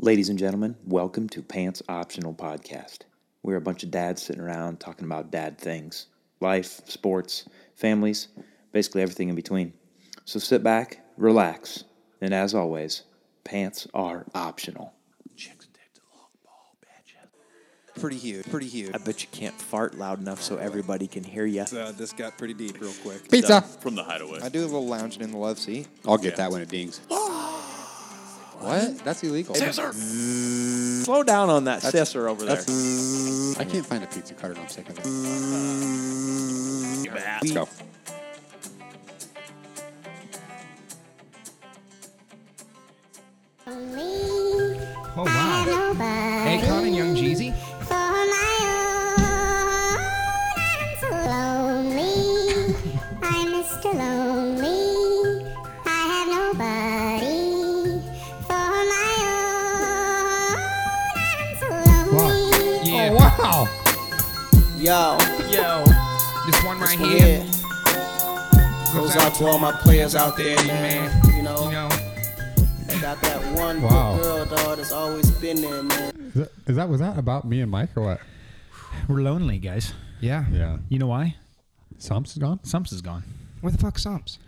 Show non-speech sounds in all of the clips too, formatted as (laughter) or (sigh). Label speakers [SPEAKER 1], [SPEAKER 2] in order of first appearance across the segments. [SPEAKER 1] Ladies and gentlemen, welcome to Pants Optional Podcast. We're a bunch of dads sitting around talking about dad things life, sports, families, basically everything in between. So sit back, relax, and as always, pants are optional.
[SPEAKER 2] pretty huge, pretty huge.
[SPEAKER 3] I bet you can't fart loud enough so everybody can hear you.
[SPEAKER 2] Uh, this got pretty deep real quick.
[SPEAKER 4] Pizza.
[SPEAKER 5] from the hideaway.
[SPEAKER 2] I do a little lounging in the love seat.
[SPEAKER 4] I'll get
[SPEAKER 5] Yeah.
[SPEAKER 4] that when it dings. what? That's illegal.
[SPEAKER 3] Slow down on that scissor over there.
[SPEAKER 4] I can't find a pizza cutter. and I'm sick of it. Let's go.
[SPEAKER 6] Only I
[SPEAKER 7] Oh wow.
[SPEAKER 6] have nobody
[SPEAKER 7] Hey, Con and Young Jeezy.
[SPEAKER 6] for my own. I'm so
[SPEAKER 7] (laughs)
[SPEAKER 6] lonely. I'm Mr. Lonely. I have nobody for my own. I'm so lonely.
[SPEAKER 7] Yeah. Oh wow.
[SPEAKER 2] Yo,
[SPEAKER 7] This one right here
[SPEAKER 2] goes out to all my players out there, man.
[SPEAKER 7] man.
[SPEAKER 2] You know,
[SPEAKER 7] You know.
[SPEAKER 2] got that one
[SPEAKER 8] Wow.
[SPEAKER 2] good girl, dog, that's always been there, man.
[SPEAKER 8] Is that- is that was that about me and Mike or what?
[SPEAKER 9] We're lonely, guys.
[SPEAKER 7] Yeah.
[SPEAKER 8] Yeah.
[SPEAKER 9] You know why?
[SPEAKER 8] Sumps is gone.
[SPEAKER 9] Sumps is gone.
[SPEAKER 7] Where the fuck Sumps?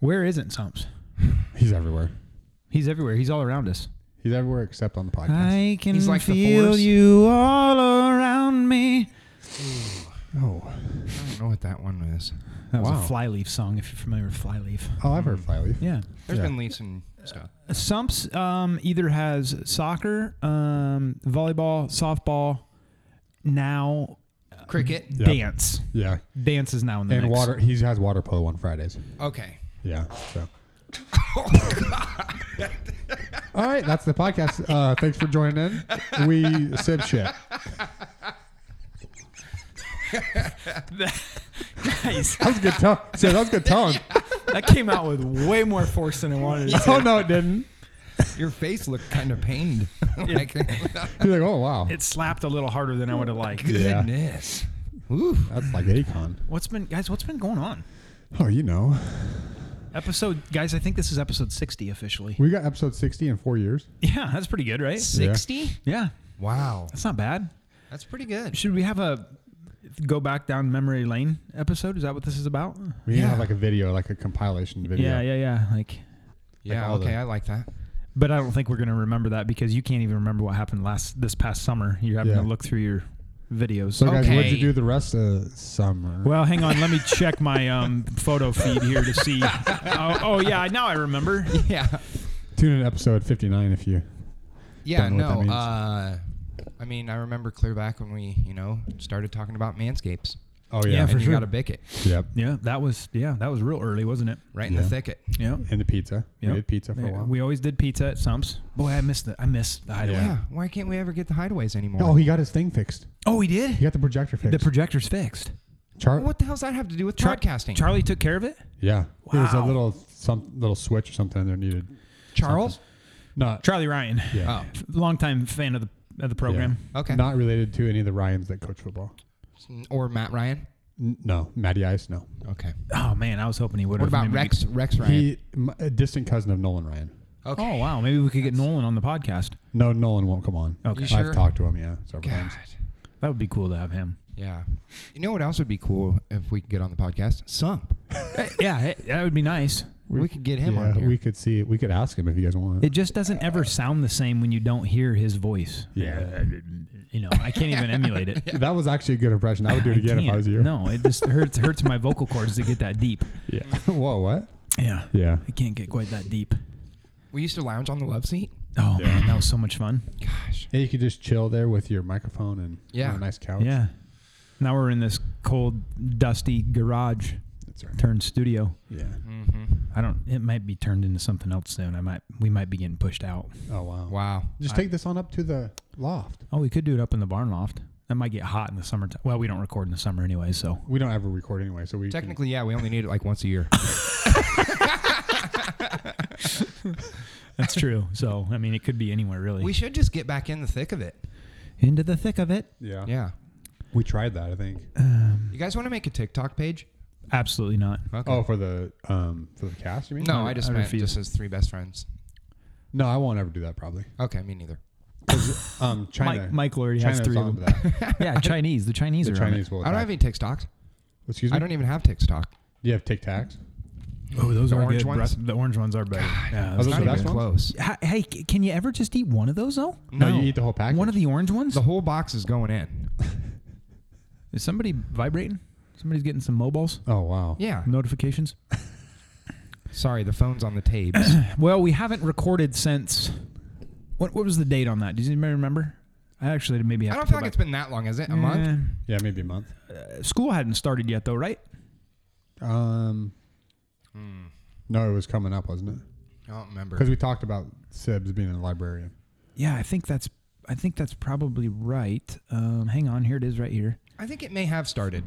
[SPEAKER 9] Where isn't Sumps?
[SPEAKER 8] He's everywhere.
[SPEAKER 9] He's everywhere. He's all around us.
[SPEAKER 8] He's everywhere except on the podcast.
[SPEAKER 9] I can
[SPEAKER 7] He's like the
[SPEAKER 9] feel
[SPEAKER 7] force.
[SPEAKER 9] you all around me.
[SPEAKER 8] oh,
[SPEAKER 7] I don't know what that one is.
[SPEAKER 9] That was
[SPEAKER 8] Wow.
[SPEAKER 9] a Flyleaf song, if you're familiar with Flyleaf.
[SPEAKER 8] oh, I've heard Flyleaf.
[SPEAKER 9] Yeah.
[SPEAKER 7] There's
[SPEAKER 8] Yeah.
[SPEAKER 7] been leaves and stuff.
[SPEAKER 9] Sumps um, either has soccer, um, volleyball, softball, now
[SPEAKER 7] Cricket.
[SPEAKER 8] Yep.
[SPEAKER 9] dance.
[SPEAKER 8] Yeah.
[SPEAKER 9] Dance is now in the
[SPEAKER 8] And
[SPEAKER 9] mix.
[SPEAKER 8] water. He has water polo on Fridays.
[SPEAKER 7] Okay.
[SPEAKER 8] Yeah. So. All right, that's the podcast. Uh, thanks for joining in. We sip shit.
[SPEAKER 9] (laughs) Guys,
[SPEAKER 8] That was good tone. Yeah, that was good tone.
[SPEAKER 9] that came out with way more force than I wanted
[SPEAKER 8] (laughs)
[SPEAKER 9] it to.
[SPEAKER 8] Oh no, it didn't.
[SPEAKER 7] Your face looked kind of pained. (laughs)
[SPEAKER 8] (laughs)
[SPEAKER 7] like,
[SPEAKER 8] He's like, oh wow,
[SPEAKER 9] It slapped a little harder than I would have liked.
[SPEAKER 8] Yeah.
[SPEAKER 7] goodness. Ooh.
[SPEAKER 8] that's like Akon.
[SPEAKER 9] What's been, guys? What's been going on?
[SPEAKER 8] Oh, you know,
[SPEAKER 9] Episode, guys. I think this is episode sixty officially.
[SPEAKER 8] we got episode sixty in four years.
[SPEAKER 9] Yeah, that's pretty good, right?
[SPEAKER 7] 60?
[SPEAKER 9] Yeah,
[SPEAKER 7] Wow.
[SPEAKER 9] that's not bad.
[SPEAKER 7] That's pretty good.
[SPEAKER 9] Should we have a go back down memory lane episode? Is that what this is about?
[SPEAKER 8] We need to have
[SPEAKER 7] Yeah.
[SPEAKER 8] like a video, like a compilation video.
[SPEAKER 9] Yeah, yeah, yeah. Like,
[SPEAKER 7] Yeah,
[SPEAKER 8] all
[SPEAKER 7] okay.
[SPEAKER 8] the-
[SPEAKER 7] I like
[SPEAKER 8] (laughs)
[SPEAKER 7] that.
[SPEAKER 9] but I don't think we're gonna remember that because you can't even remember what happened last this past summer. You're having
[SPEAKER 8] Yeah.
[SPEAKER 9] to look through your videos.
[SPEAKER 8] So guys, what'd
[SPEAKER 7] Okay.
[SPEAKER 8] you do the rest of summer?
[SPEAKER 9] well, hang on. Let me check my um, photo feed here to see. Oh, oh, yeah. Now I remember.
[SPEAKER 7] Yeah.
[SPEAKER 8] Tune in to episode fifty nine if you.
[SPEAKER 7] Yeah,
[SPEAKER 8] Don't know what
[SPEAKER 7] no.
[SPEAKER 8] that
[SPEAKER 7] Uh,
[SPEAKER 8] means.
[SPEAKER 7] I mean, I remember clear back when we, you know, started talking about manscapes.
[SPEAKER 8] Oh
[SPEAKER 9] yeah.
[SPEAKER 7] and
[SPEAKER 9] for
[SPEAKER 7] you
[SPEAKER 9] sure.
[SPEAKER 7] got a bicket
[SPEAKER 8] Yep.
[SPEAKER 9] Yeah, that was yeah, that was real early, wasn't it?
[SPEAKER 7] right in the
[SPEAKER 8] Yeah.
[SPEAKER 7] thicket.
[SPEAKER 9] Yeah.
[SPEAKER 8] And the pizza.
[SPEAKER 9] Yep.
[SPEAKER 8] We did pizza for a
[SPEAKER 9] Yeah,
[SPEAKER 8] while.
[SPEAKER 9] We always did pizza at Sumps. Boy, I missed the I missed the hideaway.
[SPEAKER 7] Yeah. Why can't we ever get the hideaways anymore?
[SPEAKER 8] oh, he got his thing fixed.
[SPEAKER 9] Oh, we did.
[SPEAKER 8] He got the projector fixed.
[SPEAKER 9] The projector's fixed.
[SPEAKER 8] Char-
[SPEAKER 7] What the hell's that have to do with
[SPEAKER 9] Char-
[SPEAKER 7] podcasting?
[SPEAKER 9] Charlie took care of it.
[SPEAKER 8] Yeah. There was a
[SPEAKER 9] Wow.
[SPEAKER 8] little some little switch or something there needed.
[SPEAKER 7] Charles?
[SPEAKER 8] Not.
[SPEAKER 9] Charlie Ryan,
[SPEAKER 8] yeah.
[SPEAKER 7] Oh,
[SPEAKER 9] longtime fan of the of the program.
[SPEAKER 8] Yeah.
[SPEAKER 7] Okay.
[SPEAKER 8] Not related to any of the Ryans that coach football.
[SPEAKER 7] or Matt Ryan?
[SPEAKER 8] N- no, Matty Ice. No.
[SPEAKER 7] Okay.
[SPEAKER 9] Oh man, I was hoping he would.
[SPEAKER 7] What about Rex? Rex Ryan?
[SPEAKER 8] He m- a distant cousin of Nolan Ryan.
[SPEAKER 7] okay.
[SPEAKER 9] Oh wow, maybe we could get Nolan on the podcast.
[SPEAKER 8] No, Nolan won't come on.
[SPEAKER 9] Okay. You
[SPEAKER 7] sure?
[SPEAKER 8] I've talked to him. Yeah, several
[SPEAKER 7] God.
[SPEAKER 8] times.
[SPEAKER 9] That would be cool to have him.
[SPEAKER 7] Yeah. You know what else would be cool if we could get on the podcast? Sump.
[SPEAKER 9] Uh, yeah, it- that would be nice.
[SPEAKER 7] We, could get him
[SPEAKER 8] Yeah,
[SPEAKER 7] on here.
[SPEAKER 8] we could see. We could ask him if you guys want.
[SPEAKER 9] It just doesn't ever sound the same when you don't hear his voice. Uh,
[SPEAKER 8] Yeah.
[SPEAKER 9] You know, I can't even emulate (laughs) it.
[SPEAKER 8] That was actually a good impression. I would do it again if I
[SPEAKER 9] Can't.
[SPEAKER 8] was you.
[SPEAKER 9] No, it just hurts hurts my vocal cords to get that deep.
[SPEAKER 8] Yeah. (laughs) Whoa. What?
[SPEAKER 9] Yeah.
[SPEAKER 8] Yeah.
[SPEAKER 9] I can't get quite that deep.
[SPEAKER 7] We used to lounge on the love seat.
[SPEAKER 9] Oh man, that was so much fun.
[SPEAKER 7] Gosh.
[SPEAKER 8] Yeah, you could just chill there with your microphone and
[SPEAKER 7] Yeah.
[SPEAKER 8] on a nice couch.
[SPEAKER 9] Yeah. Now we're in this cold, dusty garage
[SPEAKER 8] That's right.
[SPEAKER 9] turned studio.
[SPEAKER 8] Yeah.
[SPEAKER 9] I don't. It might be turned into something else soon. I might. We might be getting pushed out.
[SPEAKER 8] Oh wow.
[SPEAKER 7] Wow. Uh,
[SPEAKER 8] Just take this on up to the loft.
[SPEAKER 9] Oh, we could do it up in the barn loft. That might get hot in the summertime. Well, we don't record in the summer anyway,
[SPEAKER 8] (laughs)
[SPEAKER 9] so
[SPEAKER 8] We don't ever record anyway, so we can-
[SPEAKER 7] Technically, yeah, we only need it like once a
[SPEAKER 8] (laughs)
[SPEAKER 7] year.
[SPEAKER 9] that's true. so I mean, it could be anywhere really.
[SPEAKER 7] we should just get back in the thick of it.
[SPEAKER 9] Into the thick of it.
[SPEAKER 8] yeah.
[SPEAKER 7] Yeah.
[SPEAKER 8] We tried that, I think.
[SPEAKER 7] You guys want to make a TikTok page?
[SPEAKER 9] Absolutely not.
[SPEAKER 7] Okay.
[SPEAKER 8] Oh, for the um for the cast, you mean?
[SPEAKER 7] no,
[SPEAKER 9] I-
[SPEAKER 7] I just
[SPEAKER 9] I
[SPEAKER 7] meant
[SPEAKER 9] refuse.
[SPEAKER 7] just as three best friends.
[SPEAKER 8] No, I won't ever do that probably.
[SPEAKER 7] Okay, me neither.
[SPEAKER 8] Um, China.
[SPEAKER 9] Mike- Michael already has
[SPEAKER 8] China's
[SPEAKER 9] three of
[SPEAKER 8] on
[SPEAKER 9] them. (laughs)
[SPEAKER 8] to that.
[SPEAKER 9] yeah, Chinese. The Chinese
[SPEAKER 8] The
[SPEAKER 9] are
[SPEAKER 8] Chinese will.
[SPEAKER 7] I don't
[SPEAKER 8] attack.
[SPEAKER 7] have any TikToks.
[SPEAKER 8] Excuse me.
[SPEAKER 7] I don't even have TikTok.
[SPEAKER 8] Do you have Tic Tacs?
[SPEAKER 10] Oh, those are
[SPEAKER 7] orange
[SPEAKER 10] good.
[SPEAKER 7] ones?
[SPEAKER 10] Breath- the orange ones are better. Yeah,
[SPEAKER 8] Are
[SPEAKER 10] those
[SPEAKER 8] those
[SPEAKER 7] Not
[SPEAKER 8] the
[SPEAKER 7] even
[SPEAKER 8] best ones?
[SPEAKER 7] close.
[SPEAKER 9] Ha- Hey, c- can you ever just eat one of those though?
[SPEAKER 8] No, you eat the whole package.
[SPEAKER 9] One of the orange ones?
[SPEAKER 7] The whole box is going in.
[SPEAKER 9] Is somebody vibrating? Somebody's getting some mobiles
[SPEAKER 8] Oh wow.
[SPEAKER 7] Yeah.
[SPEAKER 9] notifications.
[SPEAKER 7] Sorry, the phone's on the
[SPEAKER 8] (laughs)
[SPEAKER 7] tapes.
[SPEAKER 9] Well, we haven't recorded since. What, what was the date on that? Does anybody remember? I actually maybe have
[SPEAKER 7] I don't
[SPEAKER 9] to
[SPEAKER 7] feel like
[SPEAKER 9] go back.
[SPEAKER 7] it's been that long, is it? A month?
[SPEAKER 8] Yeah, maybe a month.
[SPEAKER 9] Eh, School hadn't started yet though, right?
[SPEAKER 8] Um. No, it was coming up, wasn't it?
[SPEAKER 7] I don't remember.
[SPEAKER 8] Because we talked about Sibs being a librarian.
[SPEAKER 9] Yeah, I think that's I think that's probably right. Um, hang on, here it is right here.
[SPEAKER 7] I think it may have started.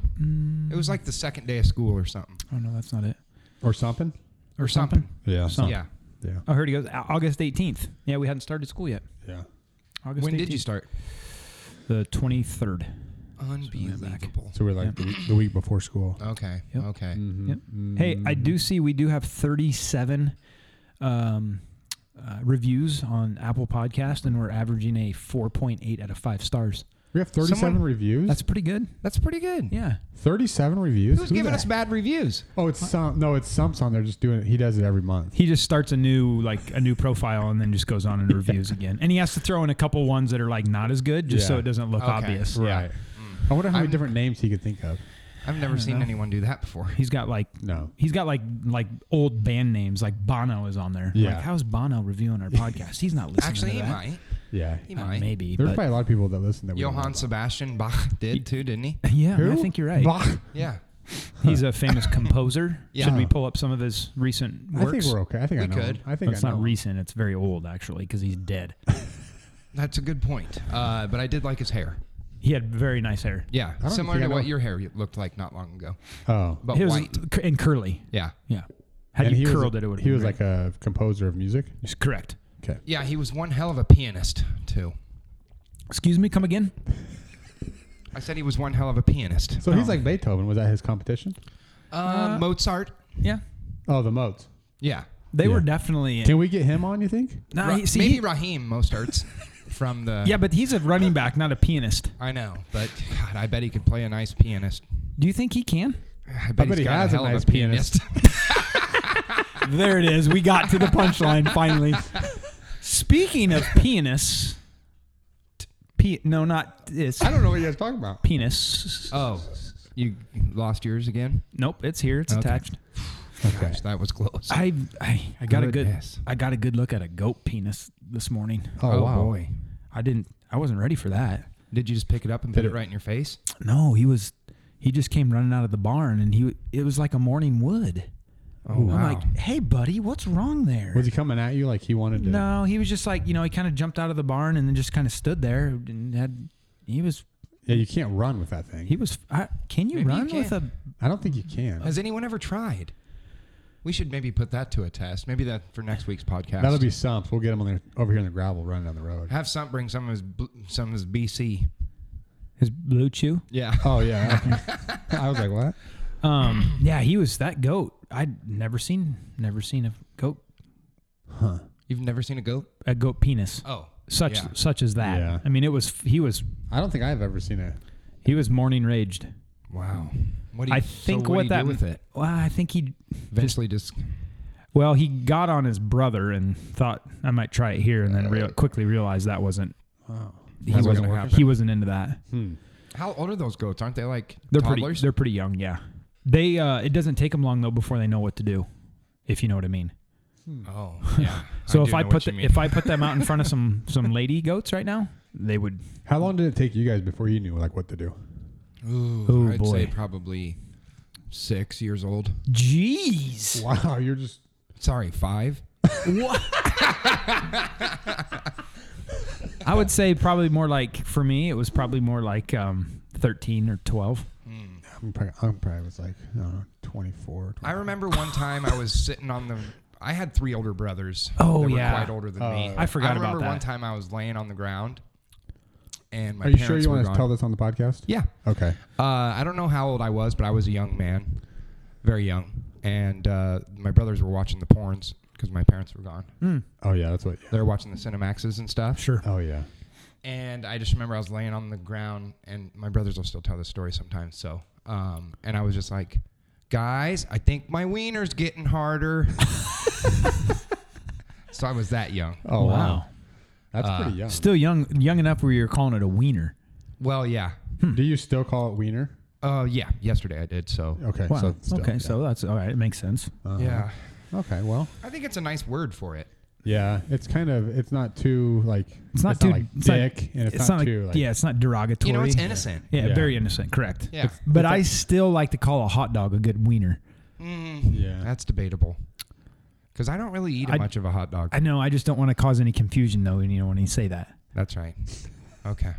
[SPEAKER 7] It was like the second day of school or something.
[SPEAKER 9] Oh no, that's not it.
[SPEAKER 8] or something.
[SPEAKER 9] Or something.
[SPEAKER 8] Yeah. Something.
[SPEAKER 7] Yeah.
[SPEAKER 8] Yeah.
[SPEAKER 9] Oh, here it goes. Au- August 18th. Yeah, we hadn't started school yet.
[SPEAKER 8] Yeah.
[SPEAKER 9] August
[SPEAKER 7] when did you
[SPEAKER 9] 18th.
[SPEAKER 7] start?
[SPEAKER 9] The 23rd.
[SPEAKER 7] Unbelievable.
[SPEAKER 8] So we're like the, the week before school.
[SPEAKER 7] Okay.
[SPEAKER 9] Yep. Mm.
[SPEAKER 7] Okay.
[SPEAKER 9] Yep. Hey, I do see we do have 37 um, uh, reviews on Apple Podcast, and we're averaging a 4.8 out of five stars.
[SPEAKER 8] We have 37
[SPEAKER 7] Someone-
[SPEAKER 8] reviews.
[SPEAKER 9] That's pretty good.
[SPEAKER 7] That's pretty good.
[SPEAKER 9] Yeah.
[SPEAKER 8] 37 reviews.
[SPEAKER 7] Who's
[SPEAKER 8] Who
[SPEAKER 7] giving
[SPEAKER 8] the-
[SPEAKER 7] us bad reviews?
[SPEAKER 8] Oh, it's some. No, it's some on there. Just doing it. He does it every month.
[SPEAKER 9] He just starts a
[SPEAKER 10] new like a new profile and then just goes on and reviews again. And he has to throw in a couple ones that are like not as good just
[SPEAKER 8] Yeah.
[SPEAKER 10] so it doesn't look
[SPEAKER 7] Okay.
[SPEAKER 10] obvious.
[SPEAKER 8] Right. I wonder how many different names he could think of.
[SPEAKER 7] I've never seen anyone do that before.
[SPEAKER 9] He's got like
[SPEAKER 8] No.
[SPEAKER 9] He's got like like old band names. Like Bono is on there.
[SPEAKER 8] Yeah.
[SPEAKER 9] Like, how's Bono reviewing our podcast? He's not listening.
[SPEAKER 7] Actually,
[SPEAKER 9] to
[SPEAKER 7] he
[SPEAKER 9] that.
[SPEAKER 7] might.
[SPEAKER 8] Yeah.
[SPEAKER 7] He
[SPEAKER 9] Uh,
[SPEAKER 7] might.
[SPEAKER 9] maybe.
[SPEAKER 8] There's
[SPEAKER 9] but-
[SPEAKER 8] probably a lot of people that listen that we don't know
[SPEAKER 7] Johann
[SPEAKER 8] about.
[SPEAKER 7] Sebastian Bach (laughs) did too, didn't he?
[SPEAKER 9] (laughs) yeah,
[SPEAKER 8] Who?
[SPEAKER 9] I think you're right.
[SPEAKER 8] Bach.
[SPEAKER 7] Yeah.
[SPEAKER 9] He's a famous (laughs) composer.
[SPEAKER 7] Yeah.
[SPEAKER 9] Should we pull up some of his recent
[SPEAKER 8] I
[SPEAKER 9] works?
[SPEAKER 8] think we're okay. I think I
[SPEAKER 7] We
[SPEAKER 8] know.
[SPEAKER 7] could.
[SPEAKER 8] him. I think
[SPEAKER 9] That's
[SPEAKER 8] I know.
[SPEAKER 9] not
[SPEAKER 8] him.
[SPEAKER 9] recent. It's very old actually, because he's dead.
[SPEAKER 7] That's a good point. Uh, but I did like his hair.
[SPEAKER 9] He had very nice hair.
[SPEAKER 7] Yeah.
[SPEAKER 8] don't
[SPEAKER 7] Similar
[SPEAKER 8] think
[SPEAKER 7] to
[SPEAKER 8] I know.
[SPEAKER 7] what your hair looked like not long ago.
[SPEAKER 8] Oh.
[SPEAKER 7] But
[SPEAKER 9] He was
[SPEAKER 7] white.
[SPEAKER 9] and curly.
[SPEAKER 7] Yeah.
[SPEAKER 9] Yeah. Had
[SPEAKER 8] And
[SPEAKER 9] you
[SPEAKER 8] was a-
[SPEAKER 9] curled it, it would.
[SPEAKER 8] He was like a composer of music.
[SPEAKER 9] He's correct.
[SPEAKER 8] Okay.
[SPEAKER 7] Yeah, he was one hell of a pianist too.
[SPEAKER 9] Excuse me. Come again.
[SPEAKER 7] I said he was one hell of a pianist.
[SPEAKER 8] So
[SPEAKER 9] Oh.
[SPEAKER 8] he's like Beethoven. Was that his competition?
[SPEAKER 7] Uh, Mozart.
[SPEAKER 9] Yeah.
[SPEAKER 8] Oh, the modes.
[SPEAKER 7] Yeah.
[SPEAKER 9] They were definitely.
[SPEAKER 8] Can we get him on? You think?
[SPEAKER 9] Nah,
[SPEAKER 7] Ra-
[SPEAKER 9] Ah, he- see,
[SPEAKER 7] maybe
[SPEAKER 9] he-
[SPEAKER 7] Raheem Mozart's from the.
[SPEAKER 9] yeah, but he's a running back, not a pianist.
[SPEAKER 7] I know, but God, I bet he could play a nice pianist.
[SPEAKER 9] Do you think he can?
[SPEAKER 7] I bet,
[SPEAKER 8] bet
[SPEAKER 7] he's
[SPEAKER 8] he
[SPEAKER 7] got
[SPEAKER 8] has
[SPEAKER 7] a
[SPEAKER 8] a
[SPEAKER 7] hell
[SPEAKER 8] nice
[SPEAKER 7] of a pianist.
[SPEAKER 9] (laughs) There it is. We got to the punchline finally. Speaking of penis, pe- no, not this.
[SPEAKER 8] (laughs) I don't know what you guys are talking about.
[SPEAKER 9] Penis.
[SPEAKER 7] oh, you lost yours again?
[SPEAKER 9] nope, it's here. It's
[SPEAKER 7] Okay.
[SPEAKER 9] attached.
[SPEAKER 8] Okay.
[SPEAKER 7] That was close.
[SPEAKER 9] I, I I got
[SPEAKER 7] Goodness.
[SPEAKER 9] a good I got a good look at a goat penis this morning.
[SPEAKER 8] Oh, wow.
[SPEAKER 7] boy!
[SPEAKER 9] I didn't. I wasn't ready for that.
[SPEAKER 7] Did you just pick it up and put
[SPEAKER 8] Did
[SPEAKER 7] it
[SPEAKER 8] it-
[SPEAKER 7] right in your face?
[SPEAKER 9] No, he was. He just came running out of the barn, and he it was like a morning wood.
[SPEAKER 7] Oh
[SPEAKER 9] I'm like, hey, buddy, what's wrong there?
[SPEAKER 8] Was he coming at you like he wanted to?
[SPEAKER 9] No, he was just like you know he kind of jumped out of the barn and then just kind of stood there and had he was
[SPEAKER 8] Yeah, you can't run with that thing.
[SPEAKER 9] He was. I, can you
[SPEAKER 7] Maybe you
[SPEAKER 9] run with a?
[SPEAKER 7] can.
[SPEAKER 8] I don't think you can.
[SPEAKER 7] Has anyone ever tried? We should maybe put that to a test. Maybe that for next week's podcast.
[SPEAKER 8] That'll be stumps. We'll get him on there over here in the gravel, running down the road.
[SPEAKER 7] have some bring some of his bl- some of his BC.
[SPEAKER 9] His blue chew.
[SPEAKER 7] Yeah.
[SPEAKER 8] (laughs) Oh yeah. I was like, what?
[SPEAKER 9] Um. Yeah, he was that goat. I'd never seen, never seen a goat,
[SPEAKER 7] You've never seen a goat?
[SPEAKER 9] a goat penis.
[SPEAKER 7] Oh,
[SPEAKER 9] such,
[SPEAKER 7] yeah.
[SPEAKER 9] such as that.
[SPEAKER 8] Yeah.
[SPEAKER 9] I mean, it was. He was.
[SPEAKER 8] I don't think I've ever seen it.
[SPEAKER 9] He was morning raged.
[SPEAKER 7] Wow. What do you,
[SPEAKER 9] I think
[SPEAKER 7] so what,
[SPEAKER 9] what,
[SPEAKER 7] do you
[SPEAKER 9] that
[SPEAKER 7] do with it?
[SPEAKER 9] Well, I think he.
[SPEAKER 7] Eventually, just
[SPEAKER 9] Well, he got on his brother and thought I might try it here, and then real, quickly realized that wasn't. He
[SPEAKER 7] That wasn't
[SPEAKER 9] wasn't.
[SPEAKER 7] working.
[SPEAKER 9] he wasn't into that.
[SPEAKER 7] how old are those goats? Aren't they like
[SPEAKER 9] They're
[SPEAKER 7] Hmm.
[SPEAKER 9] pretty.
[SPEAKER 7] toddlers?
[SPEAKER 9] They're pretty young. Yeah. They. Uh. It doesn't take them long though before they know what to do, if you know what I mean. (laughs)
[SPEAKER 7] oh, yeah.
[SPEAKER 9] So
[SPEAKER 7] do
[SPEAKER 9] if I
[SPEAKER 7] know what
[SPEAKER 9] put
[SPEAKER 7] you
[SPEAKER 9] the,
[SPEAKER 7] mean.
[SPEAKER 9] if I put them out in front of some some lady goats right now,
[SPEAKER 7] (laughs)
[SPEAKER 9] they would.
[SPEAKER 8] How long did it take you guys before you knew like what to do?
[SPEAKER 7] Ooh,
[SPEAKER 9] Oh,
[SPEAKER 7] I'd
[SPEAKER 9] boy.
[SPEAKER 7] say probably six years old.
[SPEAKER 9] Jeez.
[SPEAKER 8] Wow, you're just
[SPEAKER 7] Sorry, five.
[SPEAKER 9] I would say probably more like for me, it was probably more like um, thirteen or twelve.
[SPEAKER 8] I'm probably, I'm probably was like I don't know, 24.
[SPEAKER 7] I remember one time I was sitting on the. I had three older brothers.
[SPEAKER 9] Oh,
[SPEAKER 7] that were
[SPEAKER 9] yeah. Oh.
[SPEAKER 7] quite older than me.
[SPEAKER 9] I forgot
[SPEAKER 7] I remember
[SPEAKER 9] about that.
[SPEAKER 7] one time I was laying on the ground, and my
[SPEAKER 8] Are you
[SPEAKER 7] parents
[SPEAKER 8] sure you
[SPEAKER 7] were
[SPEAKER 8] want to
[SPEAKER 7] gone.
[SPEAKER 8] tell this on the podcast?
[SPEAKER 7] Yeah.
[SPEAKER 8] Okay.
[SPEAKER 7] Uh, I don't know how old I was, but I was a young man, very young, and uh, my brothers were watching the porns because my parents were gone.
[SPEAKER 8] Oh yeah, that's what.
[SPEAKER 7] They were watching the Cinemaxes and stuff.
[SPEAKER 9] Sure.
[SPEAKER 8] Oh yeah.
[SPEAKER 7] And I just remember I was laying on the ground, and my brothers will still tell this story sometimes. So, um, and I was just like, guys, I think my wiener's getting harder. (laughs) so I was that young.
[SPEAKER 8] Oh wow. That's
[SPEAKER 9] Uh,
[SPEAKER 8] pretty young.
[SPEAKER 9] Still young, young enough where you're calling it a wiener.
[SPEAKER 7] Well, yeah.
[SPEAKER 8] Do you still call it wiener?
[SPEAKER 7] Uh, yeah. Yesterday I did. So,
[SPEAKER 8] Okay.
[SPEAKER 9] Wow.
[SPEAKER 8] So still,
[SPEAKER 9] okay,
[SPEAKER 8] yeah.
[SPEAKER 9] so uh, that's all right. It makes sense.
[SPEAKER 7] yeah.
[SPEAKER 8] okay. Well,
[SPEAKER 7] I think it's a nice word for it.
[SPEAKER 8] yeah. It's kind of. It's not too like.
[SPEAKER 9] It's not too
[SPEAKER 8] like
[SPEAKER 9] it's not-
[SPEAKER 8] dick, and it's, not,
[SPEAKER 9] like-
[SPEAKER 8] too like.
[SPEAKER 9] yeah, it's not derogatory.
[SPEAKER 7] You know, it's innocent.
[SPEAKER 9] Yeah,
[SPEAKER 8] Yeah.
[SPEAKER 9] very innocent. Correct.
[SPEAKER 7] Yeah. It's-
[SPEAKER 9] But I still like to call a hot dog a good wiener.
[SPEAKER 8] Yeah.
[SPEAKER 7] That's debatable. Because I don't really eat
[SPEAKER 9] I-
[SPEAKER 7] much of a hot dog.
[SPEAKER 9] I know. I just don't want to cause any confusion though. You know, when you say that.
[SPEAKER 7] That's right. Okay.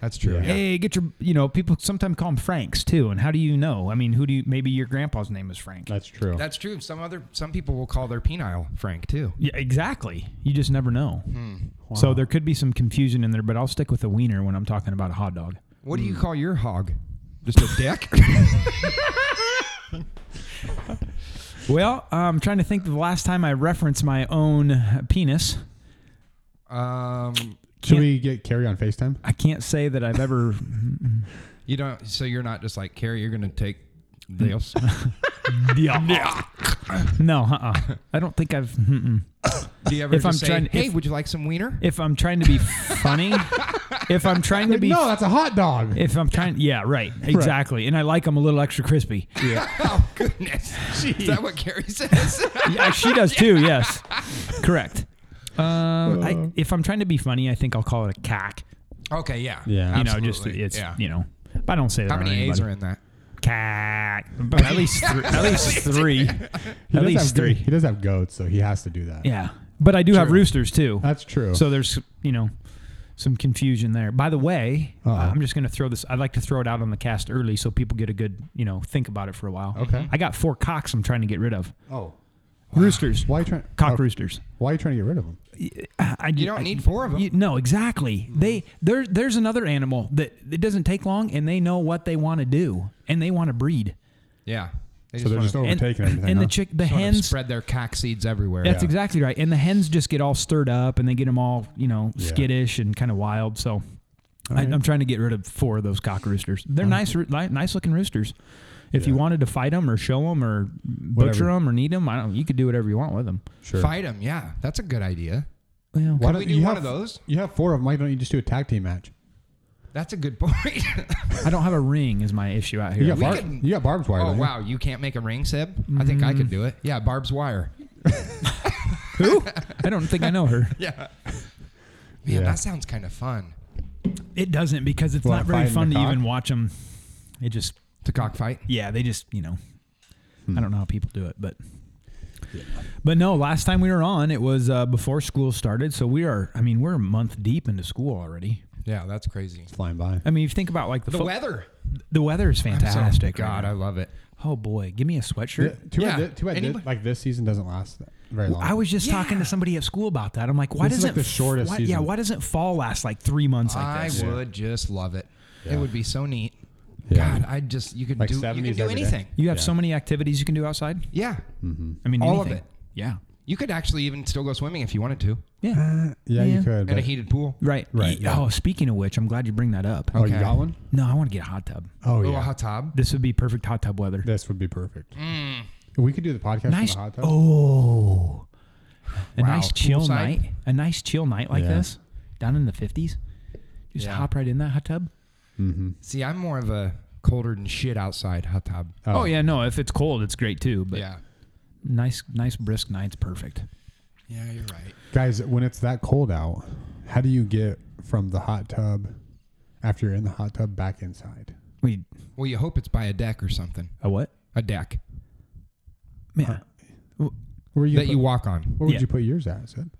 [SPEAKER 7] That's true.
[SPEAKER 8] Yeah.
[SPEAKER 7] yeah.
[SPEAKER 9] Hey, get your. You know, people sometimes call them Franks too. And how do you know? I mean, who do you? Maybe your grandpa's name was Frank.
[SPEAKER 8] That's true.
[SPEAKER 7] That's true. Some other some people will call their penile Frank too.
[SPEAKER 9] yeah, exactly. You just never know. So there could be some confusion in there, but I'll stick with a wiener when I'm talking about a hot dog.
[SPEAKER 7] What do you call your hog? Hmm. Just a dick?
[SPEAKER 9] Well, I'm trying to think of the last time I referenced my own penis.
[SPEAKER 7] (laughs) um,
[SPEAKER 8] Should we get Carrie on Facetime?
[SPEAKER 9] I can't say that I've ever
[SPEAKER 7] you don't. So you're not just like Carrie. You're gonna take
[SPEAKER 9] (laughs)
[SPEAKER 7] this.
[SPEAKER 9] (laughs) Yeah. No, uh-uh. I don't think I've. Mm-mm.
[SPEAKER 7] do you ever
[SPEAKER 9] If
[SPEAKER 7] just say,
[SPEAKER 9] I'm trying-
[SPEAKER 7] "Hey,
[SPEAKER 9] if-
[SPEAKER 7] would you like some wiener?"
[SPEAKER 9] If I'm trying to be funny, if I'm trying to be,
[SPEAKER 8] no, that's a hot dog.
[SPEAKER 9] if I'm trying, yeah, right, exactly. And I like them a little extra crispy.
[SPEAKER 7] (laughs) oh goodness! Is that what Carrie says?
[SPEAKER 9] (laughs) Yeah, she does too. (laughs) Yes, correct. Um, I, if I'm trying to be funny, I think I'll call it a cack.
[SPEAKER 7] okay, yeah.
[SPEAKER 8] Yeah.
[SPEAKER 9] You know, just
[SPEAKER 7] Absolutely,
[SPEAKER 9] it's
[SPEAKER 7] yeah.
[SPEAKER 9] you know. But I don't say that.
[SPEAKER 7] How many A's are in that?
[SPEAKER 9] Cack. But at least three. At least three.
[SPEAKER 8] He
[SPEAKER 9] at
[SPEAKER 8] does
[SPEAKER 9] least
[SPEAKER 8] have, goat-
[SPEAKER 9] three.
[SPEAKER 8] He does have goats, so he has to do that.
[SPEAKER 9] Yeah, but I do have roosters too.
[SPEAKER 8] That's true.
[SPEAKER 9] So there's you know some confusion there. By the way, uh,
[SPEAKER 8] Uh-oh.
[SPEAKER 9] I'm just going to throw this. I'd like to throw it out on the cast early so people get a good you know think about it for a while.
[SPEAKER 8] Okay.
[SPEAKER 9] I got four cocks. I'm trying to get rid of
[SPEAKER 8] oh,
[SPEAKER 9] roosters.
[SPEAKER 8] why are you trying?
[SPEAKER 9] Cock
[SPEAKER 8] oh,
[SPEAKER 9] roosters.
[SPEAKER 8] Why are you trying to get rid of them?
[SPEAKER 9] I,
[SPEAKER 7] You don't
[SPEAKER 9] I-
[SPEAKER 7] need four of 'em.
[SPEAKER 9] you- no, exactly. They there. There's another animal that it doesn't take long, and they know what they want to do, and they want to breed.
[SPEAKER 7] Yeah. They
[SPEAKER 8] So they're
[SPEAKER 7] wanna-
[SPEAKER 8] just
[SPEAKER 9] And,
[SPEAKER 8] overtaking everything.
[SPEAKER 9] and
[SPEAKER 8] huh?
[SPEAKER 9] the chick, the
[SPEAKER 7] wanna
[SPEAKER 9] hens,
[SPEAKER 7] spread their cock seeds everywhere.
[SPEAKER 9] That's exactly right. And the hens just get all stirred up and they get them all, you know,
[SPEAKER 8] Yeah.
[SPEAKER 9] skittish and kind of wild. So I,
[SPEAKER 8] right.
[SPEAKER 9] I'm trying to get rid of four of those cock roosters. They're nice, roo- li- nice looking roosters. If you
[SPEAKER 8] Yeah.
[SPEAKER 9] wanted to fight them or show them or butcher
[SPEAKER 8] Whatever.
[SPEAKER 9] them or need them, I don't. You could do whatever you want with them.
[SPEAKER 8] Sure.
[SPEAKER 7] Fight them. Yeah, that's a good idea.
[SPEAKER 9] Well,
[SPEAKER 8] Why
[SPEAKER 7] Could we
[SPEAKER 8] don't
[SPEAKER 7] do
[SPEAKER 8] you
[SPEAKER 7] one of
[SPEAKER 8] have-
[SPEAKER 7] those?
[SPEAKER 8] You have four of them. Why don't you just do a tag team match?
[SPEAKER 7] That's a good (laughs) point.
[SPEAKER 9] I don't have a ring. Is my issue out
[SPEAKER 8] You
[SPEAKER 9] here?
[SPEAKER 8] got, bar-
[SPEAKER 7] could-
[SPEAKER 8] you got barbed wire.
[SPEAKER 7] oh
[SPEAKER 8] don't you? Mm.
[SPEAKER 7] wow, you can't make a ring, Sib? I think I could do it. Yeah, Barb's wire.
[SPEAKER 9] Who? I don't think I know her.
[SPEAKER 7] Yeah. Man,
[SPEAKER 8] Yeah.
[SPEAKER 7] that sounds kind of fun.
[SPEAKER 9] It doesn't because it's
[SPEAKER 8] Well,
[SPEAKER 9] not very
[SPEAKER 8] fighting
[SPEAKER 9] fun
[SPEAKER 8] the
[SPEAKER 9] to
[SPEAKER 8] cock?
[SPEAKER 9] even watch them. It just,
[SPEAKER 7] To cockfight.
[SPEAKER 9] yeah, they just, you know,
[SPEAKER 8] Hmm.
[SPEAKER 9] I don't know how people do it, but But no, last time we were on, it was uh, before school started. So we are, I mean, we're a month deep into school already.
[SPEAKER 7] Yeah, that's crazy.
[SPEAKER 8] Flying by.
[SPEAKER 9] I mean, if you think about like the,
[SPEAKER 7] The
[SPEAKER 9] fo-
[SPEAKER 7] weather.
[SPEAKER 9] the weather is fantastic.
[SPEAKER 7] So- God, I love it.
[SPEAKER 9] oh boy, give me a
[SPEAKER 8] Yeah,
[SPEAKER 9] sweatshirt.
[SPEAKER 8] too
[SPEAKER 7] Yeah.
[SPEAKER 8] bad. thi- Too bad. thi-
[SPEAKER 7] Anybody-
[SPEAKER 8] like this season doesn't last that- very long.
[SPEAKER 9] I was just talking to somebody at school about that. I'm like, why
[SPEAKER 8] This is,
[SPEAKER 9] doesn't
[SPEAKER 8] like, the shortest
[SPEAKER 9] why- Yeah,
[SPEAKER 8] season.
[SPEAKER 9] why doesn't fall last like three months like
[SPEAKER 7] I
[SPEAKER 9] this?
[SPEAKER 7] would just love it.
[SPEAKER 8] Yeah.
[SPEAKER 7] It would be so neat.
[SPEAKER 8] Yeah.
[SPEAKER 7] God, I just you could
[SPEAKER 8] Like
[SPEAKER 7] do you
[SPEAKER 8] 70s
[SPEAKER 7] could do
[SPEAKER 8] every day. Hmm.
[SPEAKER 7] anything.
[SPEAKER 9] You have so many activities you can do outside.
[SPEAKER 7] Yeah.
[SPEAKER 8] Mm-hmm.
[SPEAKER 9] I mean,
[SPEAKER 7] All of it.
[SPEAKER 9] anything. Yeah,
[SPEAKER 7] You could actually even still go swimming if you wanted to.
[SPEAKER 9] yeah,
[SPEAKER 8] yeah,
[SPEAKER 9] Yeah.
[SPEAKER 8] you could.
[SPEAKER 7] In uh, a
[SPEAKER 8] but-
[SPEAKER 7] heated pool.
[SPEAKER 9] right,
[SPEAKER 8] Right,
[SPEAKER 9] Y-
[SPEAKER 8] yeah.
[SPEAKER 9] Oh, speaking of which, I'm glad you bring that up.
[SPEAKER 8] oh, you
[SPEAKER 7] Okay.
[SPEAKER 8] got one?
[SPEAKER 9] No, I want to get a hot tub.
[SPEAKER 8] Oh
[SPEAKER 7] Oh,
[SPEAKER 8] yeah.
[SPEAKER 7] a hot tub.
[SPEAKER 9] This would be perfect hot tub weather.
[SPEAKER 8] This would be perfect.
[SPEAKER 7] Mm.
[SPEAKER 8] We could do the podcast
[SPEAKER 9] nice.
[SPEAKER 8] in the hot tub.
[SPEAKER 9] Oh, a
[SPEAKER 7] Wow,
[SPEAKER 9] nice chill
[SPEAKER 7] poolside?
[SPEAKER 9] night. A nice chill night like
[SPEAKER 8] Yeah.
[SPEAKER 9] this, down in the fifties. Just
[SPEAKER 7] Yeah.
[SPEAKER 9] hop right in that hot tub.
[SPEAKER 7] See, I'm more of a colder than shit outside Uh, hot tub.
[SPEAKER 9] Oh. yeah, no. If it's cold, it's great too. But
[SPEAKER 7] yeah.
[SPEAKER 9] nice, nice brisk nights, perfect.
[SPEAKER 7] Yeah, you're right.
[SPEAKER 8] Guys, when it's that cold out, how do you get from the hot tub after you're in the hot tub back inside?
[SPEAKER 9] We
[SPEAKER 7] Well, you hope it's by a deck or something.
[SPEAKER 9] a what?
[SPEAKER 7] A deck
[SPEAKER 9] Man,
[SPEAKER 8] Where you
[SPEAKER 7] that
[SPEAKER 8] put-
[SPEAKER 7] you walk on.
[SPEAKER 8] Where would
[SPEAKER 9] Yeah.
[SPEAKER 8] you put yours at? Sid?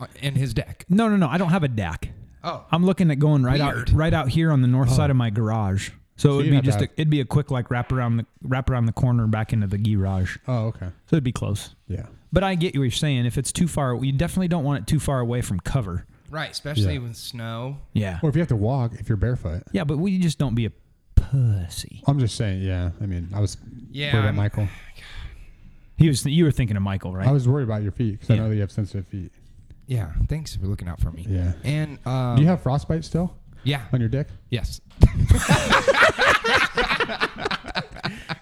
[SPEAKER 7] Uh, In his deck.
[SPEAKER 9] no, no, no. I don't have a deck.
[SPEAKER 7] Oh.
[SPEAKER 9] I'm looking at going right
[SPEAKER 7] Weird.
[SPEAKER 9] out, right out here on the north side of my garage. So
[SPEAKER 8] you
[SPEAKER 9] it'd be
[SPEAKER 8] have to
[SPEAKER 9] just, a,
[SPEAKER 8] have-
[SPEAKER 9] it'd be a quick like wrap around the wrap around the corner back into the garage.
[SPEAKER 8] Oh, okay.
[SPEAKER 9] So it'd be close.
[SPEAKER 8] Yeah.
[SPEAKER 9] But I get what you're saying. If it's too far, you definitely don't want it too far away from cover.
[SPEAKER 7] Right, especially
[SPEAKER 8] Yeah.
[SPEAKER 7] with snow.
[SPEAKER 9] Yeah.
[SPEAKER 8] Or if you have to walk, if you're barefoot.
[SPEAKER 9] Yeah, but we just don't be a pussy.
[SPEAKER 8] I'm just saying, yeah. I mean, I was
[SPEAKER 7] Yeah,
[SPEAKER 8] worried about
[SPEAKER 7] I'm-
[SPEAKER 8] Michael.
[SPEAKER 9] He was. you were thinking of Michael, right?
[SPEAKER 8] I was worried about your feet because I know that you have sensitive feet.
[SPEAKER 7] Yeah, thanks for looking out for me.
[SPEAKER 8] Yeah.
[SPEAKER 7] And um,
[SPEAKER 8] Do you have frostbite still
[SPEAKER 7] yeah.
[SPEAKER 8] on your (laughs) dick?
[SPEAKER 7] (laughs) Yes.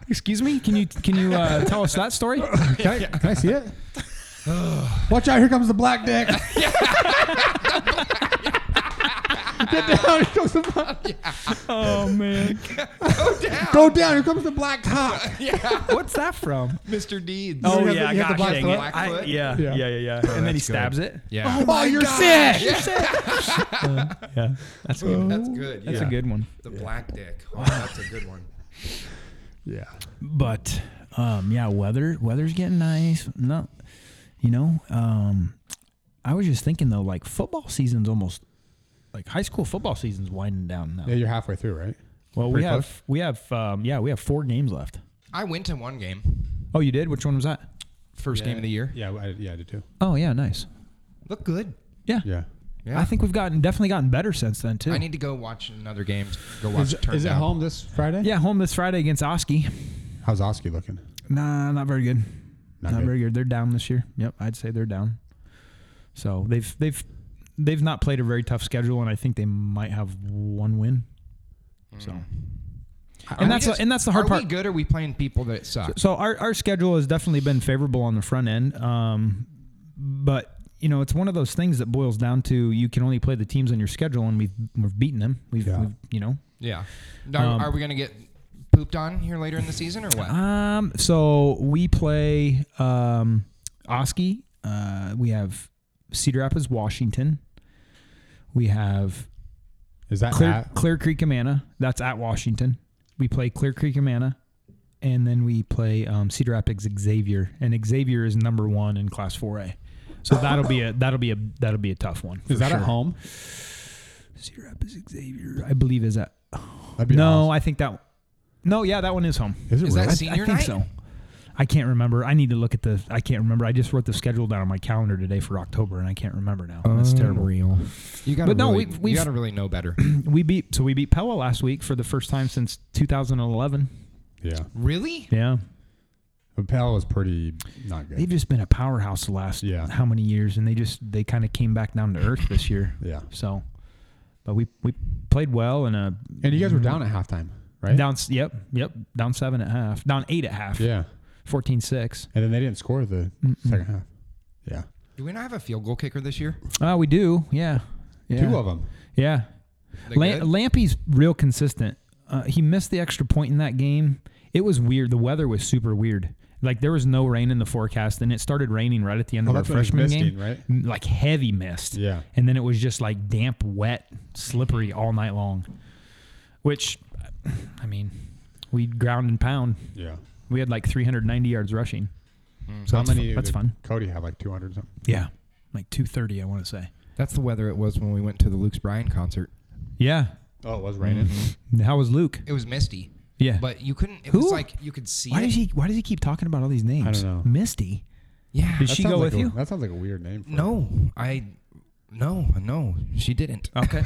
[SPEAKER 9] Excuse me. Can you can you
[SPEAKER 8] (laughs)
[SPEAKER 9] uh, tell us that story?
[SPEAKER 8] Can I, can I see it? (sighs) Watch out! Here comes the black (laughs) dick. Get down! Here comes the black. (laughs)
[SPEAKER 9] oh man,
[SPEAKER 8] Go down! Here comes the black cock.
[SPEAKER 9] what's that from?
[SPEAKER 7] Mr. Deeds.
[SPEAKER 9] Oh
[SPEAKER 8] have the-
[SPEAKER 9] yeah,
[SPEAKER 8] you have the
[SPEAKER 9] God,
[SPEAKER 8] black
[SPEAKER 9] dang
[SPEAKER 8] foot?
[SPEAKER 9] it. I-
[SPEAKER 7] Black foot? Oh,
[SPEAKER 9] yeah,
[SPEAKER 8] Yeah.
[SPEAKER 9] yeah, yeah, yeah. and then he
[SPEAKER 7] that's good.
[SPEAKER 9] stabs it.
[SPEAKER 7] Yeah.
[SPEAKER 8] Oh, you're sick.
[SPEAKER 9] Yeah, that's a good.
[SPEAKER 7] (laughs)
[SPEAKER 9] One.
[SPEAKER 7] That's good.
[SPEAKER 9] Oh. That's
[SPEAKER 7] yeah.
[SPEAKER 9] a good one.
[SPEAKER 7] The black dick. Oh, that's a good one.
[SPEAKER 8] Yeah.
[SPEAKER 9] But um, yeah, weather weather's getting nice. No, you know, um, I was just thinking though, like football season's almost like high school football season's winding down now.
[SPEAKER 8] Yeah, you're halfway through, right?
[SPEAKER 9] well, we
[SPEAKER 8] pretty
[SPEAKER 9] have
[SPEAKER 8] close.
[SPEAKER 9] we have um, yeah we have four games left.
[SPEAKER 7] I went to one game.
[SPEAKER 9] Oh, you did? Which one was that?
[SPEAKER 7] First game of the year.
[SPEAKER 8] Yeah, I, yeah, I did too.
[SPEAKER 9] Oh yeah, nice.
[SPEAKER 7] Look good.
[SPEAKER 9] Yeah.
[SPEAKER 8] Yeah.
[SPEAKER 7] Yeah.
[SPEAKER 9] I think we've gotten definitely gotten better since then too.
[SPEAKER 7] I need to go watch another game. to Go watch.
[SPEAKER 8] Is,
[SPEAKER 7] Turn
[SPEAKER 8] is it
[SPEAKER 7] Down.
[SPEAKER 8] home this Friday?
[SPEAKER 9] yeah, home this Friday against Oski.
[SPEAKER 8] How's Oski looking?
[SPEAKER 9] Nah, not very good. Not,
[SPEAKER 8] Not good.
[SPEAKER 9] very good. They're down this year. Yep, I'd say they're down. So they've they've they've not played a very tough schedule, and I think they might have one win.
[SPEAKER 8] Mm.
[SPEAKER 9] So,
[SPEAKER 7] Are we
[SPEAKER 9] and that's
[SPEAKER 7] just-
[SPEAKER 9] and that's the hard
[SPEAKER 7] are
[SPEAKER 9] part.
[SPEAKER 7] we good? Or are we playing people that suck?
[SPEAKER 9] So our, our schedule has definitely been favorable on the front end. Um, but you know, it's one of those things that boils down to you can only play the teams on your schedule, and we've we've beaten them. We've,
[SPEAKER 8] Yeah.
[SPEAKER 9] we've you know.
[SPEAKER 7] yeah. Now, are we gonna get pooped on here later in the season or what?
[SPEAKER 9] Um, so we play um, Oski. Uh, we have Cedar Rapids, Washington. We have
[SPEAKER 8] Is that
[SPEAKER 9] Clear,
[SPEAKER 8] at-
[SPEAKER 9] Clear Creek Amana. That's at Washington. We play Clear Creek Amana, and then we play um, Cedar Rapids Xavier, and Xavier is number one in Class 4A. So that'll be a that'll be a that'll be a tough one. for
[SPEAKER 8] Is that
[SPEAKER 9] sure.
[SPEAKER 8] at home?
[SPEAKER 9] Cedar Rapids Xavier, I believe, is at.
[SPEAKER 8] That'd be
[SPEAKER 9] No,
[SPEAKER 8] awesome.
[SPEAKER 9] I think that. No, yeah, that one is home.
[SPEAKER 8] Is it
[SPEAKER 7] Is that
[SPEAKER 8] really?
[SPEAKER 7] senior
[SPEAKER 9] I think
[SPEAKER 7] night?
[SPEAKER 9] so. I can't remember. I need to look at the. I can't remember. I just wrote the schedule down on my calendar today for October, and I can't remember now. That's terrible.
[SPEAKER 7] Real. You gotta.
[SPEAKER 9] But no,
[SPEAKER 7] really,
[SPEAKER 9] we've- we've-
[SPEAKER 7] you gotta really know
[SPEAKER 9] (clears throat)
[SPEAKER 7] better.
[SPEAKER 9] We beat so we beat Pella last week for the first time since 2011.
[SPEAKER 8] yeah.
[SPEAKER 7] really?
[SPEAKER 9] Yeah,
[SPEAKER 8] Appel was pretty not good.
[SPEAKER 9] they've just been a powerhouse the last
[SPEAKER 8] Yeah.
[SPEAKER 9] how many years, and they just they kind of came back down to earth this year.
[SPEAKER 8] Yeah.
[SPEAKER 9] So, but we we played well and a
[SPEAKER 8] And you guys were down at halftime, right?
[SPEAKER 9] down. s- Yep, yep. Down seven at half. Down eight at half.
[SPEAKER 8] Yeah.
[SPEAKER 9] 14-6.
[SPEAKER 8] And then they didn't score the second half. Yeah.
[SPEAKER 7] Do we not have a field goal kicker this year?
[SPEAKER 9] Oh, we do. Yeah. yeah.
[SPEAKER 8] Two of them.
[SPEAKER 9] Yeah.
[SPEAKER 7] They
[SPEAKER 9] Lam-
[SPEAKER 7] good?
[SPEAKER 9] Lampy's real consistent. Uh, he missed the extra point in that game. It was weird. The weather was super weird. Like there was no rain in the forecast, and it started raining right at the end
[SPEAKER 8] Oh,
[SPEAKER 9] of our
[SPEAKER 8] that's when it was
[SPEAKER 9] freshman game,
[SPEAKER 8] misting, right?
[SPEAKER 9] M- Like heavy mist.
[SPEAKER 8] Yeah.
[SPEAKER 9] And then it was just like damp, wet, slippery all night long. Which, I mean, we ground and pound.
[SPEAKER 8] Yeah.
[SPEAKER 9] We had like 390 yards rushing.
[SPEAKER 8] So how
[SPEAKER 9] that's
[SPEAKER 8] many?
[SPEAKER 9] fu- that's
[SPEAKER 8] did
[SPEAKER 9] fun.
[SPEAKER 8] Cody have like 200 something.
[SPEAKER 9] Yeah, like 230, I want to say.
[SPEAKER 7] That's the weather it was when we went to the Luke's Bryan concert.
[SPEAKER 9] Yeah.
[SPEAKER 8] Oh, it was raining.
[SPEAKER 9] Mm-hmm. How was Luke?
[SPEAKER 7] It was misty.
[SPEAKER 9] Yeah.
[SPEAKER 7] But you couldn't. It
[SPEAKER 9] Who?
[SPEAKER 7] was like you could see.
[SPEAKER 9] why
[SPEAKER 7] it.
[SPEAKER 9] does he? Why does he keep talking about all these names?
[SPEAKER 8] know.
[SPEAKER 9] Misty.
[SPEAKER 7] Yeah.
[SPEAKER 9] Did she
[SPEAKER 8] Sounds
[SPEAKER 9] go
[SPEAKER 8] like
[SPEAKER 9] with
[SPEAKER 8] a-
[SPEAKER 9] you?
[SPEAKER 8] That sounds like a weird name. For
[SPEAKER 7] No, I. No, no, she didn't. (laughs)
[SPEAKER 9] Okay.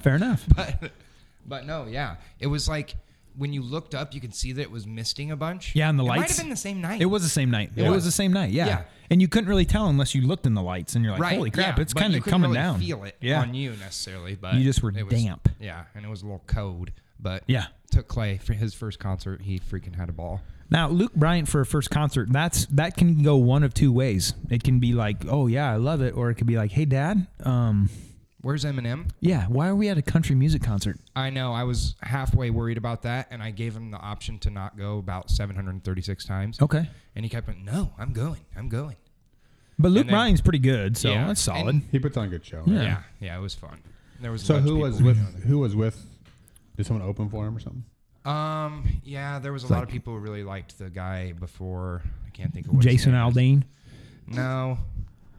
[SPEAKER 9] Fair enough.
[SPEAKER 7] but (laughs) but no, yeah, it was like when you looked up, you could see that it was misting a bunch.
[SPEAKER 9] Yeah, and the
[SPEAKER 7] it Might
[SPEAKER 9] lights.
[SPEAKER 7] have been the same night.
[SPEAKER 9] It was the same night. It
[SPEAKER 7] Yeah.
[SPEAKER 9] was the same night. Yeah.
[SPEAKER 7] Yeah.
[SPEAKER 9] And you couldn't really tell unless you looked in the lights and you're like,
[SPEAKER 7] right.
[SPEAKER 9] holy
[SPEAKER 7] yeah,
[SPEAKER 9] crap, it's
[SPEAKER 7] but
[SPEAKER 9] kind
[SPEAKER 7] you
[SPEAKER 9] of
[SPEAKER 7] couldn't
[SPEAKER 9] coming
[SPEAKER 7] really
[SPEAKER 9] down.
[SPEAKER 7] Feel it
[SPEAKER 9] yeah.
[SPEAKER 7] on you necessarily, but
[SPEAKER 9] You just were
[SPEAKER 7] it was-
[SPEAKER 9] damp.
[SPEAKER 7] Yeah, and it was a little cold, but
[SPEAKER 9] Yeah.
[SPEAKER 7] Took Clay for his first concert. He freaking had a ball.
[SPEAKER 9] Now, Luke Bryant for a first concert, that's that can go one of two ways. It can be like, oh yeah, I love it, or it could be like, hey dad, um,
[SPEAKER 7] Where's Eminem?
[SPEAKER 9] yeah, why are we at a country music concert?
[SPEAKER 7] I know. I was halfway worried about that, and I gave him the option to not go about 736 times.
[SPEAKER 9] Okay.
[SPEAKER 7] And he kept going, No, I'm going. I'm going.
[SPEAKER 9] But Luke
[SPEAKER 7] then-
[SPEAKER 9] Bryant's pretty good, so
[SPEAKER 7] Yeah.
[SPEAKER 9] that's solid.
[SPEAKER 7] And-
[SPEAKER 8] He puts on a good show.
[SPEAKER 9] Yeah.
[SPEAKER 8] Right?
[SPEAKER 7] Yeah. Yeah, it was fun. There was a
[SPEAKER 8] So
[SPEAKER 7] bunch of
[SPEAKER 8] who was
[SPEAKER 7] people.
[SPEAKER 8] with? Who was with? Did someone open for him or something?
[SPEAKER 7] Um. Yeah, there was a lot of people who really liked the guy before. I can't think of what his
[SPEAKER 9] Jason
[SPEAKER 7] name is.
[SPEAKER 9] Aldean.
[SPEAKER 7] No,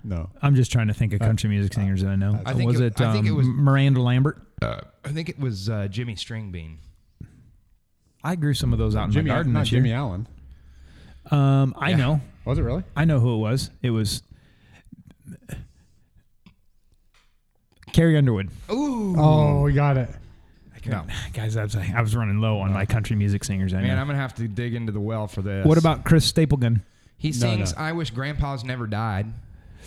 [SPEAKER 8] No.
[SPEAKER 9] I'm just trying to think of country music singers that I know.
[SPEAKER 7] I think
[SPEAKER 9] was
[SPEAKER 7] it-
[SPEAKER 9] it,
[SPEAKER 7] I think
[SPEAKER 9] um,
[SPEAKER 7] it was-
[SPEAKER 9] Miranda Lambert?
[SPEAKER 7] I think it was uh, Jimmy Stringbean.
[SPEAKER 9] I grew some of those out in
[SPEAKER 8] Jimmy,
[SPEAKER 9] my garden
[SPEAKER 8] not
[SPEAKER 9] this
[SPEAKER 8] Jimmy
[SPEAKER 9] year.
[SPEAKER 8] Allen.
[SPEAKER 9] Um, I know,
[SPEAKER 8] Was it really?
[SPEAKER 9] I know who it was. It was Carrie Underwood.
[SPEAKER 8] Oh, we got it.
[SPEAKER 9] I
[SPEAKER 7] No.
[SPEAKER 9] Guys, I was, I was running low on my country music singers. I
[SPEAKER 7] Man,
[SPEAKER 9] know.
[SPEAKER 7] I'm gonna have to dig into the well for this.
[SPEAKER 9] what about Chris Stapleton?
[SPEAKER 7] he
[SPEAKER 8] No,
[SPEAKER 7] sings
[SPEAKER 8] no.
[SPEAKER 7] "I Wish Grandpa's Never Died"?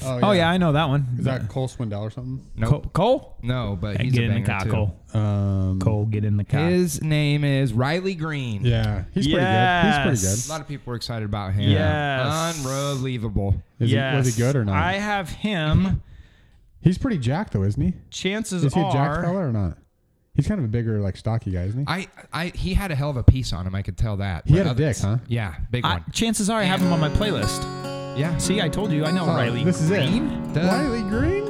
[SPEAKER 9] Oh yeah, I know that one.
[SPEAKER 8] Is that Cole Swindell or something?
[SPEAKER 9] Co-
[SPEAKER 7] Nope.
[SPEAKER 9] Cole?
[SPEAKER 7] No, but
[SPEAKER 9] Hey,
[SPEAKER 7] he's
[SPEAKER 9] get
[SPEAKER 7] a
[SPEAKER 9] in the
[SPEAKER 7] banger
[SPEAKER 9] car,
[SPEAKER 7] too.
[SPEAKER 9] Cole.
[SPEAKER 8] Um,
[SPEAKER 9] Cole, get in the car.
[SPEAKER 7] His name is Riley Green.
[SPEAKER 8] Yeah, he's pretty good. He's pretty
[SPEAKER 9] Yes.
[SPEAKER 8] good.
[SPEAKER 7] A lot of people were excited about him.
[SPEAKER 9] Yes.
[SPEAKER 7] Unbelievable.
[SPEAKER 8] Is he, was he good or not?
[SPEAKER 9] I have him.
[SPEAKER 8] he's pretty jacked though, isn't he?
[SPEAKER 9] Chances
[SPEAKER 8] Is he a jacked
[SPEAKER 9] are,
[SPEAKER 8] fella or not? He's kind of a bigger, like stocky guy, isn't he?
[SPEAKER 7] I, I he had a hell of a piece on him, I could tell that.
[SPEAKER 8] he
[SPEAKER 7] But
[SPEAKER 8] had a
[SPEAKER 7] other-
[SPEAKER 8] dick, huh?
[SPEAKER 7] Yeah, big
[SPEAKER 9] I,
[SPEAKER 7] one.
[SPEAKER 9] chances are I have him on my playlist.
[SPEAKER 7] Yeah.
[SPEAKER 9] See, I told you, I know
[SPEAKER 8] Oh,
[SPEAKER 9] Riley.
[SPEAKER 8] this is
[SPEAKER 9] Green.
[SPEAKER 8] it.
[SPEAKER 7] Duh.
[SPEAKER 8] Riley Green.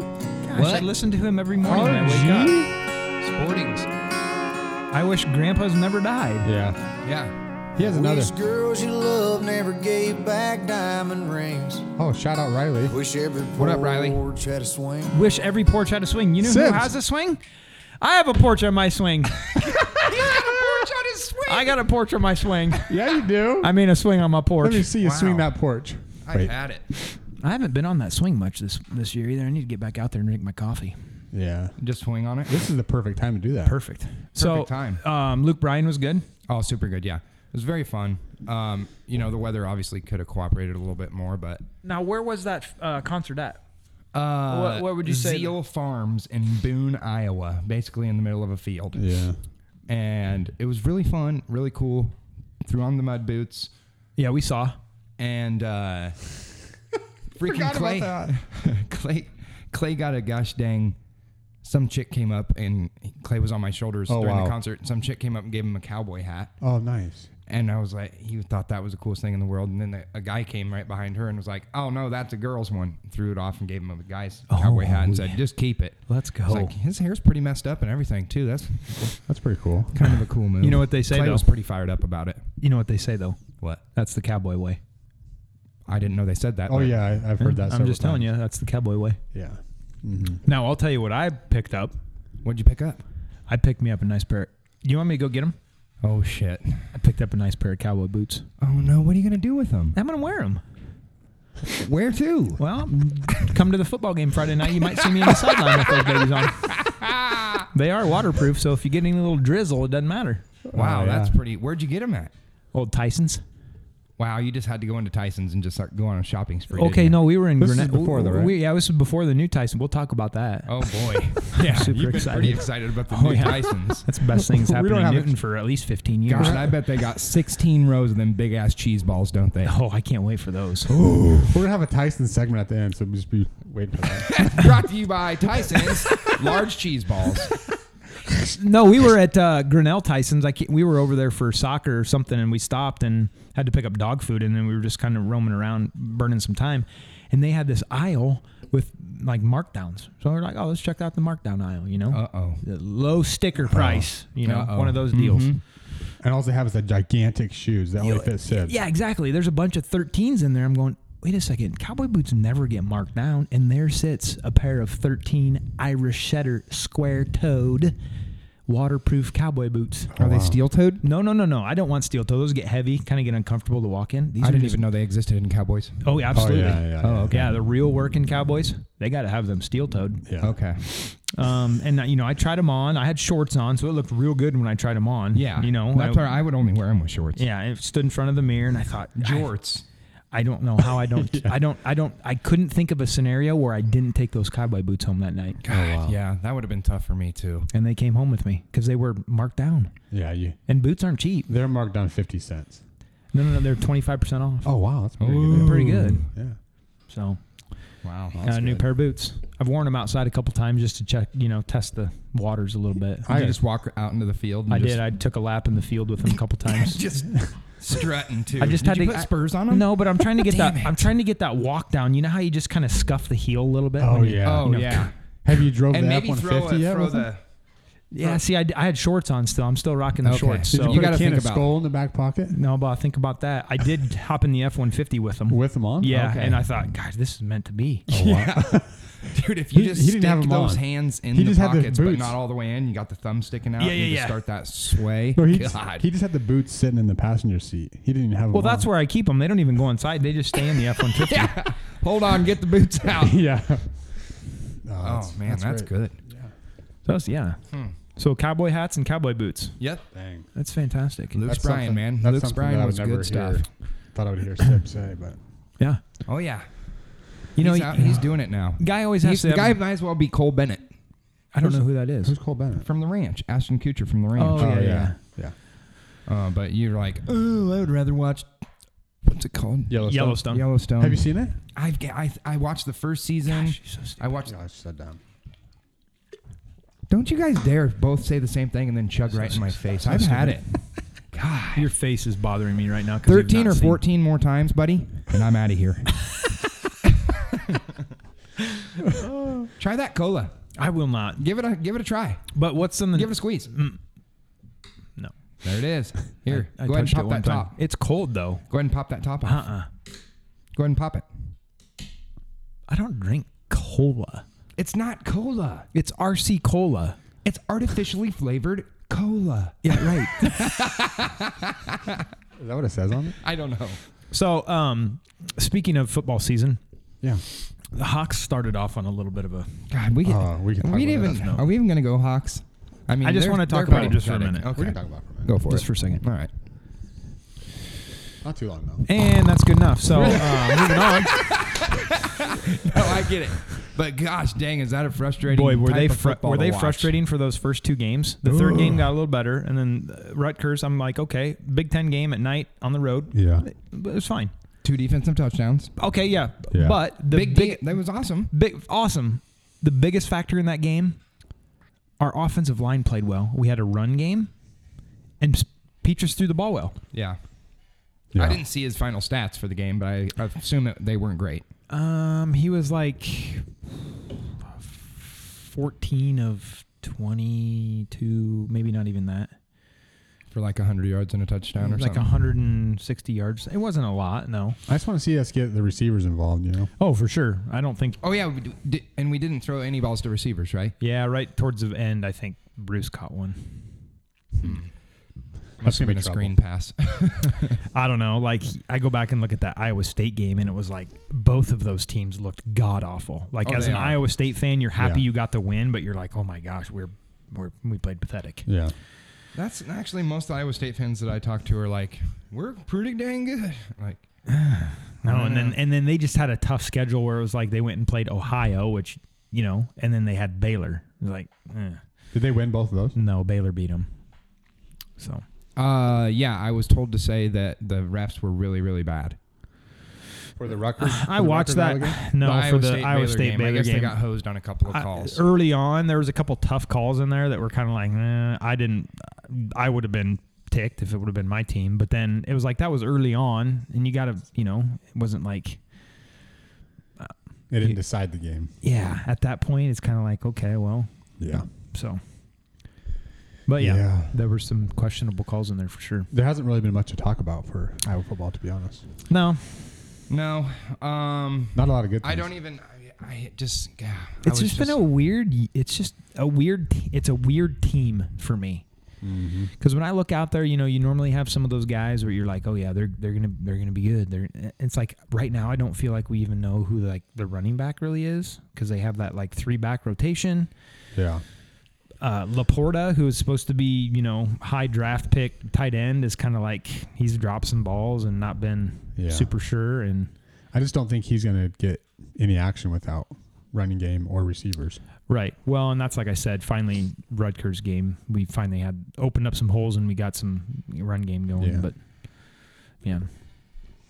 [SPEAKER 9] Gosh, I
[SPEAKER 7] What?
[SPEAKER 9] listen to him every morning when I
[SPEAKER 8] Oh,
[SPEAKER 9] wake up.
[SPEAKER 8] RG.
[SPEAKER 7] Sportings.
[SPEAKER 9] I wish Grandpa's never died.
[SPEAKER 8] Yeah,
[SPEAKER 7] Yeah.
[SPEAKER 8] he has another.
[SPEAKER 11] These girls you love never gave back diamond rings.
[SPEAKER 8] Oh, shout out Riley.
[SPEAKER 11] Wish every
[SPEAKER 7] What up, Riley?
[SPEAKER 11] porch had a swing.
[SPEAKER 9] Wish every porch had a swing. You know
[SPEAKER 8] Sims.
[SPEAKER 9] who has a swing? I have a porch on my (laughs) swing. I got a porch on my swing.
[SPEAKER 8] Yeah, you do.
[SPEAKER 9] I mean, a swing on my
[SPEAKER 8] Let
[SPEAKER 9] porch.
[SPEAKER 8] me see you swing
[SPEAKER 7] Wow.
[SPEAKER 8] that porch.
[SPEAKER 7] I had it.
[SPEAKER 9] I haven't been on that swing much this this year either. I need to get back out there and drink my coffee.
[SPEAKER 8] Yeah,
[SPEAKER 7] Just swing on it.
[SPEAKER 8] this is the perfect time to do that.
[SPEAKER 9] Perfect. so,
[SPEAKER 7] time.
[SPEAKER 9] Um, Luke Bryan was good.
[SPEAKER 7] Oh, super good. Yeah. It was very fun. Um, you know, the weather obviously could have cooperated a little bit more, but
[SPEAKER 9] Now, where was that uh, concert at?
[SPEAKER 7] uh,
[SPEAKER 9] What- what would you say?
[SPEAKER 7] Zeal Farms in Boone, Iowa, basically in the middle of a field.
[SPEAKER 8] Yeah.
[SPEAKER 7] and it was really fun, really cool. Threw on the mud boots
[SPEAKER 9] Yeah, we saw.
[SPEAKER 7] and
[SPEAKER 9] (laughs)
[SPEAKER 7] uh, freaking Clay. (laughs) Clay, Clay got a gosh dang. Some chick came up and Clay was on my shoulders
[SPEAKER 8] Oh,
[SPEAKER 7] during
[SPEAKER 8] wow.
[SPEAKER 7] the concert. Some chick came up and gave him a cowboy hat,
[SPEAKER 8] Oh, nice.
[SPEAKER 7] and I was like, he thought that was the coolest thing in the world. And then the, a guy came right behind her and was like, "Oh no, that's a girl's one." Threw it off and gave him a guy's
[SPEAKER 9] Oh,
[SPEAKER 7] cowboy hat and said, "Just keep it."
[SPEAKER 9] Let's
[SPEAKER 7] It's like his hair's pretty messed up and everything too. That's
[SPEAKER 8] That's pretty cool.
[SPEAKER 7] kind of a
[SPEAKER 9] (laughs)
[SPEAKER 7] cool move.
[SPEAKER 9] You know what they say,
[SPEAKER 7] Clay
[SPEAKER 9] though?
[SPEAKER 7] was pretty fired up about it.
[SPEAKER 9] you know what they say though?
[SPEAKER 7] What?
[SPEAKER 9] That's the cowboy way.
[SPEAKER 7] I didn't know they said that.
[SPEAKER 8] Oh
[SPEAKER 7] but-
[SPEAKER 8] yeah, I, I've heard that.
[SPEAKER 9] I'm just telling you, that's the cowboy way.
[SPEAKER 8] you. Yeah.
[SPEAKER 9] Now I'll tell you what I picked up.
[SPEAKER 7] What'd you pick up?
[SPEAKER 9] I picked me up a nice pair. You want me to go get them?
[SPEAKER 7] Oh shit.
[SPEAKER 9] I picked up a nice pair of cowboy boots.
[SPEAKER 7] Oh no. What are you gonna do with
[SPEAKER 9] (laughs)
[SPEAKER 7] them?
[SPEAKER 9] I'm gonna wear them.
[SPEAKER 7] Where to?
[SPEAKER 9] Well, come to the football game Friday night. You might see me on the sideline with those babies on. They are waterproof, so if you get any little drizzle, it doesn't matter.
[SPEAKER 7] Wow,
[SPEAKER 8] Oh,
[SPEAKER 7] that's
[SPEAKER 8] yeah.
[SPEAKER 7] pretty. Where'd you get them at?
[SPEAKER 9] Old Tyson's.
[SPEAKER 7] Wow, you just had to go into Tyson's and just start go on a shopping spree.
[SPEAKER 9] Okay,
[SPEAKER 7] didn't
[SPEAKER 9] no, we were in
[SPEAKER 8] This is
[SPEAKER 9] Grenada.
[SPEAKER 8] before though, right?
[SPEAKER 9] we, yeah, this is before the new Tyson. We'll talk about that.
[SPEAKER 7] you? Oh boy.
[SPEAKER 9] (laughs) yeah, super
[SPEAKER 7] You've been pretty
[SPEAKER 9] excited.
[SPEAKER 7] excited about the
[SPEAKER 9] Oh,
[SPEAKER 7] new
[SPEAKER 9] yeah. (laughs)
[SPEAKER 7] Tyson's.
[SPEAKER 9] That's the
[SPEAKER 8] (laughs)
[SPEAKER 9] best thing that's
[SPEAKER 8] We
[SPEAKER 9] happened
[SPEAKER 8] don't
[SPEAKER 9] in
[SPEAKER 8] have a-
[SPEAKER 9] Newton for at least 15 years.
[SPEAKER 7] Gosh, I bet they got 16 rows of them big ass cheese balls, don't they?
[SPEAKER 9] Oh, I can't wait for those.
[SPEAKER 8] We're gonna have a Tyson segment at the end, so just be waiting for (laughs) that.
[SPEAKER 7] Brought to you by (laughs) Tyson's large cheese balls.
[SPEAKER 9] no, we were at uh, Grinnell Tyson's. I can't, we were over there for soccer or something, and we stopped and had to pick up dog food, and then we were just kind of roaming around, burning some time, and they had this aisle with like markdowns. So we're like, oh, let's check out the markdown aisle, you know,
[SPEAKER 7] Uh oh.
[SPEAKER 9] the low sticker price, you know,
[SPEAKER 7] Uh-oh.
[SPEAKER 9] one of those deals.
[SPEAKER 8] and all they have is the gigantic shoes that only fit Sibs.
[SPEAKER 9] Yeah, exactly. There's a bunch of 13s in there. I'm going, wait a second. Cowboy boots never get marked down. And there sits a pair of 13 Irish Setter square toed waterproof cowboy boots.
[SPEAKER 7] Are they steel toed?
[SPEAKER 9] No, no, no, no. I don't want steel toe. Those get heavy, kind of get uncomfortable to walk in. These
[SPEAKER 7] I
[SPEAKER 9] are
[SPEAKER 7] didn't
[SPEAKER 9] just-
[SPEAKER 7] even know they existed in Cowboys.
[SPEAKER 9] Oh, yeah,
[SPEAKER 8] Oh
[SPEAKER 9] absolutely.
[SPEAKER 8] yeah, yeah.
[SPEAKER 7] Oh,
[SPEAKER 8] yeah.
[SPEAKER 7] okay.
[SPEAKER 9] Yeah, the real working cowboys, they got to have them steel toed.
[SPEAKER 8] Yeah.
[SPEAKER 7] Okay.
[SPEAKER 9] Um, and, uh, you know, I tried them on. I had shorts on, so it looked real good when I tried them on.
[SPEAKER 7] Yeah.
[SPEAKER 9] You know,
[SPEAKER 7] that's
[SPEAKER 9] I-
[SPEAKER 7] where I would only wear them with shorts.
[SPEAKER 9] Yeah, I stood in front of the mirror and I thought, I-
[SPEAKER 7] Jorts.
[SPEAKER 9] I don't know how
[SPEAKER 7] (laughs)
[SPEAKER 9] I don't I don't I don't I couldn't think of a scenario where I didn't take those cowboy boots home that
[SPEAKER 8] Oh,
[SPEAKER 9] night.
[SPEAKER 7] Yeah, that would have been tough for me too.
[SPEAKER 9] And they came home with me because they were marked down.
[SPEAKER 8] Yeah, you.
[SPEAKER 9] And boots aren't cheap.
[SPEAKER 8] They're marked down fifty cents.
[SPEAKER 9] No, no, no, they're twenty five percent off.
[SPEAKER 8] Oh wow, that's pretty good.
[SPEAKER 9] Pretty good.
[SPEAKER 8] Yeah.
[SPEAKER 9] So
[SPEAKER 7] Wow.
[SPEAKER 9] got a uh, new pair of boots. I've worn them outside a couple times just to check, you know, test the waters a little bit.
[SPEAKER 7] Did you just walk out into the field? And
[SPEAKER 9] I
[SPEAKER 7] just,
[SPEAKER 9] did. I took a lap in the field with them
[SPEAKER 7] (laughs)
[SPEAKER 9] a couple times.
[SPEAKER 7] just strutting too.
[SPEAKER 9] I just
[SPEAKER 7] Did
[SPEAKER 9] had
[SPEAKER 7] you
[SPEAKER 9] to
[SPEAKER 7] put spurs on them.
[SPEAKER 9] No, but I'm trying to get that.
[SPEAKER 7] Damn it.
[SPEAKER 9] I'm trying to get that walk down. You know how you just kind of scuff the heel a little bit.
[SPEAKER 8] Oh
[SPEAKER 9] when you-
[SPEAKER 8] yeah.
[SPEAKER 7] Oh
[SPEAKER 9] You know,
[SPEAKER 8] (laughs)
[SPEAKER 7] yeah.
[SPEAKER 8] Have you drove
[SPEAKER 7] And
[SPEAKER 8] the F
[SPEAKER 7] maybe
[SPEAKER 8] one
[SPEAKER 7] throw
[SPEAKER 8] fifty
[SPEAKER 7] a,
[SPEAKER 8] yet?
[SPEAKER 7] throw
[SPEAKER 8] with them?
[SPEAKER 7] the.
[SPEAKER 9] yeah. See, I, d- I had shorts on still. I'm still rocking the
[SPEAKER 7] Okay.
[SPEAKER 9] shorts.
[SPEAKER 7] Did you
[SPEAKER 9] So
[SPEAKER 8] Did you
[SPEAKER 7] gotta
[SPEAKER 8] got a can
[SPEAKER 7] think
[SPEAKER 8] of
[SPEAKER 7] about-
[SPEAKER 8] skull in the back
[SPEAKER 7] (laughs)
[SPEAKER 8] pocket
[SPEAKER 9] No, but I think about that. I did hop in the F one fifty with them.
[SPEAKER 8] with them on.
[SPEAKER 9] yeah,
[SPEAKER 7] okay.
[SPEAKER 9] and I thought, God, this is meant to be.
[SPEAKER 7] Oh, Dude, if you
[SPEAKER 8] He-
[SPEAKER 7] just
[SPEAKER 8] he didn't
[SPEAKER 7] stick
[SPEAKER 8] have 'em
[SPEAKER 7] those
[SPEAKER 8] on.
[SPEAKER 7] hands in
[SPEAKER 8] He
[SPEAKER 7] the
[SPEAKER 8] just had the
[SPEAKER 7] pockets, but
[SPEAKER 8] boots.
[SPEAKER 7] not all the way in, you got the thumb sticking out.
[SPEAKER 9] Yeah,
[SPEAKER 7] and
[SPEAKER 9] yeah,
[SPEAKER 7] you just
[SPEAKER 9] yeah.
[SPEAKER 7] start that sway.
[SPEAKER 8] No, he just,
[SPEAKER 7] God.
[SPEAKER 8] he just had the boots sitting in the passenger seat. He didn't even have.
[SPEAKER 9] Well,
[SPEAKER 8] them
[SPEAKER 9] that's
[SPEAKER 8] on.
[SPEAKER 9] where I keep them. They don't even go inside. They just stay
[SPEAKER 7] (laughs)
[SPEAKER 9] in the F one fifty.
[SPEAKER 7] Hold on, get the (laughs) boots out.
[SPEAKER 8] (laughs) yeah.
[SPEAKER 7] oh man, that's,
[SPEAKER 8] that's
[SPEAKER 7] good. Hmm.
[SPEAKER 9] So it's- yeah. So cowboy hats and cowboy boots.
[SPEAKER 7] Yep.
[SPEAKER 8] Dang.
[SPEAKER 9] That's fantastic.
[SPEAKER 7] Luke's
[SPEAKER 8] That's
[SPEAKER 7] Bryan,
[SPEAKER 8] something-
[SPEAKER 7] man.
[SPEAKER 8] That's
[SPEAKER 7] Luke's
[SPEAKER 8] something
[SPEAKER 7] Bryan
[SPEAKER 8] that I
[SPEAKER 7] was
[SPEAKER 8] would never
[SPEAKER 7] good stuff.
[SPEAKER 8] hear. Thought I would hear Sip say, but
[SPEAKER 9] Yeah.
[SPEAKER 7] Oh yeah.
[SPEAKER 9] You know,
[SPEAKER 7] he's,
[SPEAKER 9] he-
[SPEAKER 7] out- he's doing it now.
[SPEAKER 9] guy always has
[SPEAKER 7] He's,
[SPEAKER 9] to.
[SPEAKER 7] the guy
[SPEAKER 9] have-
[SPEAKER 7] might as well be Cole Bennett
[SPEAKER 9] I don't know who that is.
[SPEAKER 8] who's Cole Bennett?
[SPEAKER 7] from the ranch. Ashton Kutcher from the ranch.
[SPEAKER 9] Oh, yeah, yeah.
[SPEAKER 8] yeah.
[SPEAKER 7] Uh, but you're like, oh, I would rather watch. What's it called?
[SPEAKER 8] Yellowstone.
[SPEAKER 9] Yellowstone.
[SPEAKER 7] Yellowstone.
[SPEAKER 8] Have you seen it?
[SPEAKER 7] I've ga- I I watched the first season. I watched.
[SPEAKER 8] I just sat down.
[SPEAKER 7] Don't you guys dare both say the same thing and then chug right in my face. I've had it. (laughs) God.
[SPEAKER 9] Your face is bothering me right now. 'cause you've
[SPEAKER 7] Thirteen
[SPEAKER 9] not
[SPEAKER 7] or
[SPEAKER 9] seen-
[SPEAKER 7] fourteen more times, buddy, and I'm out of (laughs) here. Try that cola.
[SPEAKER 9] I will not.
[SPEAKER 7] Give it a give it a try.
[SPEAKER 9] But what's in the? Mm.
[SPEAKER 7] Give it a squeeze.
[SPEAKER 9] no.
[SPEAKER 7] There it
[SPEAKER 9] (laughs)
[SPEAKER 7] is. Here,
[SPEAKER 9] I
[SPEAKER 7] go ahead and
[SPEAKER 9] touched it
[SPEAKER 7] pop
[SPEAKER 9] one
[SPEAKER 7] that
[SPEAKER 9] time.
[SPEAKER 7] top.
[SPEAKER 9] It's cold though.
[SPEAKER 7] Go ahead and pop that top off.
[SPEAKER 9] Uh uh
[SPEAKER 7] Go ahead and pop it.
[SPEAKER 9] I don't drink cola.
[SPEAKER 7] It's not cola.
[SPEAKER 9] It's RC cola.
[SPEAKER 7] It's artificially flavored cola.
[SPEAKER 9] Yeah, right. (laughs)
[SPEAKER 8] Is that what it says on it?
[SPEAKER 7] I don't know.
[SPEAKER 9] so, um, speaking of football season,
[SPEAKER 8] Yeah.
[SPEAKER 9] the Hawks started off on a little bit of a.
[SPEAKER 7] God, we can.
[SPEAKER 8] Oh, we can
[SPEAKER 7] are
[SPEAKER 8] talk
[SPEAKER 7] we
[SPEAKER 8] about
[SPEAKER 7] even.
[SPEAKER 8] that.
[SPEAKER 7] Are we even gonna go Hawks? I mean,
[SPEAKER 9] I just
[SPEAKER 7] they're-
[SPEAKER 9] wanna talk
[SPEAKER 7] they're
[SPEAKER 9] about it
[SPEAKER 7] pretty
[SPEAKER 9] just for a
[SPEAKER 7] pathetic.
[SPEAKER 9] minute.
[SPEAKER 7] Okay,
[SPEAKER 8] We can talk about it for a minute.
[SPEAKER 7] go for it.
[SPEAKER 9] Just for a second.
[SPEAKER 7] All
[SPEAKER 9] (laughs)
[SPEAKER 7] right.
[SPEAKER 8] Not too long though.
[SPEAKER 9] And that's good enough. (laughs) So, uh, moving on.
[SPEAKER 7] Oh, I get it. But gosh, dang, is that a frustrating?
[SPEAKER 9] Boy, were
[SPEAKER 7] type
[SPEAKER 9] they
[SPEAKER 7] of
[SPEAKER 9] fru-
[SPEAKER 7] football
[SPEAKER 9] were
[SPEAKER 7] to
[SPEAKER 9] they
[SPEAKER 7] watch.
[SPEAKER 9] frustrating for those first two games? The third game got a little better, and then uh, Rutgers. I'm like, okay, Big Ten game at night on the road.
[SPEAKER 8] Yeah.
[SPEAKER 9] but it was fine.
[SPEAKER 7] Two defensive touchdowns.
[SPEAKER 9] Okay, yeah,
[SPEAKER 8] Yeah.
[SPEAKER 9] but the
[SPEAKER 7] big,
[SPEAKER 9] big,
[SPEAKER 7] big that was awesome.
[SPEAKER 9] big, awesome. The biggest factor in that game, our offensive line played well. We had a run game, and s- Petrus threw the ball well.
[SPEAKER 7] Yeah.
[SPEAKER 8] Yeah.
[SPEAKER 7] I didn't see his final stats for the game, but I, I assume that they weren't great.
[SPEAKER 9] Um, he was like fourteen of twenty-two, maybe not even that.
[SPEAKER 7] For like 100 yards and a touchdown or
[SPEAKER 9] Mm, Like
[SPEAKER 7] something.
[SPEAKER 9] 160 yards. It wasn't a lot, no.
[SPEAKER 8] I just want to see us get the receivers involved. You know.
[SPEAKER 9] Oh, for sure. I don't think.
[SPEAKER 7] Oh yeah, we d- di- and we didn't throw any balls to receivers, right?
[SPEAKER 9] Yeah, right towards the end, I think Bruce caught one.
[SPEAKER 7] Must have been
[SPEAKER 8] gonna be
[SPEAKER 7] a
[SPEAKER 8] trouble.
[SPEAKER 7] screen pass. (laughs)
[SPEAKER 9] I don't know. Like I go back and look at that Iowa State game, and it was like both of those teams looked god awful. Like
[SPEAKER 7] Oh,
[SPEAKER 9] as
[SPEAKER 7] they
[SPEAKER 9] an
[SPEAKER 7] are.
[SPEAKER 9] Iowa State fan, you're happy
[SPEAKER 8] Yeah.
[SPEAKER 9] you got the win, but you're like, oh my gosh, we're we're we played pathetic.
[SPEAKER 8] Yeah.
[SPEAKER 7] That's actually most Iowa State fans that I talk to are like, "We're pretty dang good." Like,
[SPEAKER 9] No, and then and then they just had a tough schedule where it was like they went and played Ohio, which you know, and then they had Baylor. It was Like, eh.
[SPEAKER 8] Did they win both of those?
[SPEAKER 9] no, Baylor beat them. So
[SPEAKER 7] uh, yeah, I was told to say that the refs were really, really bad.
[SPEAKER 8] For the Rutgers. for
[SPEAKER 9] I
[SPEAKER 8] the
[SPEAKER 9] watched
[SPEAKER 8] Rutgers
[SPEAKER 9] that.
[SPEAKER 8] Valley game?
[SPEAKER 9] (sighs) No,
[SPEAKER 7] The
[SPEAKER 9] for
[SPEAKER 7] Iowa
[SPEAKER 9] the
[SPEAKER 7] State
[SPEAKER 9] Iowa
[SPEAKER 7] Baylor
[SPEAKER 9] State
[SPEAKER 7] game,
[SPEAKER 9] Baylor
[SPEAKER 7] I guess
[SPEAKER 9] game,
[SPEAKER 7] they got hosed on a couple of
[SPEAKER 9] I- er,
[SPEAKER 7] calls.
[SPEAKER 9] early on, there was a couple tough calls in there that were kind of like, eh, I didn't, I would have been ticked if it would have been my team. But then it was like that was early on, and you got to, you know, it wasn't like,
[SPEAKER 8] They didn't decide the game.
[SPEAKER 9] yeah, at that point, it's kind of like, okay, well,
[SPEAKER 8] Yeah.
[SPEAKER 9] so. But yeah,
[SPEAKER 8] Yeah.
[SPEAKER 9] there were some questionable calls in there for sure.
[SPEAKER 8] There hasn't really been much to talk about for Iowa football, to be honest.
[SPEAKER 9] No,
[SPEAKER 7] no, um,
[SPEAKER 8] Not a lot of good. Things.
[SPEAKER 7] I don't even. I, I just. Yeah, I
[SPEAKER 9] it's
[SPEAKER 7] was
[SPEAKER 9] just been a weird. It's just a weird. t- It's a weird team for me. Because when I look out there, you know, you normally have some of those guys where you're like, oh yeah, they're they're gonna they're gonna be good. They're eh, it's like right now I don't feel like we even know who like the running back really is because they have that like three back rotation.
[SPEAKER 8] Yeah.
[SPEAKER 9] Uh, Laporta, who is supposed to be you know high draft pick tight end, is kind of like he's dropped some balls and not been
[SPEAKER 8] Yeah.
[SPEAKER 9] super sure and.
[SPEAKER 8] I just don't think he's going to get any action without running game or receivers.
[SPEAKER 9] Right. Well, and that's like I said, finally Rutgers game, we finally had opened up some holes and we got some run game going.
[SPEAKER 8] Yeah.
[SPEAKER 9] But yeah.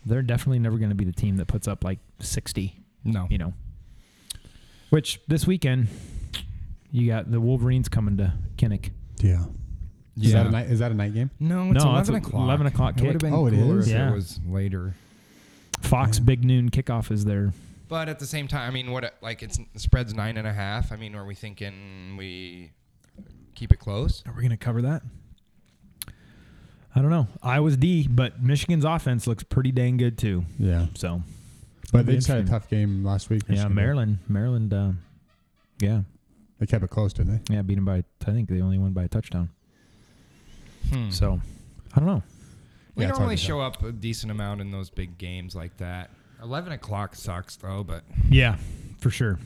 [SPEAKER 9] They're definitely never gonna be the team that puts up like sixty,
[SPEAKER 7] No.
[SPEAKER 9] you know. Which this weekend you got the Wolverines coming to Kinnick.
[SPEAKER 8] Yeah. Is
[SPEAKER 7] Yeah.
[SPEAKER 8] that a night? Is that a night game?
[SPEAKER 7] No, it's
[SPEAKER 9] No, that's
[SPEAKER 7] eleven
[SPEAKER 9] a-
[SPEAKER 7] o'clock.
[SPEAKER 9] 11 o'clock
[SPEAKER 7] It would have
[SPEAKER 9] kick.
[SPEAKER 7] been
[SPEAKER 8] Oh, it
[SPEAKER 7] cooler
[SPEAKER 8] is?
[SPEAKER 7] if
[SPEAKER 9] Yeah.
[SPEAKER 7] it was later.
[SPEAKER 9] Fox big noon kickoff is their
[SPEAKER 7] But at the same time, I mean, what like it's the spreads nine and a half. I mean, are we thinking we keep it close?
[SPEAKER 9] Are we gonna cover that? I don't know. Iowa's D, but Michigan's offense looks pretty dang good too.
[SPEAKER 8] Yeah.
[SPEAKER 9] So
[SPEAKER 8] But they just had a
[SPEAKER 9] Interesting.
[SPEAKER 8] tough game last week.
[SPEAKER 9] yeah,
[SPEAKER 8] Michigan did.
[SPEAKER 9] Maryland, Maryland, uh, yeah,
[SPEAKER 8] They kept it close, didn't they?
[SPEAKER 9] Yeah, beat him by I think they only won by a touchdown.
[SPEAKER 7] Hmm.
[SPEAKER 9] So I don't know.
[SPEAKER 7] We
[SPEAKER 8] Yeah, it's hard
[SPEAKER 7] normally
[SPEAKER 8] to
[SPEAKER 7] show up a decent amount in those big games like that. Eleven o'clock sucks though, but
[SPEAKER 9] Yeah, for sure.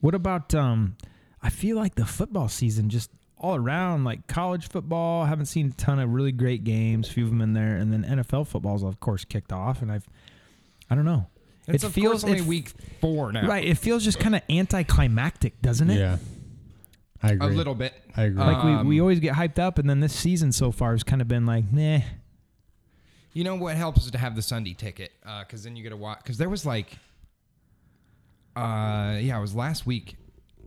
[SPEAKER 9] What about um I feel like the football season just all around like college football. Haven't seen a ton of really great games, few of them in there, and then NFL football's of course kicked off, and I've I don't know.
[SPEAKER 7] It's of course only
[SPEAKER 9] it f-
[SPEAKER 7] week four now.
[SPEAKER 9] right. It feels just kind of anticlimactic, doesn't it?
[SPEAKER 8] Yeah. I agree.
[SPEAKER 7] A little bit.
[SPEAKER 8] I agree.
[SPEAKER 9] Like
[SPEAKER 7] Um,
[SPEAKER 9] we, we always get hyped up, and then this season so far has kind of been like, nah.
[SPEAKER 7] You know what helps is to have the Sunday ticket because then you get to watch. Because there was like, uh, yeah, it was last week.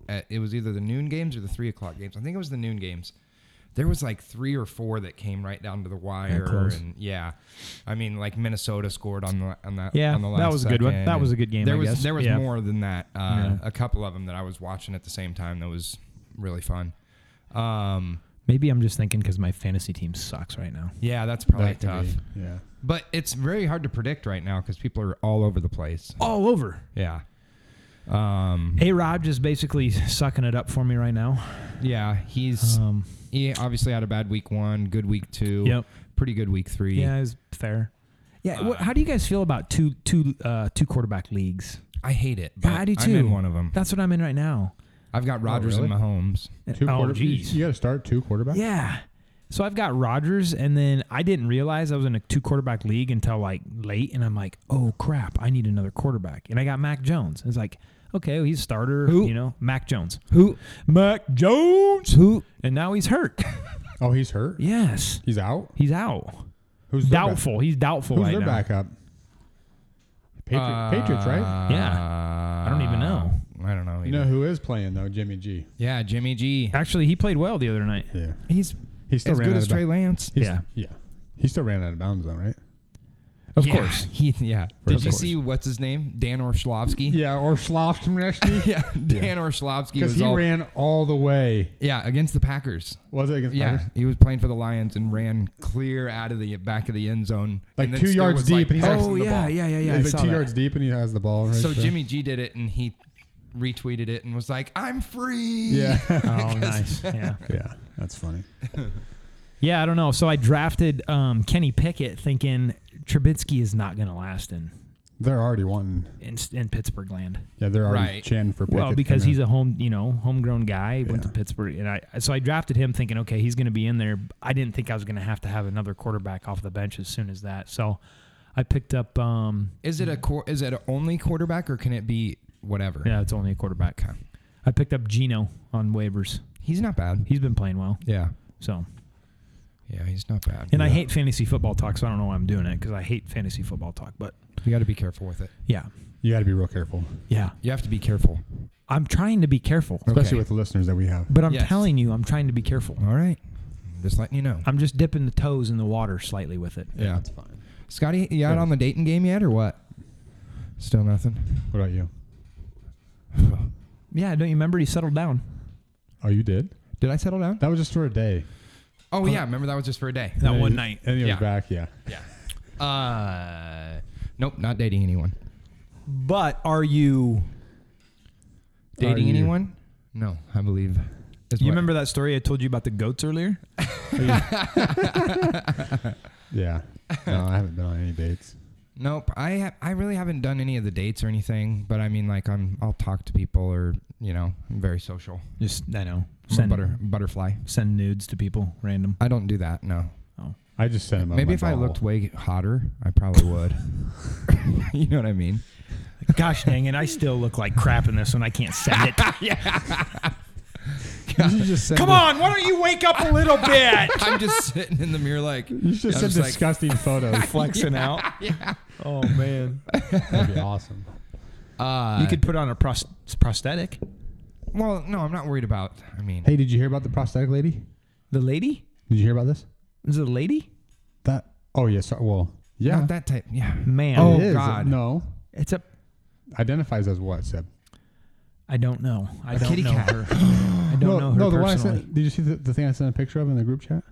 [SPEAKER 7] At, it was either the noon games or the three o'clock games. I think it was the noon games. There was like three or four that came right down to the wire,
[SPEAKER 9] close.
[SPEAKER 7] and yeah, I mean like Minnesota scored on the on that
[SPEAKER 9] Yeah,
[SPEAKER 7] on the
[SPEAKER 9] that
[SPEAKER 7] last
[SPEAKER 9] was a good one.
[SPEAKER 7] second,
[SPEAKER 9] That was a
[SPEAKER 7] and
[SPEAKER 9] good game,
[SPEAKER 7] There
[SPEAKER 9] I
[SPEAKER 7] was
[SPEAKER 9] guess.
[SPEAKER 7] there was
[SPEAKER 9] Yeah.
[SPEAKER 7] more than that. Uh,
[SPEAKER 9] Yeah.
[SPEAKER 7] A couple of them that I was watching at the same time that was really fun. Um,
[SPEAKER 9] Maybe I'm just thinking because my fantasy team sucks right now.
[SPEAKER 7] yeah, that's probably
[SPEAKER 8] That could
[SPEAKER 7] tough.
[SPEAKER 8] be- yeah.
[SPEAKER 7] But it's very hard to predict right now because people are all over the place.
[SPEAKER 9] All over.
[SPEAKER 7] Yeah. Um,
[SPEAKER 9] A Rod just basically sucking it up for me right now.
[SPEAKER 7] yeah, he's
[SPEAKER 8] Uh.
[SPEAKER 9] Um,
[SPEAKER 7] he obviously had a bad week one, good week two,
[SPEAKER 9] Yep.
[SPEAKER 7] pretty good week three.
[SPEAKER 9] yeah, it was fair. Uh, Yeah, what, how do you guys feel about two two uh, two quarterback leagues?
[SPEAKER 7] I hate it. But
[SPEAKER 9] I do too.
[SPEAKER 7] I'm in one of them.
[SPEAKER 9] That's what I'm in right now.
[SPEAKER 7] I've got Rodgers
[SPEAKER 8] Oh, really?
[SPEAKER 7] and Mahomes.
[SPEAKER 8] Two
[SPEAKER 9] oh,
[SPEAKER 8] quarter- you-
[SPEAKER 9] jeez.
[SPEAKER 8] You got to start two quarterbacks?
[SPEAKER 9] Yeah. So I've got Rodgers, and then I didn't realize I was in a two quarterback league until like late, and I'm like, oh crap, I need another quarterback, and I got Mac Jones. It's like, okay, well, he's a starter,
[SPEAKER 7] Who?
[SPEAKER 9] you know, Mac Jones,
[SPEAKER 7] Who?
[SPEAKER 9] Mac Jones, who, and now he's hurt.
[SPEAKER 8] Oh, he's hurt?
[SPEAKER 9] yes,
[SPEAKER 8] He's out?
[SPEAKER 9] he's out.
[SPEAKER 8] Who's their back-
[SPEAKER 9] Doubtful. He's doubtful
[SPEAKER 8] Who's
[SPEAKER 9] right
[SPEAKER 8] their
[SPEAKER 9] now.
[SPEAKER 8] backup? Patriot,
[SPEAKER 7] Uh,
[SPEAKER 8] Patriots, right?
[SPEAKER 9] Yeah. I don't even know.
[SPEAKER 7] I don't know.
[SPEAKER 8] You
[SPEAKER 7] Either.
[SPEAKER 8] know who is playing, though? Jimmy G.
[SPEAKER 7] Yeah, Jimmy G.
[SPEAKER 9] Actually, he played well the other night.
[SPEAKER 8] Yeah.
[SPEAKER 7] He's
[SPEAKER 8] He still
[SPEAKER 7] as
[SPEAKER 8] ran
[SPEAKER 7] good
[SPEAKER 8] out
[SPEAKER 7] as
[SPEAKER 8] of ba-
[SPEAKER 7] Trey Lance.
[SPEAKER 8] He's-
[SPEAKER 9] Yeah.
[SPEAKER 8] Yeah. He still ran out of bounds, though, right?
[SPEAKER 9] Of
[SPEAKER 7] Yeah,
[SPEAKER 9] course.
[SPEAKER 7] (laughs) He, yeah. Did
[SPEAKER 8] Of
[SPEAKER 7] you
[SPEAKER 8] course.
[SPEAKER 7] see what's his name? Dan Orshlovsky?
[SPEAKER 8] Yeah, or (laughs) Slavsky.
[SPEAKER 7] (laughs) yeah. Dan
[SPEAKER 8] (laughs)
[SPEAKER 7] Orshlovsky
[SPEAKER 8] Because
[SPEAKER 7] was
[SPEAKER 8] he
[SPEAKER 7] all,
[SPEAKER 8] ran all the way.
[SPEAKER 7] Yeah, against the Packers.
[SPEAKER 8] Was it against
[SPEAKER 7] Yeah,
[SPEAKER 8] Packers?
[SPEAKER 7] he was playing for the Lions and ran clear out of the back of the end zone,
[SPEAKER 8] Like
[SPEAKER 7] and then
[SPEAKER 8] two
[SPEAKER 7] still
[SPEAKER 8] yards
[SPEAKER 7] was, like,
[SPEAKER 8] deep, and he's
[SPEAKER 7] passing
[SPEAKER 9] Oh
[SPEAKER 7] the
[SPEAKER 9] yeah,
[SPEAKER 7] ball.
[SPEAKER 9] yeah, yeah, yeah. I
[SPEAKER 8] He's
[SPEAKER 9] saw
[SPEAKER 8] like two
[SPEAKER 9] that.
[SPEAKER 8] yards deep, and he has the ball. Right
[SPEAKER 7] So
[SPEAKER 8] there.
[SPEAKER 7] Jimmy G did it, and he retweeted it and was like, "I'm free."
[SPEAKER 8] Yeah.
[SPEAKER 9] Oh, nice. Yeah.
[SPEAKER 8] (laughs) yeah, that's funny.
[SPEAKER 9] Yeah, I don't know. So I drafted um, Kenny Pickett thinking Trubisky is not going to last in,
[SPEAKER 8] They're already wanting.
[SPEAKER 9] in in Pittsburgh land.
[SPEAKER 8] Yeah, they're already
[SPEAKER 7] Right.
[SPEAKER 8] chanting for Pickett.
[SPEAKER 9] Well, because
[SPEAKER 8] kinda.
[SPEAKER 9] he's a home, you know, homegrown guy, went to Pittsburgh, and I so I drafted him thinking, okay, he's going to be in there. I didn't think I was going to have to have another quarterback off the bench as soon as that. So I picked up. Um,
[SPEAKER 7] Is it a quar- is it only quarterback or can it be whatever?
[SPEAKER 9] yeah, it's only a quarterback. I picked up Gino on waivers.
[SPEAKER 7] He's not bad.
[SPEAKER 9] He's been playing well,
[SPEAKER 7] Yeah,
[SPEAKER 9] so
[SPEAKER 7] yeah, he's not bad.
[SPEAKER 9] and I hate fantasy football talk, so I don't know why I'm doing it because I hate fantasy football talk. But
[SPEAKER 7] You got to be careful with it.
[SPEAKER 9] yeah,
[SPEAKER 8] you got to be real careful,
[SPEAKER 9] yeah,
[SPEAKER 7] You have to be careful.
[SPEAKER 9] I'm trying to be careful.
[SPEAKER 8] especially with the listeners that we have.
[SPEAKER 9] But I'm
[SPEAKER 7] Yes.
[SPEAKER 9] telling you, I'm trying to be careful.
[SPEAKER 7] All right, just letting you know.
[SPEAKER 9] I'm just dipping the toes in the water slightly with it.
[SPEAKER 7] yeah, that's fine. Scotty, you out on the dating game yet or what? Still nothing.
[SPEAKER 8] What about you?
[SPEAKER 9] Yeah, don't you remember he settled down?
[SPEAKER 8] Oh, you did?
[SPEAKER 7] Did I settle down?
[SPEAKER 8] That was just for a day.
[SPEAKER 7] Oh yeah, remember that was just for a day.
[SPEAKER 9] That one
[SPEAKER 8] And-
[SPEAKER 9] night.
[SPEAKER 8] and he was
[SPEAKER 7] Yeah.
[SPEAKER 8] back. Yeah,
[SPEAKER 7] Yeah. Uh, nope, not dating anyone.
[SPEAKER 9] But are you?
[SPEAKER 7] Dating
[SPEAKER 8] you-
[SPEAKER 7] anyone? No, I believe. is
[SPEAKER 9] You
[SPEAKER 7] what-
[SPEAKER 9] remember that story I told you about the goats (laughs) earlier?
[SPEAKER 8] yeah. No, I haven't been on any dates.
[SPEAKER 7] Nope. I ha- I really haven't done any of the dates or anything, but I mean, like, I'm I'll talk to people or you know, I'm very social.
[SPEAKER 9] Just I know.
[SPEAKER 7] I'm a butter butterfly.
[SPEAKER 9] send nudes to people random.
[SPEAKER 7] I don't do that. No.
[SPEAKER 8] I just sent him.
[SPEAKER 9] Oh
[SPEAKER 8] up
[SPEAKER 7] Maybe
[SPEAKER 8] my
[SPEAKER 7] if I
[SPEAKER 8] ball.
[SPEAKER 7] looked way hotter, I probably would. (laughs) you know what I mean?
[SPEAKER 9] (laughs) Gosh dang it! I still look like crap in this one. I can't send (laughs) it. (laughs)
[SPEAKER 8] you should just send
[SPEAKER 9] Come
[SPEAKER 8] the-
[SPEAKER 9] on, why don't you wake up a little bit?
[SPEAKER 7] I'm just
[SPEAKER 9] (laughs)
[SPEAKER 7] sitting in the mirror, like
[SPEAKER 8] You should
[SPEAKER 7] I'm
[SPEAKER 8] send
[SPEAKER 7] just like-
[SPEAKER 8] (laughs) disgusting photos.
[SPEAKER 9] Flexing out. (laughs) Yeah. Oh man.
[SPEAKER 8] That'd be awesome.
[SPEAKER 7] uh,
[SPEAKER 9] You could put on a pros- prosthetic.
[SPEAKER 7] Well, no, I'm not worried about. I mean,
[SPEAKER 8] Hey, did you hear about the prosthetic lady?
[SPEAKER 9] The lady?
[SPEAKER 8] Did you hear about this?
[SPEAKER 9] Is it a lady?
[SPEAKER 8] That. Oh yes. Yeah, so- well. Yeah.
[SPEAKER 7] not that type. Yeah.
[SPEAKER 9] Man.
[SPEAKER 8] It
[SPEAKER 7] Oh,
[SPEAKER 8] is.
[SPEAKER 7] God.
[SPEAKER 8] No.
[SPEAKER 9] It's a.
[SPEAKER 8] Identifies as what? Seb?
[SPEAKER 9] I don't know. I don't
[SPEAKER 7] kitty
[SPEAKER 9] know
[SPEAKER 7] cat.
[SPEAKER 9] (gasps) her. I don't
[SPEAKER 8] no,
[SPEAKER 9] know her
[SPEAKER 8] Oh, no. The one I
[SPEAKER 9] personally.
[SPEAKER 8] sent. Did you see the, the thing I sent a picture of in the group chat?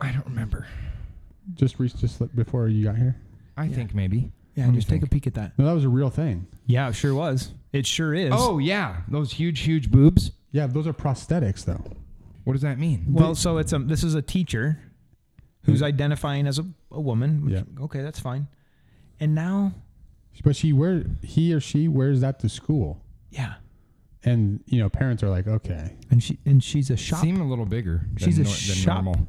[SPEAKER 7] I don't remember.
[SPEAKER 8] Just reached just li- before you got here.
[SPEAKER 7] I think maybe.
[SPEAKER 9] yeah,
[SPEAKER 7] Let me
[SPEAKER 9] just take a
[SPEAKER 7] think.
[SPEAKER 9] peek at that.
[SPEAKER 8] No, that was a real thing.
[SPEAKER 9] Yeah, it sure was. It sure is.
[SPEAKER 7] Oh yeah, those huge, huge boobs.
[SPEAKER 8] Yeah, those are prosthetics though.
[SPEAKER 7] What does that mean?
[SPEAKER 9] well, so it's a. This is a teacher who's identifying as a, a woman. Which,
[SPEAKER 8] Yeah.
[SPEAKER 9] Okay, that's fine. And now,
[SPEAKER 8] But she wear he or she wears that to school.
[SPEAKER 9] yeah,
[SPEAKER 8] and you know, parents are like, okay,
[SPEAKER 9] and she and she's a shop.
[SPEAKER 7] Seem a little bigger. than
[SPEAKER 9] she's a
[SPEAKER 7] nor- than
[SPEAKER 9] shop.
[SPEAKER 7] normal.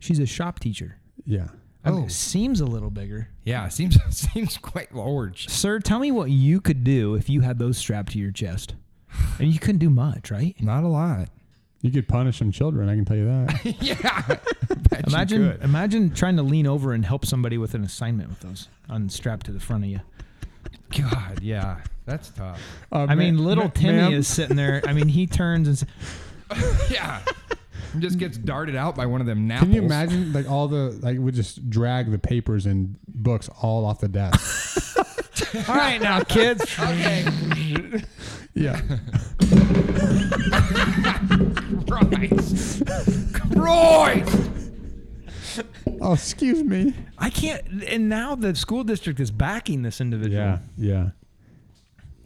[SPEAKER 9] She's a shop teacher.
[SPEAKER 8] yeah,
[SPEAKER 9] I mean, it seems a little bigger.
[SPEAKER 7] Yeah, it seems (laughs) seems quite large.
[SPEAKER 9] Sir, tell me what you could do if you had those strapped to your chest. And you couldn't do much, right?
[SPEAKER 7] Not a lot.
[SPEAKER 8] you could punish some children. I can tell
[SPEAKER 9] (laughs)
[SPEAKER 8] you that.
[SPEAKER 7] (laughs) yeah.
[SPEAKER 9] Imagine imagine trying to lean over and help somebody with an assignment with those unstrapped to the front of you.
[SPEAKER 7] God, yeah. That's tough.
[SPEAKER 8] Uh,
[SPEAKER 9] I mean,
[SPEAKER 8] ma-
[SPEAKER 9] little
[SPEAKER 8] ma-
[SPEAKER 9] Timmy
[SPEAKER 8] ma'am?
[SPEAKER 9] is sitting there. I mean,
[SPEAKER 8] (laughs)
[SPEAKER 9] he turns and s-
[SPEAKER 7] Yeah. He just gets darted out by one of them napples.
[SPEAKER 8] Can you imagine like all the like we just drag the papers and books all off
[SPEAKER 9] (laughs)
[SPEAKER 8] the desk?
[SPEAKER 9] "All right, now,
[SPEAKER 8] (laughs)
[SPEAKER 9] kids,
[SPEAKER 7] Okay.
[SPEAKER 8] yeah,
[SPEAKER 7] Christ. Christ.
[SPEAKER 8] Oh, excuse me.
[SPEAKER 9] (laughs) I can't." And now the school district is backing this individual.
[SPEAKER 8] Yeah,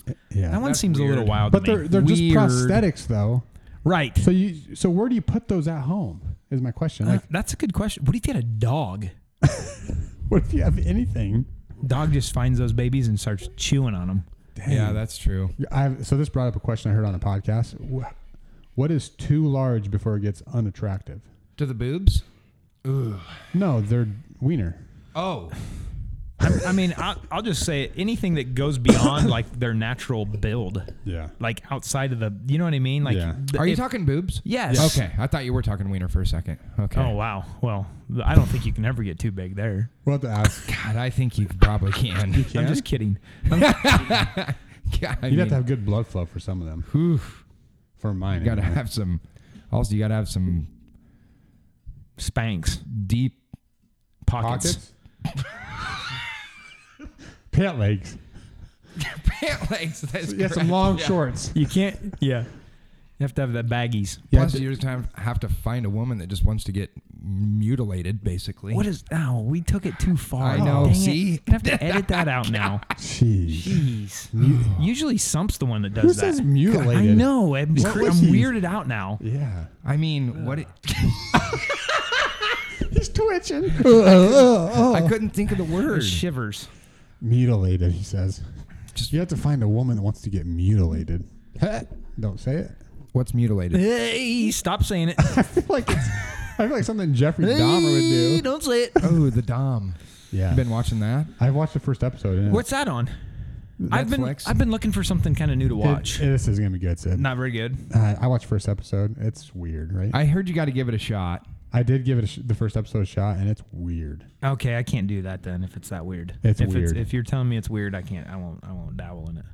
[SPEAKER 8] yeah, yeah.
[SPEAKER 9] That one
[SPEAKER 7] That's
[SPEAKER 9] seems a little
[SPEAKER 7] weird.
[SPEAKER 9] wild.
[SPEAKER 8] but
[SPEAKER 9] to
[SPEAKER 8] they're
[SPEAKER 9] me.
[SPEAKER 8] they're just
[SPEAKER 7] Weird.
[SPEAKER 8] prosthetics, though.
[SPEAKER 9] right.
[SPEAKER 8] So you so where do you put those at home? Is my question.
[SPEAKER 9] Uh,
[SPEAKER 8] Like,
[SPEAKER 9] that's a good question. What if you had a dog?
[SPEAKER 8] what if you have anything?
[SPEAKER 9] Dog just finds those babies and starts chewing on them.
[SPEAKER 7] Yeah, that's true.
[SPEAKER 8] I have, so this brought up a question I heard on a podcast. Wh- What is too large before it gets unattractive?
[SPEAKER 7] To the boobs?
[SPEAKER 8] No, they're wiener.
[SPEAKER 7] Oh.
[SPEAKER 9] I'm, I mean, I'll, I'll just say it, anything that goes beyond
[SPEAKER 8] (laughs)
[SPEAKER 9] like their natural build,
[SPEAKER 8] Yeah.
[SPEAKER 9] like outside of the, you know what I mean? Like,
[SPEAKER 8] Yeah.
[SPEAKER 9] the-
[SPEAKER 7] Are you
[SPEAKER 9] if-
[SPEAKER 7] talking boobs?
[SPEAKER 9] Yes.
[SPEAKER 7] Okay. I thought you were talking wiener for a second. Okay.
[SPEAKER 9] Oh wow. Well, I don't think you can ever get too big there.
[SPEAKER 8] We'll have to (laughs) ask.
[SPEAKER 7] God, I think you probably can. (laughs) you
[SPEAKER 9] I'm just kidding.
[SPEAKER 7] God, I
[SPEAKER 8] You'd have
[SPEAKER 7] mean,
[SPEAKER 8] to have good blood flow for some of them. For mine,
[SPEAKER 7] you gotta
[SPEAKER 8] anyway.
[SPEAKER 7] have some. Also, you gotta have some
[SPEAKER 9] Spanks.
[SPEAKER 7] deep
[SPEAKER 9] Pockets.
[SPEAKER 8] pockets, pant legs.
[SPEAKER 7] pant legs. That's
[SPEAKER 8] Yeah, some
[SPEAKER 7] correct.
[SPEAKER 8] (laughs) long shorts.
[SPEAKER 9] You can't. Yeah. You have to have the baggies.
[SPEAKER 8] Yeah,
[SPEAKER 7] Plus,
[SPEAKER 8] d-
[SPEAKER 7] you're just gonna have to find a woman that just wants to get mutilated, basically.
[SPEAKER 9] What is? Oh, we took it too far.
[SPEAKER 7] I know.
[SPEAKER 9] Dang it.
[SPEAKER 7] See?
[SPEAKER 9] Gonna have to edit that out
[SPEAKER 7] (laughs)
[SPEAKER 9] now.
[SPEAKER 8] Jeez.
[SPEAKER 9] Jeez. Usually, Sump's the one that does
[SPEAKER 8] Who
[SPEAKER 9] that.
[SPEAKER 8] says mutilated?
[SPEAKER 9] I know. I'm,
[SPEAKER 8] What
[SPEAKER 9] cr-
[SPEAKER 8] was
[SPEAKER 9] I'm
[SPEAKER 8] he?
[SPEAKER 9] weirded out now.
[SPEAKER 8] Yeah.
[SPEAKER 7] I mean, what? It,
[SPEAKER 8] He's (laughs) twitching. oh,
[SPEAKER 7] I couldn't think of the word.
[SPEAKER 9] Shivers.
[SPEAKER 8] Mutilated, he says.
[SPEAKER 7] Just-
[SPEAKER 8] you have to find a woman that wants to get mutilated. Heh. Don't say it. (laughs)
[SPEAKER 7] What's mutilated?
[SPEAKER 9] Hey, stop saying it.
[SPEAKER 8] I feel like it's, I feel like something Jeffrey Dahmer would do.
[SPEAKER 9] Don't say it.
[SPEAKER 7] oh, the dom.
[SPEAKER 8] Yeah.
[SPEAKER 7] I've been watching that.
[SPEAKER 8] I watched the first episode. And
[SPEAKER 9] What's that on? I've been
[SPEAKER 7] Netflix.
[SPEAKER 9] I've been looking for something kind of new to watch.
[SPEAKER 8] It, this is gonna be good, Sid.
[SPEAKER 9] Not very good.
[SPEAKER 8] Uh, I watched first episode. It's weird, right? I,
[SPEAKER 7] I heard you got to give it a shot.
[SPEAKER 8] did give it a sh- the first episode a shot, and it's weird.
[SPEAKER 9] Okay, I can't do that then. If it's that weird,
[SPEAKER 8] It's
[SPEAKER 9] if
[SPEAKER 8] weird.
[SPEAKER 9] if you're telling me it's weird, I can't. I won't. I won't dabble
[SPEAKER 8] (laughs)
[SPEAKER 9] in it.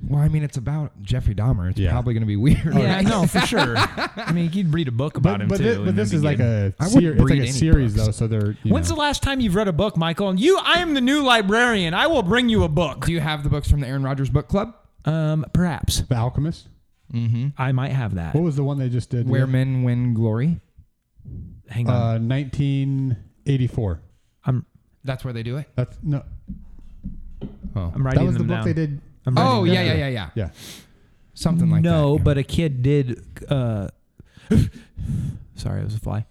[SPEAKER 7] Well, I mean, it's about Jeffrey Dahmer. It's
[SPEAKER 8] Yeah.
[SPEAKER 7] probably gonna be (laughs) weird.
[SPEAKER 9] Yeah, no, for sure. I mean, you'd read a book about
[SPEAKER 8] But
[SPEAKER 9] him
[SPEAKER 8] but,
[SPEAKER 9] too.
[SPEAKER 8] thi- but
[SPEAKER 9] and
[SPEAKER 8] this
[SPEAKER 9] that'd
[SPEAKER 8] is
[SPEAKER 9] be
[SPEAKER 8] like
[SPEAKER 9] good.
[SPEAKER 8] a
[SPEAKER 7] I wouldn't
[SPEAKER 8] series. It's like
[SPEAKER 7] read
[SPEAKER 8] a
[SPEAKER 7] any
[SPEAKER 8] series
[SPEAKER 7] books.
[SPEAKER 8] though, so they're. You
[SPEAKER 9] When's
[SPEAKER 8] know,
[SPEAKER 9] the last time you've read a book, Michael? And you, I am the new librarian. I will bring you a book.
[SPEAKER 7] Do you have the books from the Aaron Rodgers book club?
[SPEAKER 9] Um, perhaps
[SPEAKER 8] the Alchemist?
[SPEAKER 9] I might have that.
[SPEAKER 8] What was the one they just did?
[SPEAKER 7] Where men win glory.
[SPEAKER 9] Hang on.
[SPEAKER 8] Uh, 1984.
[SPEAKER 9] I'm
[SPEAKER 7] That's where they do it.
[SPEAKER 8] That's no.
[SPEAKER 9] I'm
[SPEAKER 8] That
[SPEAKER 9] writing
[SPEAKER 8] was the
[SPEAKER 9] them
[SPEAKER 8] book
[SPEAKER 9] down.
[SPEAKER 8] they did.
[SPEAKER 9] I'm writing
[SPEAKER 7] Oh
[SPEAKER 9] them
[SPEAKER 7] yeah,
[SPEAKER 9] down.
[SPEAKER 7] yeah, yeah, yeah.
[SPEAKER 8] Yeah.
[SPEAKER 7] Something like that.
[SPEAKER 9] no,
[SPEAKER 7] yeah.
[SPEAKER 9] but a kid did. Uh, (laughs) sorry, it was a fly.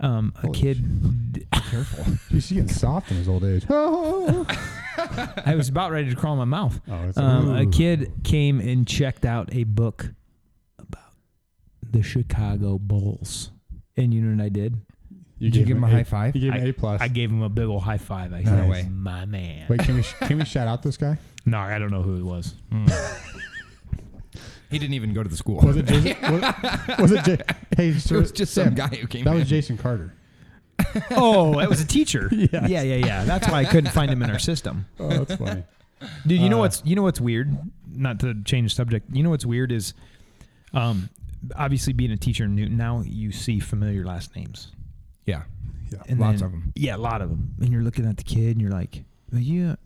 [SPEAKER 9] Um, a kid. d- (laughs)
[SPEAKER 7] careful.
[SPEAKER 8] He's getting soft in his old age. oh,
[SPEAKER 9] I was about ready to crawl in my mouth.
[SPEAKER 7] Oh,
[SPEAKER 8] it's
[SPEAKER 9] Um, a
[SPEAKER 8] ooh.
[SPEAKER 9] kid came and checked out a book about the Chicago Bulls, and you know what I did?
[SPEAKER 8] You
[SPEAKER 7] Did you give him a high
[SPEAKER 8] A-
[SPEAKER 7] five?
[SPEAKER 8] You gave him
[SPEAKER 9] I-
[SPEAKER 8] an A plus.
[SPEAKER 9] I gave him a big ol' high five. I
[SPEAKER 8] Nice.
[SPEAKER 9] said, "My man."
[SPEAKER 8] Wait, can we sh- can we shout out this guy?
[SPEAKER 9] No, I don't know who
[SPEAKER 7] (laughs)
[SPEAKER 9] it was.
[SPEAKER 7] He didn't even go to the school.
[SPEAKER 8] Was it Jason? was, was it? Ja- hey, sir,
[SPEAKER 7] It was just some
[SPEAKER 8] Sam,
[SPEAKER 7] guy who came
[SPEAKER 8] That
[SPEAKER 7] in.
[SPEAKER 8] was Jason Carter.
[SPEAKER 9] oh, it was
[SPEAKER 7] (laughs)
[SPEAKER 9] a teacher. Yeah, yeah, yeah. That's why I couldn't find him in our system.
[SPEAKER 8] Oh, that's funny.
[SPEAKER 9] Dude,
[SPEAKER 7] Uh,
[SPEAKER 9] you know what's you know what's weird? Not to change the subject. You know what's weird is, um, obviously being a teacher in Newton now, you see familiar last names.
[SPEAKER 7] yeah.
[SPEAKER 9] And
[SPEAKER 7] Lots
[SPEAKER 9] then-
[SPEAKER 7] of 'em.
[SPEAKER 9] Yeah, a lot of them. And you're looking at the kid, and you're like, "Well, "Yeah,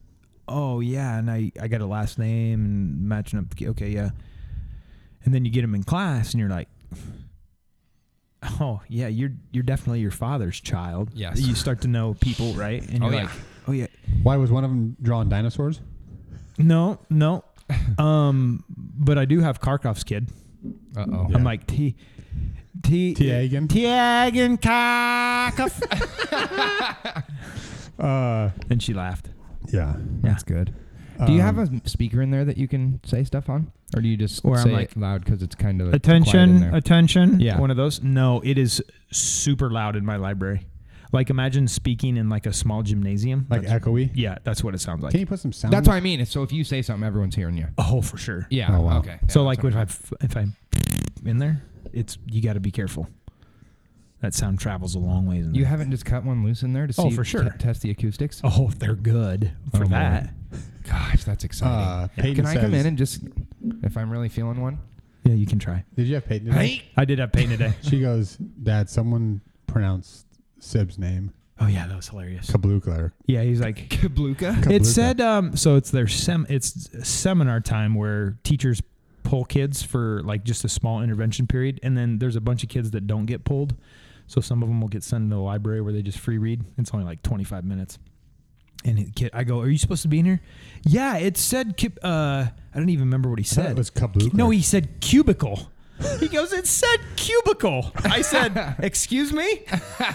[SPEAKER 9] oh yeah." And I, I got a last name and matching up. the kid. Okay, yeah. And then you get him in class, and you're like, "Oh yeah, you're you're definitely your father's child."
[SPEAKER 7] Yes.
[SPEAKER 9] You start to know people, right? And
[SPEAKER 7] Oh,
[SPEAKER 9] you're
[SPEAKER 7] yeah.
[SPEAKER 9] like, "Oh yeah,
[SPEAKER 8] Why was one of them drawing dinosaurs?
[SPEAKER 9] no, no." (laughs) um, but I do have Karkov's kid.
[SPEAKER 7] Uh oh.
[SPEAKER 9] I'm like T. T.
[SPEAKER 8] Tiagen.
[SPEAKER 9] Tiagen Karkov.
[SPEAKER 8] Uh,
[SPEAKER 9] (laughs) and she laughed. Yeah.
[SPEAKER 8] yeah.
[SPEAKER 7] That's good. Do you have a speaker in there that you can say stuff on, or do you just
[SPEAKER 9] Where I'm
[SPEAKER 7] say
[SPEAKER 9] like,
[SPEAKER 7] it loud because it's kind of quiet in
[SPEAKER 9] attention
[SPEAKER 7] there?
[SPEAKER 9] attention
[SPEAKER 7] Yeah.
[SPEAKER 9] one of those no it is super loud in my library like imagine speaking in like a small gymnasium
[SPEAKER 8] Like
[SPEAKER 9] That's-
[SPEAKER 8] echoey.
[SPEAKER 9] yeah that's what it sounds like
[SPEAKER 8] Can you put some sound?
[SPEAKER 7] That's what I mean. So if you say something, everyone's hearing you.
[SPEAKER 9] oh for sure
[SPEAKER 7] Yeah.
[SPEAKER 8] Oh, wow.
[SPEAKER 7] Okay. Yeah,
[SPEAKER 9] so
[SPEAKER 7] that's
[SPEAKER 9] like
[SPEAKER 7] what
[SPEAKER 9] if i (laughs) f- if i'm in there it's you got to be careful that sound travels a long ways in
[SPEAKER 7] You
[SPEAKER 9] there.
[SPEAKER 7] haven't just cut one loose in there to see
[SPEAKER 9] Oh, for sure.
[SPEAKER 7] t- test the acoustics.
[SPEAKER 9] oh they're good for
[SPEAKER 7] Oh, boy.
[SPEAKER 9] that
[SPEAKER 7] gosh, that's exciting.
[SPEAKER 8] Uh, Peyton
[SPEAKER 7] Can I come
[SPEAKER 8] says-
[SPEAKER 7] in and just if I'm really feeling one?
[SPEAKER 9] yeah you can try
[SPEAKER 8] Did you have Peyton? today?
[SPEAKER 9] i did have pain today
[SPEAKER 8] She goes, Dad, someone pronounced Sib's name
[SPEAKER 9] (laughs) oh yeah that was hilarious
[SPEAKER 8] Kablukler.
[SPEAKER 9] yeah he's like
[SPEAKER 7] Kabluka.
[SPEAKER 9] It
[SPEAKER 8] Kablooka.
[SPEAKER 9] said um, so. It's their sem. It's seminar time where teachers pull kids for like just a small intervention period, and then there's a bunch of kids that don't get pulled. So some of them will get sent to the library where they just free read. It's only like 25 minutes. And it, kid, I go, "Are you supposed to be in here?" Yeah, it said. cub- Uh, I don't even remember what he
[SPEAKER 8] thought
[SPEAKER 9] said.
[SPEAKER 8] it was Kablooka.
[SPEAKER 9] No, he said cubicle. He goes, it said cubicle. I said, excuse me? (laughs)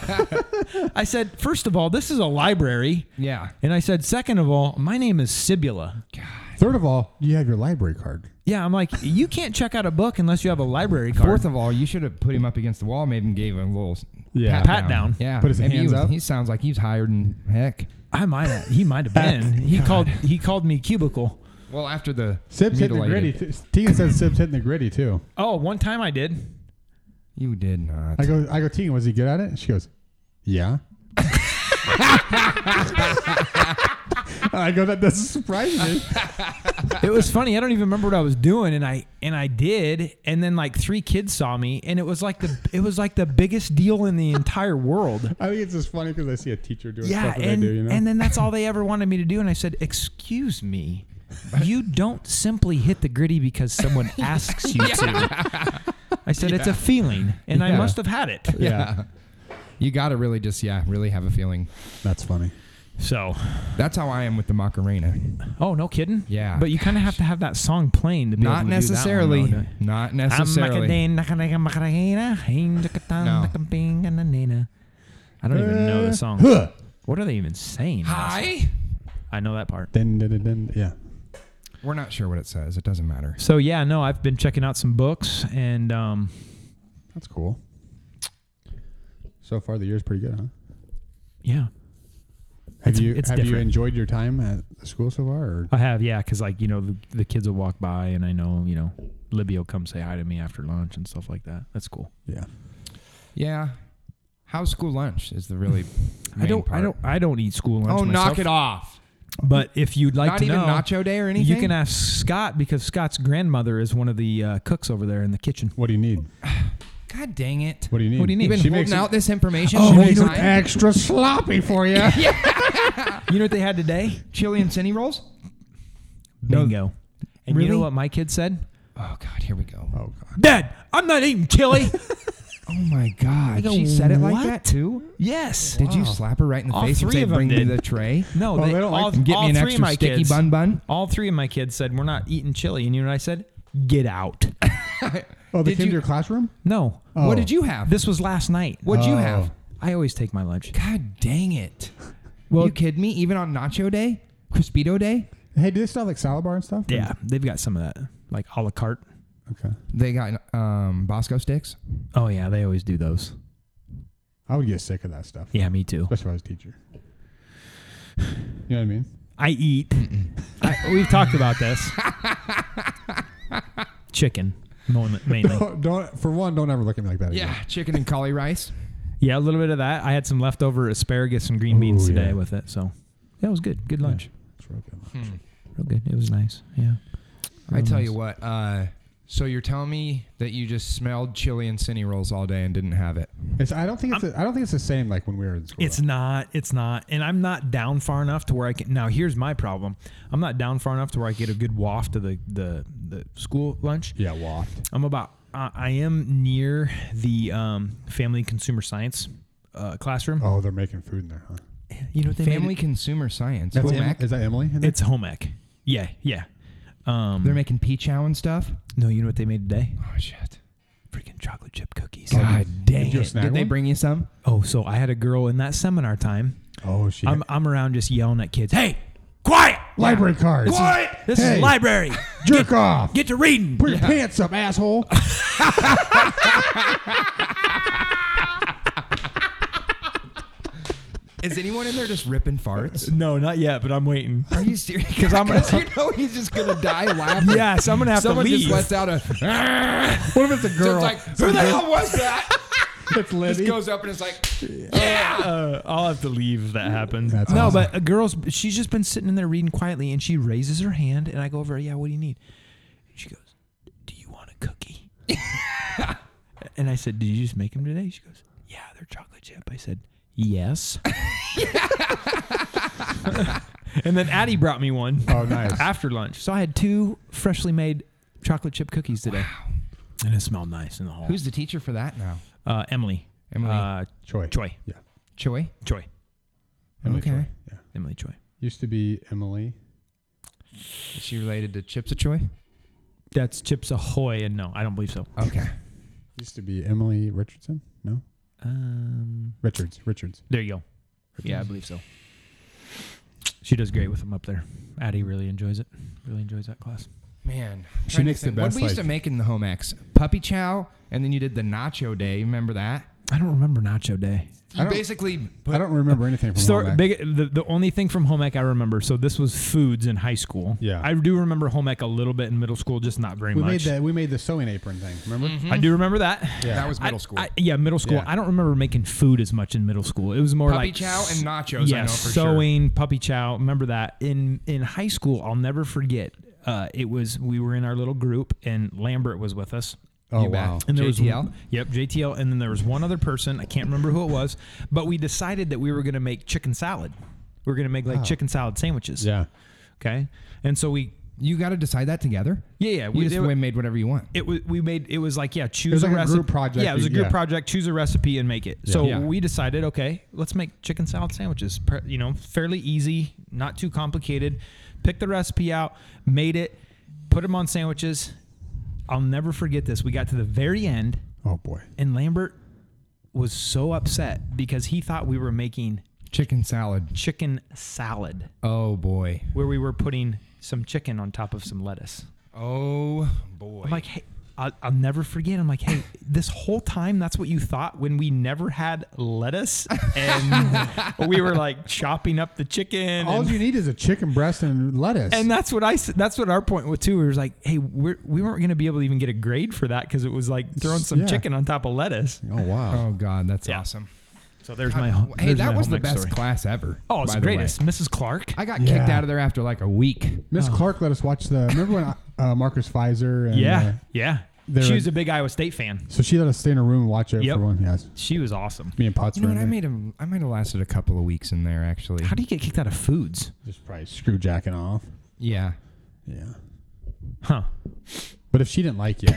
[SPEAKER 9] I said, first of all, this is a library.
[SPEAKER 7] Yeah.
[SPEAKER 9] And I said, second of all, my name is Sibula.
[SPEAKER 8] Third of all, you have your library card.
[SPEAKER 9] Yeah, I'm like, you can't check out a book unless you have a library card.
[SPEAKER 7] Fourth of all, you should have put him up against the wall, maybe and gave him a little s-
[SPEAKER 8] Yeah.
[SPEAKER 7] pat,
[SPEAKER 9] Pat down.
[SPEAKER 7] Yeah,
[SPEAKER 8] Put his
[SPEAKER 7] Maybe he
[SPEAKER 8] hands
[SPEAKER 7] was-
[SPEAKER 8] up.
[SPEAKER 7] He sounds like he's hired and heck.
[SPEAKER 9] I might have, he might have been. He called he called me cubicle.
[SPEAKER 7] Well, after the
[SPEAKER 8] Sib's hitting the gritty.
[SPEAKER 7] mutilated-
[SPEAKER 8] T- Tegan says Sib's hitting the gritty too.
[SPEAKER 9] Oh, one time I did.
[SPEAKER 7] you did not.
[SPEAKER 8] I go, I go, Tegan, was he good at it? And she goes, Yeah. (laughs) I go, that doesn't surprise me.
[SPEAKER 9] It was funny. I don't even remember what I was doing and I and I did and then like three kids saw me and it was like the it was like the biggest deal in the entire
[SPEAKER 8] (laughs)
[SPEAKER 9] world.
[SPEAKER 8] I think it's just funny because I see a teacher doing
[SPEAKER 9] Yeah,
[SPEAKER 8] stuff that
[SPEAKER 9] and,
[SPEAKER 8] they do, you know?
[SPEAKER 9] and then that's all (laughs) they ever wanted me to do. And I said, Excuse me, you don't simply hit the gritty because (laughs) someone asks you to. I said, It's a feeling, and I
[SPEAKER 7] Yeah.
[SPEAKER 9] must have had it.
[SPEAKER 7] yeah. You gotta really just yeah, really have a feeling.
[SPEAKER 8] That's funny.
[SPEAKER 9] So,
[SPEAKER 7] That's how I am with the Macarena.
[SPEAKER 9] oh, no kidding?
[SPEAKER 7] Yeah.
[SPEAKER 9] But you kind of have to have that song playing to be
[SPEAKER 7] Not
[SPEAKER 9] able to
[SPEAKER 7] necessarily.
[SPEAKER 9] Do that one, though, don't you?
[SPEAKER 7] not
[SPEAKER 9] I'm
[SPEAKER 7] necessarily.
[SPEAKER 9] Macarena, Macarena, Macarena, (sighs) hein, jacatan,
[SPEAKER 7] No.
[SPEAKER 9] jacaping, and a nena. I don't even know the song.
[SPEAKER 8] Huh.
[SPEAKER 9] What are they even saying?
[SPEAKER 7] Hi.
[SPEAKER 9] I know that part.
[SPEAKER 8] Dun, dun, dun, dun. Yeah.
[SPEAKER 7] We're not sure what it says. It doesn't matter.
[SPEAKER 9] So yeah, no, I've been checking out some books and um,
[SPEAKER 8] That's cool. So far, the year's pretty good, huh?
[SPEAKER 9] yeah,
[SPEAKER 8] Have
[SPEAKER 9] It's-
[SPEAKER 8] you
[SPEAKER 9] it's
[SPEAKER 8] have you
[SPEAKER 9] different.
[SPEAKER 8] enjoyed your time at the school so far? Or?
[SPEAKER 9] I have, yeah, because like you know the, the kids will walk by, and I know you know Libby will come say hi to me after lunch and stuff like that. That's cool.
[SPEAKER 8] Yeah.
[SPEAKER 7] Yeah. How's school lunch? Is the really
[SPEAKER 9] I
[SPEAKER 7] main
[SPEAKER 9] don't, I
[SPEAKER 7] part.
[SPEAKER 9] don't, I don't eat school lunch.
[SPEAKER 7] Oh,
[SPEAKER 9] myself,
[SPEAKER 7] knock it off!
[SPEAKER 9] But if you'd like
[SPEAKER 7] Not
[SPEAKER 9] to
[SPEAKER 7] even
[SPEAKER 9] know,
[SPEAKER 7] nacho day or anything.
[SPEAKER 9] you can ask Scott because Scott's grandmother is one of the uh, cooks over there in the kitchen.
[SPEAKER 8] What do you need?
[SPEAKER 7] God dang it!
[SPEAKER 8] What do you need?
[SPEAKER 9] What do you need?
[SPEAKER 7] You've been
[SPEAKER 8] She makes
[SPEAKER 7] holding
[SPEAKER 8] it-
[SPEAKER 7] out this information.
[SPEAKER 9] Oh,
[SPEAKER 7] She
[SPEAKER 9] you
[SPEAKER 7] makes
[SPEAKER 9] know-
[SPEAKER 7] mine?
[SPEAKER 8] extra sloppy
[SPEAKER 9] (laughs)
[SPEAKER 8] for you.
[SPEAKER 9] You know what they had today? (laughs)
[SPEAKER 7] chili and cine rolls.
[SPEAKER 9] Bingo. And you
[SPEAKER 7] Really?
[SPEAKER 9] know what my kid said?
[SPEAKER 7] Oh God, here we go.
[SPEAKER 8] Oh god.
[SPEAKER 9] Dad, I'm not eating chili.
[SPEAKER 7] Oh my God,
[SPEAKER 9] go,
[SPEAKER 7] she said it like
[SPEAKER 9] "What?"
[SPEAKER 7] that too.
[SPEAKER 9] (laughs) yes.
[SPEAKER 7] Did you slap her right in the
[SPEAKER 9] All
[SPEAKER 7] face and
[SPEAKER 9] three
[SPEAKER 7] say,
[SPEAKER 9] of them
[SPEAKER 7] "Bring me
[SPEAKER 9] did.
[SPEAKER 7] the tray"?
[SPEAKER 9] No,
[SPEAKER 8] Oh,
[SPEAKER 9] they,
[SPEAKER 8] they don't like
[SPEAKER 9] all,
[SPEAKER 7] Get
[SPEAKER 9] all
[SPEAKER 7] me an
[SPEAKER 9] three of
[SPEAKER 7] extra
[SPEAKER 9] my
[SPEAKER 7] sticky
[SPEAKER 9] kids,
[SPEAKER 7] bun bun.
[SPEAKER 9] All three of my kids said we're not eating chili, and you know what I said? Get out.
[SPEAKER 8] Oh,
[SPEAKER 7] Did
[SPEAKER 8] the kids in
[SPEAKER 7] you-
[SPEAKER 8] your classroom?
[SPEAKER 9] (laughs) No.
[SPEAKER 7] What did you have?
[SPEAKER 9] This was last night.
[SPEAKER 7] What'd you
[SPEAKER 8] Oh.
[SPEAKER 7] have?
[SPEAKER 9] I always take my lunch.
[SPEAKER 7] God dang it!
[SPEAKER 9] Well-
[SPEAKER 7] you kidding me? Even on Nacho Day, Crispito Day,
[SPEAKER 8] Hey, do they still have like salad bar and stuff?
[SPEAKER 9] Yeah, they've got some of that, like a la carte.
[SPEAKER 8] Okay.
[SPEAKER 7] they got um, Bosco sticks.
[SPEAKER 9] Oh yeah, they always do those.
[SPEAKER 8] I would get sick of that stuff.
[SPEAKER 9] Yeah, me too.
[SPEAKER 8] Especially if I was a teacher. You know what I mean?
[SPEAKER 9] I eat. I, we've talked about (laughs) this. Chicken, mon- mainly.
[SPEAKER 8] Don't, (laughs) don't for one, don't ever look at me like that.
[SPEAKER 7] Yeah,
[SPEAKER 8] Again.
[SPEAKER 7] chicken and collie rice.
[SPEAKER 9] Yeah, a little bit of that. I had some leftover asparagus and green beans
[SPEAKER 8] Ooh,
[SPEAKER 9] today
[SPEAKER 8] yeah.
[SPEAKER 9] with it, so yeah, it was good. Good lunch.
[SPEAKER 8] It's real good.
[SPEAKER 9] Hmm. Real good. It was nice. Yeah.
[SPEAKER 7] I tell you what. Uh, so you're telling me that you just smelled chili and cine rolls all day and didn't have it?
[SPEAKER 8] It's, I don't think it's a, I don't think it's the same like when we were in school.
[SPEAKER 9] It's not. It's not. And I'm not down far enough to where I can. Now, here's my problem. I'm not down far enough to where I get a good waft of the the, the school lunch.
[SPEAKER 8] yeah, waft.
[SPEAKER 9] I'm about. Uh, I am near the um, family and consumer science uh, classroom.
[SPEAKER 8] Oh, they're making food in there, huh?
[SPEAKER 9] You know what they made
[SPEAKER 7] Family
[SPEAKER 9] it-
[SPEAKER 7] consumer science.
[SPEAKER 8] That's
[SPEAKER 7] Cool,
[SPEAKER 8] Em-
[SPEAKER 7] Mac.
[SPEAKER 8] is that Emily? In there?
[SPEAKER 9] It's home ec. Yeah, yeah. Um,
[SPEAKER 7] They're making pea chow and stuff.
[SPEAKER 9] no, you know what they made today?
[SPEAKER 7] Oh shit!
[SPEAKER 9] Freaking chocolate chip cookies.
[SPEAKER 7] God dang
[SPEAKER 8] you
[SPEAKER 7] it!
[SPEAKER 8] snag
[SPEAKER 7] Did they
[SPEAKER 8] one?
[SPEAKER 7] bring you some?
[SPEAKER 9] Oh, so I had a girl in that seminar time.
[SPEAKER 8] oh, she.
[SPEAKER 9] I'm I'm around just yelling at kids. Hey, quiet!
[SPEAKER 8] (laughs) Library cards.
[SPEAKER 7] What?
[SPEAKER 9] This
[SPEAKER 8] Hey.
[SPEAKER 9] is library.
[SPEAKER 8] Jerk off.
[SPEAKER 9] Get to reading.
[SPEAKER 8] Put your pants
[SPEAKER 9] (laughs)
[SPEAKER 8] up, asshole.
[SPEAKER 7] Is anyone in there just ripping
[SPEAKER 9] (laughs)
[SPEAKER 7] farts?
[SPEAKER 10] No, not yet, but I'm waiting.
[SPEAKER 7] Are you serious? Because (laughs)
[SPEAKER 10] I'm-
[SPEAKER 7] you know he's just gonna die laughing.
[SPEAKER 10] Yes, I'm gonna have
[SPEAKER 7] Someone
[SPEAKER 10] to leave.
[SPEAKER 7] just lets out (laughs) a.
[SPEAKER 8] What if it's a girl?
[SPEAKER 7] "Ah!" It's like, who the hell was (laughs) that?
[SPEAKER 8] it's
[SPEAKER 7] Just
[SPEAKER 8] Libby.
[SPEAKER 7] goes up and it's like,
[SPEAKER 10] Uh, I'll have to leave if that happens.
[SPEAKER 8] That's
[SPEAKER 9] No,
[SPEAKER 8] awesome.
[SPEAKER 9] but a girl's she's just been sitting in there reading quietly, and she raises her hand, and I go over, yeah, what do you need? She goes, do you want a (laughs) cookie? and I said, did you just make them today? She goes, yeah, they're chocolate chip. I said, (laughs) yes. and then Addie brought me one
[SPEAKER 8] Oh, nice.
[SPEAKER 9] after lunch, so I had two freshly made chocolate chip cookies today, and it smelled nice in the hall.
[SPEAKER 7] who's the teacher for that now?
[SPEAKER 9] uh, Emily?
[SPEAKER 7] Emily.
[SPEAKER 9] Uh,
[SPEAKER 8] Choi.
[SPEAKER 9] Choi.
[SPEAKER 8] Yeah.
[SPEAKER 7] Choi.
[SPEAKER 9] Choi.
[SPEAKER 8] Emily
[SPEAKER 7] Okay.
[SPEAKER 8] Choi. Yeah.
[SPEAKER 9] Emily Choi.
[SPEAKER 8] Used to be Emily.
[SPEAKER 7] Is she related to Chips of Choi?
[SPEAKER 9] That's Chips Ahoy, and no, I don't believe so.
[SPEAKER 7] Okay.
[SPEAKER 8] Used to be Emily Richardson. No,
[SPEAKER 9] Um,
[SPEAKER 8] Richards. Richards.
[SPEAKER 9] there you go. Yeah, I believe so. She does great with them up there. Addie really enjoys it. Really enjoys that class.
[SPEAKER 7] Man,
[SPEAKER 8] She
[SPEAKER 7] trying to
[SPEAKER 8] makes the
[SPEAKER 7] think.
[SPEAKER 8] best,
[SPEAKER 7] What we used
[SPEAKER 8] like-
[SPEAKER 7] to make in the home ex puppy chow, and then you did the nacho day. You remember that?
[SPEAKER 9] I don't remember Nacho Day.
[SPEAKER 7] You
[SPEAKER 8] don't-
[SPEAKER 7] basically put
[SPEAKER 8] I don't remember anything from all
[SPEAKER 9] Story,
[SPEAKER 8] that.
[SPEAKER 9] big, the, the only thing from home ec I remember, so this was foods in high school.
[SPEAKER 8] Yeah.
[SPEAKER 9] I do remember home ec a little bit in middle school, just not very
[SPEAKER 8] we made
[SPEAKER 9] much.
[SPEAKER 8] the we made the sewing apron thing. Remember?
[SPEAKER 9] I do remember that.
[SPEAKER 8] Yeah.
[SPEAKER 7] that was middle
[SPEAKER 9] I-
[SPEAKER 7] school.
[SPEAKER 9] I- yeah, middle school.
[SPEAKER 8] Yeah.
[SPEAKER 9] I don't remember making food as much in middle school. It was more
[SPEAKER 7] puppy
[SPEAKER 9] like
[SPEAKER 7] chow and nachos.
[SPEAKER 9] yeah,
[SPEAKER 7] I know for sure.
[SPEAKER 9] sewing, puppy chow. Remember that in in high school? I'll never forget. Uh, it was we were in our little group, and Lambert was with us.
[SPEAKER 8] Oh
[SPEAKER 7] You bet.
[SPEAKER 8] wow.
[SPEAKER 9] And there
[SPEAKER 7] JTL?
[SPEAKER 9] was yep JTL, and then there was one other person. I can't remember who it was, but we decided that we were going to make chicken salad. We were going to make like chicken salad sandwiches.
[SPEAKER 8] Yeah.
[SPEAKER 9] Okay. And so we
[SPEAKER 7] You got to decide that together.
[SPEAKER 9] yeah yeah
[SPEAKER 7] You
[SPEAKER 9] we
[SPEAKER 7] just
[SPEAKER 9] it,
[SPEAKER 7] went made whatever you want.
[SPEAKER 9] it was we made it was like yeah choose
[SPEAKER 8] was
[SPEAKER 9] a
[SPEAKER 8] like a
[SPEAKER 9] recipe
[SPEAKER 8] group project
[SPEAKER 9] yeah it was a
[SPEAKER 8] you-
[SPEAKER 9] group
[SPEAKER 8] yeah.
[SPEAKER 9] project choose a recipe and make it so
[SPEAKER 7] Yeah.
[SPEAKER 9] we decided okay let's make chicken salad sandwiches Pre- you know fairly easy not too complicated picked the recipe out made it put them on sandwiches I'll never forget this we got to the very end
[SPEAKER 8] Oh boy.
[SPEAKER 9] and Lambert was so upset because he thought we were making
[SPEAKER 7] Chicken salad.
[SPEAKER 9] chicken salad
[SPEAKER 7] Oh boy.
[SPEAKER 9] where we were putting some chicken on top of some lettuce
[SPEAKER 7] Oh boy.
[SPEAKER 9] I'm like, hey, I'll, I'll never forget. I'm like, hey, this whole time, that's what you thought when we never had lettuce and (laughs) we were like chopping up the chicken.
[SPEAKER 8] All
[SPEAKER 9] and,
[SPEAKER 8] you need is a chicken breast and lettuce.
[SPEAKER 9] and that's what I. s- That's what our point was too. We was like, hey, we're, we weren't going to be able to even get a grade for that because it was like throwing some
[SPEAKER 8] Yeah.
[SPEAKER 9] chicken on top of lettuce.
[SPEAKER 8] oh wow.
[SPEAKER 7] oh god, that's
[SPEAKER 9] Yeah.
[SPEAKER 7] awesome.
[SPEAKER 9] So there's my. ho-
[SPEAKER 7] Hey,
[SPEAKER 9] there's
[SPEAKER 7] that
[SPEAKER 9] my
[SPEAKER 7] was
[SPEAKER 9] home
[SPEAKER 7] the
[SPEAKER 9] ec
[SPEAKER 7] best
[SPEAKER 9] story.
[SPEAKER 7] class ever.
[SPEAKER 9] Oh, it's
[SPEAKER 7] by
[SPEAKER 9] the
[SPEAKER 7] way.
[SPEAKER 9] greatest, Mrs. Clark.
[SPEAKER 7] I got
[SPEAKER 8] Yeah.
[SPEAKER 7] kicked out of there after like a week.
[SPEAKER 8] Miss
[SPEAKER 9] Oh.
[SPEAKER 8] Clark let us watch the. Remember when uh, Marcus Pfizer? And,
[SPEAKER 9] yeah,
[SPEAKER 8] uh,
[SPEAKER 9] yeah.
[SPEAKER 8] there
[SPEAKER 9] She
[SPEAKER 8] were-
[SPEAKER 9] was a big Iowa State fan.
[SPEAKER 8] so she let us stay in a room and watch it
[SPEAKER 9] Yep.
[SPEAKER 8] for one. Yes.
[SPEAKER 9] She was awesome.
[SPEAKER 8] Me and Potts
[SPEAKER 7] You
[SPEAKER 8] were
[SPEAKER 7] know
[SPEAKER 8] in
[SPEAKER 7] what? I
[SPEAKER 8] there.
[SPEAKER 7] made him. I might have lasted a couple of weeks in there actually.
[SPEAKER 9] How do you get kicked out of foods?
[SPEAKER 8] Just probably screw jacking off.
[SPEAKER 7] yeah.
[SPEAKER 8] Yeah.
[SPEAKER 9] Huh?
[SPEAKER 8] But if she didn't like you,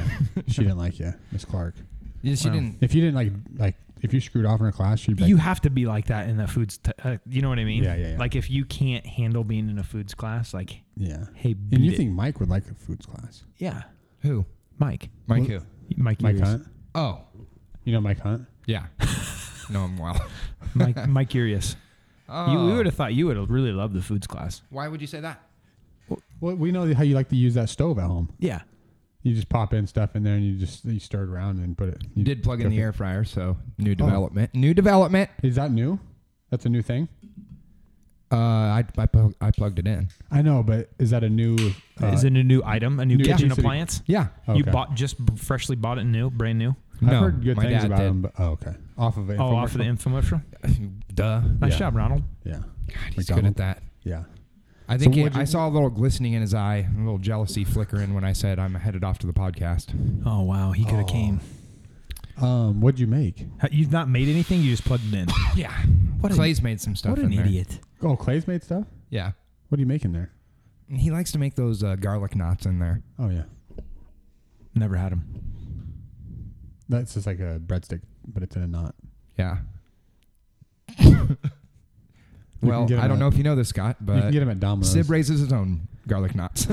[SPEAKER 8] she didn't like you, Miss Clark.
[SPEAKER 7] Yeah, she didn't.
[SPEAKER 8] If you didn't like like if you screwed off in her class, she'd be like,
[SPEAKER 9] you have to be like that in the foods. T- uh, you know what I mean?
[SPEAKER 8] Yeah, yeah, yeah.
[SPEAKER 9] Like if you can't handle being in a foods class, like
[SPEAKER 8] yeah.
[SPEAKER 9] hey, beat
[SPEAKER 8] and you
[SPEAKER 9] it.
[SPEAKER 8] think Mike would like a foods class?
[SPEAKER 9] yeah,
[SPEAKER 7] Who?
[SPEAKER 9] Mike,
[SPEAKER 7] Mike who?
[SPEAKER 9] Mike,
[SPEAKER 8] Mike
[SPEAKER 9] Urias.
[SPEAKER 8] Hunt.
[SPEAKER 7] Oh,
[SPEAKER 8] You know Mike Hunt.
[SPEAKER 7] (laughs) yeah. no, I'm well.
[SPEAKER 9] Mike, Mike Urias. You, we
[SPEAKER 7] Oh.
[SPEAKER 9] would have thought you would have really loved the foods class.
[SPEAKER 7] Why would you say that?
[SPEAKER 8] Well, we know how you like to use that stove at home.
[SPEAKER 9] Yeah,
[SPEAKER 8] You just pop in stuff in there and you just you stir it around and put it. You
[SPEAKER 7] You did plug in
[SPEAKER 8] cook
[SPEAKER 7] the
[SPEAKER 8] it.
[SPEAKER 7] air fryer, so new development. New development.
[SPEAKER 8] Is that new? That's a new thing.
[SPEAKER 7] Uh, I I, plug I plugged it in.
[SPEAKER 8] I know, but is that a new? Uh,
[SPEAKER 9] is it a new item, a new,
[SPEAKER 8] new
[SPEAKER 9] kitchen
[SPEAKER 8] kitchen.
[SPEAKER 9] appliance?
[SPEAKER 7] Yeah.
[SPEAKER 9] You
[SPEAKER 8] Okay.
[SPEAKER 9] bought just b- freshly bought it new, brand new.
[SPEAKER 8] I've
[SPEAKER 7] no,
[SPEAKER 8] heard good
[SPEAKER 7] my
[SPEAKER 8] things
[SPEAKER 7] dad
[SPEAKER 8] about
[SPEAKER 7] did.
[SPEAKER 8] them. But, oh, okay. Off of it.
[SPEAKER 9] Oh, off of the infomercial.
[SPEAKER 7] Duh.
[SPEAKER 9] Nice
[SPEAKER 8] Yeah.
[SPEAKER 9] job, Ronald.
[SPEAKER 8] Yeah.
[SPEAKER 7] God, he's
[SPEAKER 8] McDonald.
[SPEAKER 7] good at that.
[SPEAKER 8] Yeah.
[SPEAKER 7] I think
[SPEAKER 8] what'd
[SPEAKER 7] it-
[SPEAKER 8] you-
[SPEAKER 7] I saw a little glistening in his eye, a little jealousy flickering when I said I'm headed off to the podcast.
[SPEAKER 9] Oh wow, he could have came.
[SPEAKER 8] Um, what'd you make?
[SPEAKER 9] Ha- You've not made anything. You just plugged it in.
[SPEAKER 7] Yeah. What Clay's made some stuff.
[SPEAKER 9] what
[SPEAKER 7] in
[SPEAKER 9] an
[SPEAKER 7] there.
[SPEAKER 9] (laughs) idiot.
[SPEAKER 8] Oh, Clay's made stuff.
[SPEAKER 7] Yeah.
[SPEAKER 8] What are you making there?
[SPEAKER 7] And He likes to make those uh, garlic knots in there.
[SPEAKER 8] Oh yeah,
[SPEAKER 9] Never had him.
[SPEAKER 8] that's just like a breadstick, but it's in a knot.
[SPEAKER 7] Yeah.
[SPEAKER 8] You
[SPEAKER 7] well,
[SPEAKER 8] can get
[SPEAKER 7] I don't
[SPEAKER 8] them
[SPEAKER 7] know
[SPEAKER 8] at-
[SPEAKER 7] if you know this, Scott,
[SPEAKER 8] You can
[SPEAKER 7] but
[SPEAKER 8] get them at Domino's.
[SPEAKER 7] Sib raises his own garlic knots.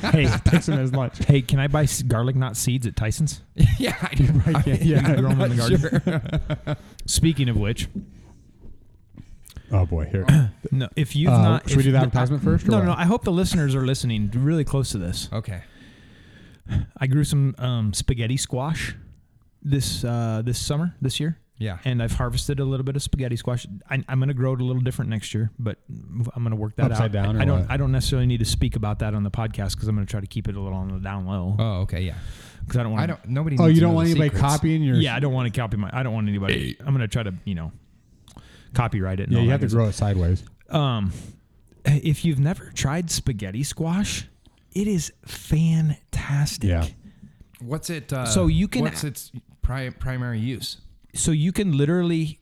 [SPEAKER 9] Hey,
[SPEAKER 8] Takes them as lunch.
[SPEAKER 9] hey, can I buy s- garlic knot seeds at Tyson's?
[SPEAKER 7] (laughs) yeah, I do. (laughs)
[SPEAKER 8] Right, yeah, yeah, (laughs)
[SPEAKER 7] I'm
[SPEAKER 8] grow 'em in
[SPEAKER 7] not
[SPEAKER 8] the
[SPEAKER 7] sure.
[SPEAKER 9] Speaking of which,
[SPEAKER 8] Oh boy, here.
[SPEAKER 9] No, if you've
[SPEAKER 8] Uh,
[SPEAKER 9] not,
[SPEAKER 8] should we
[SPEAKER 9] if-
[SPEAKER 8] do the advertisement first, or
[SPEAKER 9] No,
[SPEAKER 8] what?
[SPEAKER 9] no. I hope the listeners are listening really close to this.
[SPEAKER 7] Okay.
[SPEAKER 9] I grew some um, spaghetti squash this uh, this summer this year.
[SPEAKER 7] Yeah.
[SPEAKER 9] and I've harvested a little bit of spaghetti squash. I, I'm going to grow it a little different next year, but I'm going to work that
[SPEAKER 8] Upside
[SPEAKER 9] out.
[SPEAKER 8] down or
[SPEAKER 9] I don't.
[SPEAKER 8] what?
[SPEAKER 9] I don't necessarily need to speak about that on the podcast because I'm going to try to keep it a little on the down low
[SPEAKER 7] Oh, okay, yeah.
[SPEAKER 9] because I don't want.
[SPEAKER 7] I don't. Nobody.
[SPEAKER 8] oh,
[SPEAKER 7] needs
[SPEAKER 8] you
[SPEAKER 7] to know
[SPEAKER 8] Uh, don't
[SPEAKER 7] the
[SPEAKER 8] want anybody
[SPEAKER 7] secrets.
[SPEAKER 8] copying your.
[SPEAKER 9] Yeah, I don't want to copy my. I don't want anybody. I'm going to try to you know copyright it. and
[SPEAKER 8] Yeah,
[SPEAKER 9] all
[SPEAKER 8] you
[SPEAKER 9] that
[SPEAKER 8] have to
[SPEAKER 9] good
[SPEAKER 8] grow it sideways.
[SPEAKER 9] um, if you've never tried spaghetti squash, it is fantastic.
[SPEAKER 8] Yeah.
[SPEAKER 7] What's it? Uh,
[SPEAKER 9] So you can-
[SPEAKER 7] What's its pri- primary use?
[SPEAKER 9] So you can literally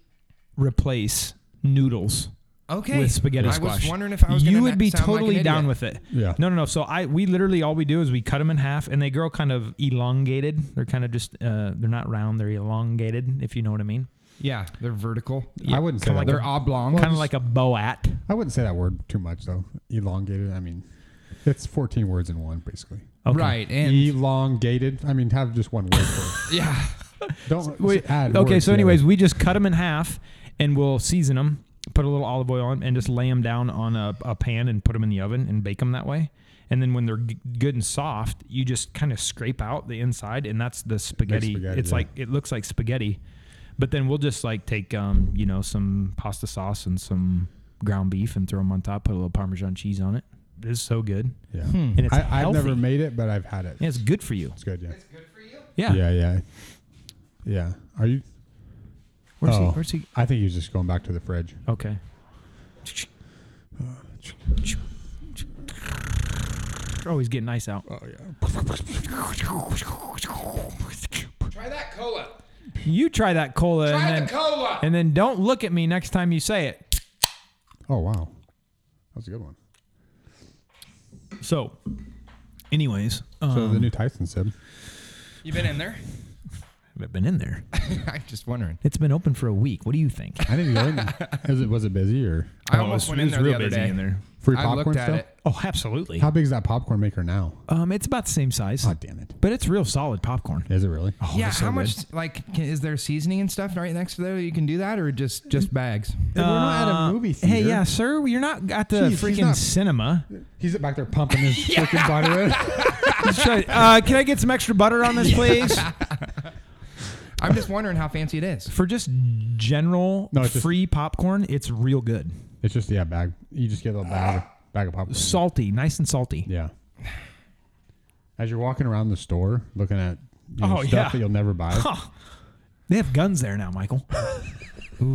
[SPEAKER 9] replace noodles
[SPEAKER 7] Okay.
[SPEAKER 9] with spaghetti squash.
[SPEAKER 7] I was wondering if I was.
[SPEAKER 9] You
[SPEAKER 7] gonna
[SPEAKER 9] would
[SPEAKER 7] not
[SPEAKER 9] be
[SPEAKER 7] sound like an
[SPEAKER 9] totally down
[SPEAKER 7] idiot.
[SPEAKER 9] with it.
[SPEAKER 8] Yeah.
[SPEAKER 9] No, no, no. So I we literally all we do is we cut them in half and they grow kind of elongated. They're kind of just uh, they're not round. They're elongated, if you know what I mean.
[SPEAKER 7] Yeah, they're vertical.
[SPEAKER 8] I wouldn't say
[SPEAKER 9] kinda like
[SPEAKER 8] that. word.
[SPEAKER 7] They're oblong.
[SPEAKER 9] Kind of like a boat.
[SPEAKER 8] I wouldn't say that word too much though. Elongated. I mean, it's 14 words in one basically.
[SPEAKER 9] Okay.
[SPEAKER 7] right, and
[SPEAKER 8] Elongated. I mean, have just one
[SPEAKER 9] (laughs)
[SPEAKER 8] word. For
[SPEAKER 7] yeah, (laughs)
[SPEAKER 8] it. Don't
[SPEAKER 9] Wait,
[SPEAKER 8] add.
[SPEAKER 9] okay,
[SPEAKER 8] words
[SPEAKER 9] so
[SPEAKER 8] together.
[SPEAKER 9] anyways, we just cut them in half and we'll season them, put a little olive oil on, and just lay them down on a, a pan and put them in the oven and bake them that way. And then when they're g- good and soft, you just kind of scrape out the inside, and that's the spaghetti.
[SPEAKER 8] spaghetti,
[SPEAKER 9] it's
[SPEAKER 8] yeah.
[SPEAKER 9] like it looks like spaghetti, but then we'll just like take um you know some pasta sauce and some ground beef and throw them on top, put a little Parmesan cheese on it. It is so good.
[SPEAKER 8] yeah.
[SPEAKER 9] Hmm. And it's
[SPEAKER 8] I, I've never
[SPEAKER 9] healthy.
[SPEAKER 8] made it, but I've had it.
[SPEAKER 9] Yeah, it's good for you.
[SPEAKER 8] It's good. Yeah.
[SPEAKER 9] Yeah.
[SPEAKER 8] Yeah. Yeah. Yeah. Are you?
[SPEAKER 9] Where's
[SPEAKER 8] oh,
[SPEAKER 9] he? Where's he?
[SPEAKER 8] I think he's just going back to the fridge.
[SPEAKER 9] Okay. Oh, he's getting ice out.
[SPEAKER 8] Oh yeah.
[SPEAKER 7] try that cola.
[SPEAKER 9] You try that cola,
[SPEAKER 7] Try
[SPEAKER 9] and,
[SPEAKER 7] the
[SPEAKER 9] then,
[SPEAKER 7] cola.
[SPEAKER 9] and then don't look at me next time you say it.
[SPEAKER 8] Oh wow. That was a good one.
[SPEAKER 9] So, anyways, um,
[SPEAKER 8] So the new Tyson sib.
[SPEAKER 7] you been in there?
[SPEAKER 9] I've been in there.
[SPEAKER 7] I'm just wondering.
[SPEAKER 9] It's been open for a week. What do you think?
[SPEAKER 8] I didn't go in.
[SPEAKER 9] (laughs)
[SPEAKER 8] was, it, was it busy or
[SPEAKER 7] I almost
[SPEAKER 8] Oh,
[SPEAKER 7] went in there the other day.
[SPEAKER 9] there.
[SPEAKER 8] free
[SPEAKER 7] I
[SPEAKER 8] popcorn
[SPEAKER 7] looked at
[SPEAKER 8] stuff?
[SPEAKER 7] it.
[SPEAKER 9] Oh, absolutely.
[SPEAKER 8] How big is that popcorn maker now?
[SPEAKER 9] Um, it's about the same size,
[SPEAKER 8] Oh damn it!
[SPEAKER 9] but it's real solid popcorn.
[SPEAKER 8] Is it really?
[SPEAKER 7] yeah,
[SPEAKER 9] so
[SPEAKER 7] how much
[SPEAKER 9] good.
[SPEAKER 7] like can, is there seasoning and stuff right next to there? You can do that, or just just bags.
[SPEAKER 8] We're not at a movie theater.
[SPEAKER 9] Uh, Hey, yeah, sir, you're not at the
[SPEAKER 8] Jeez, he's
[SPEAKER 9] freaking
[SPEAKER 8] not- (laughs)
[SPEAKER 9] cinema.
[SPEAKER 8] He's back there
[SPEAKER 9] (laughs)
[SPEAKER 8] pumping his freaking butter in.
[SPEAKER 9] uh, can I get some extra butter on this, please?
[SPEAKER 7] I'm just wondering how fancy it is.
[SPEAKER 9] for just general
[SPEAKER 8] No, it's just-
[SPEAKER 9] free popcorn, it's real good.
[SPEAKER 8] It's just yeah, bag. You just get a little bag, bag of popcorn.
[SPEAKER 9] Salty, nice and salty.
[SPEAKER 8] Yeah. As you're walking around the store, looking at you know,
[SPEAKER 9] Oh,
[SPEAKER 8] stuff
[SPEAKER 9] yeah.
[SPEAKER 8] that you'll never buy.
[SPEAKER 9] They have guns there now,
[SPEAKER 7] (clears throat)
[SPEAKER 9] Michael.
[SPEAKER 7] Like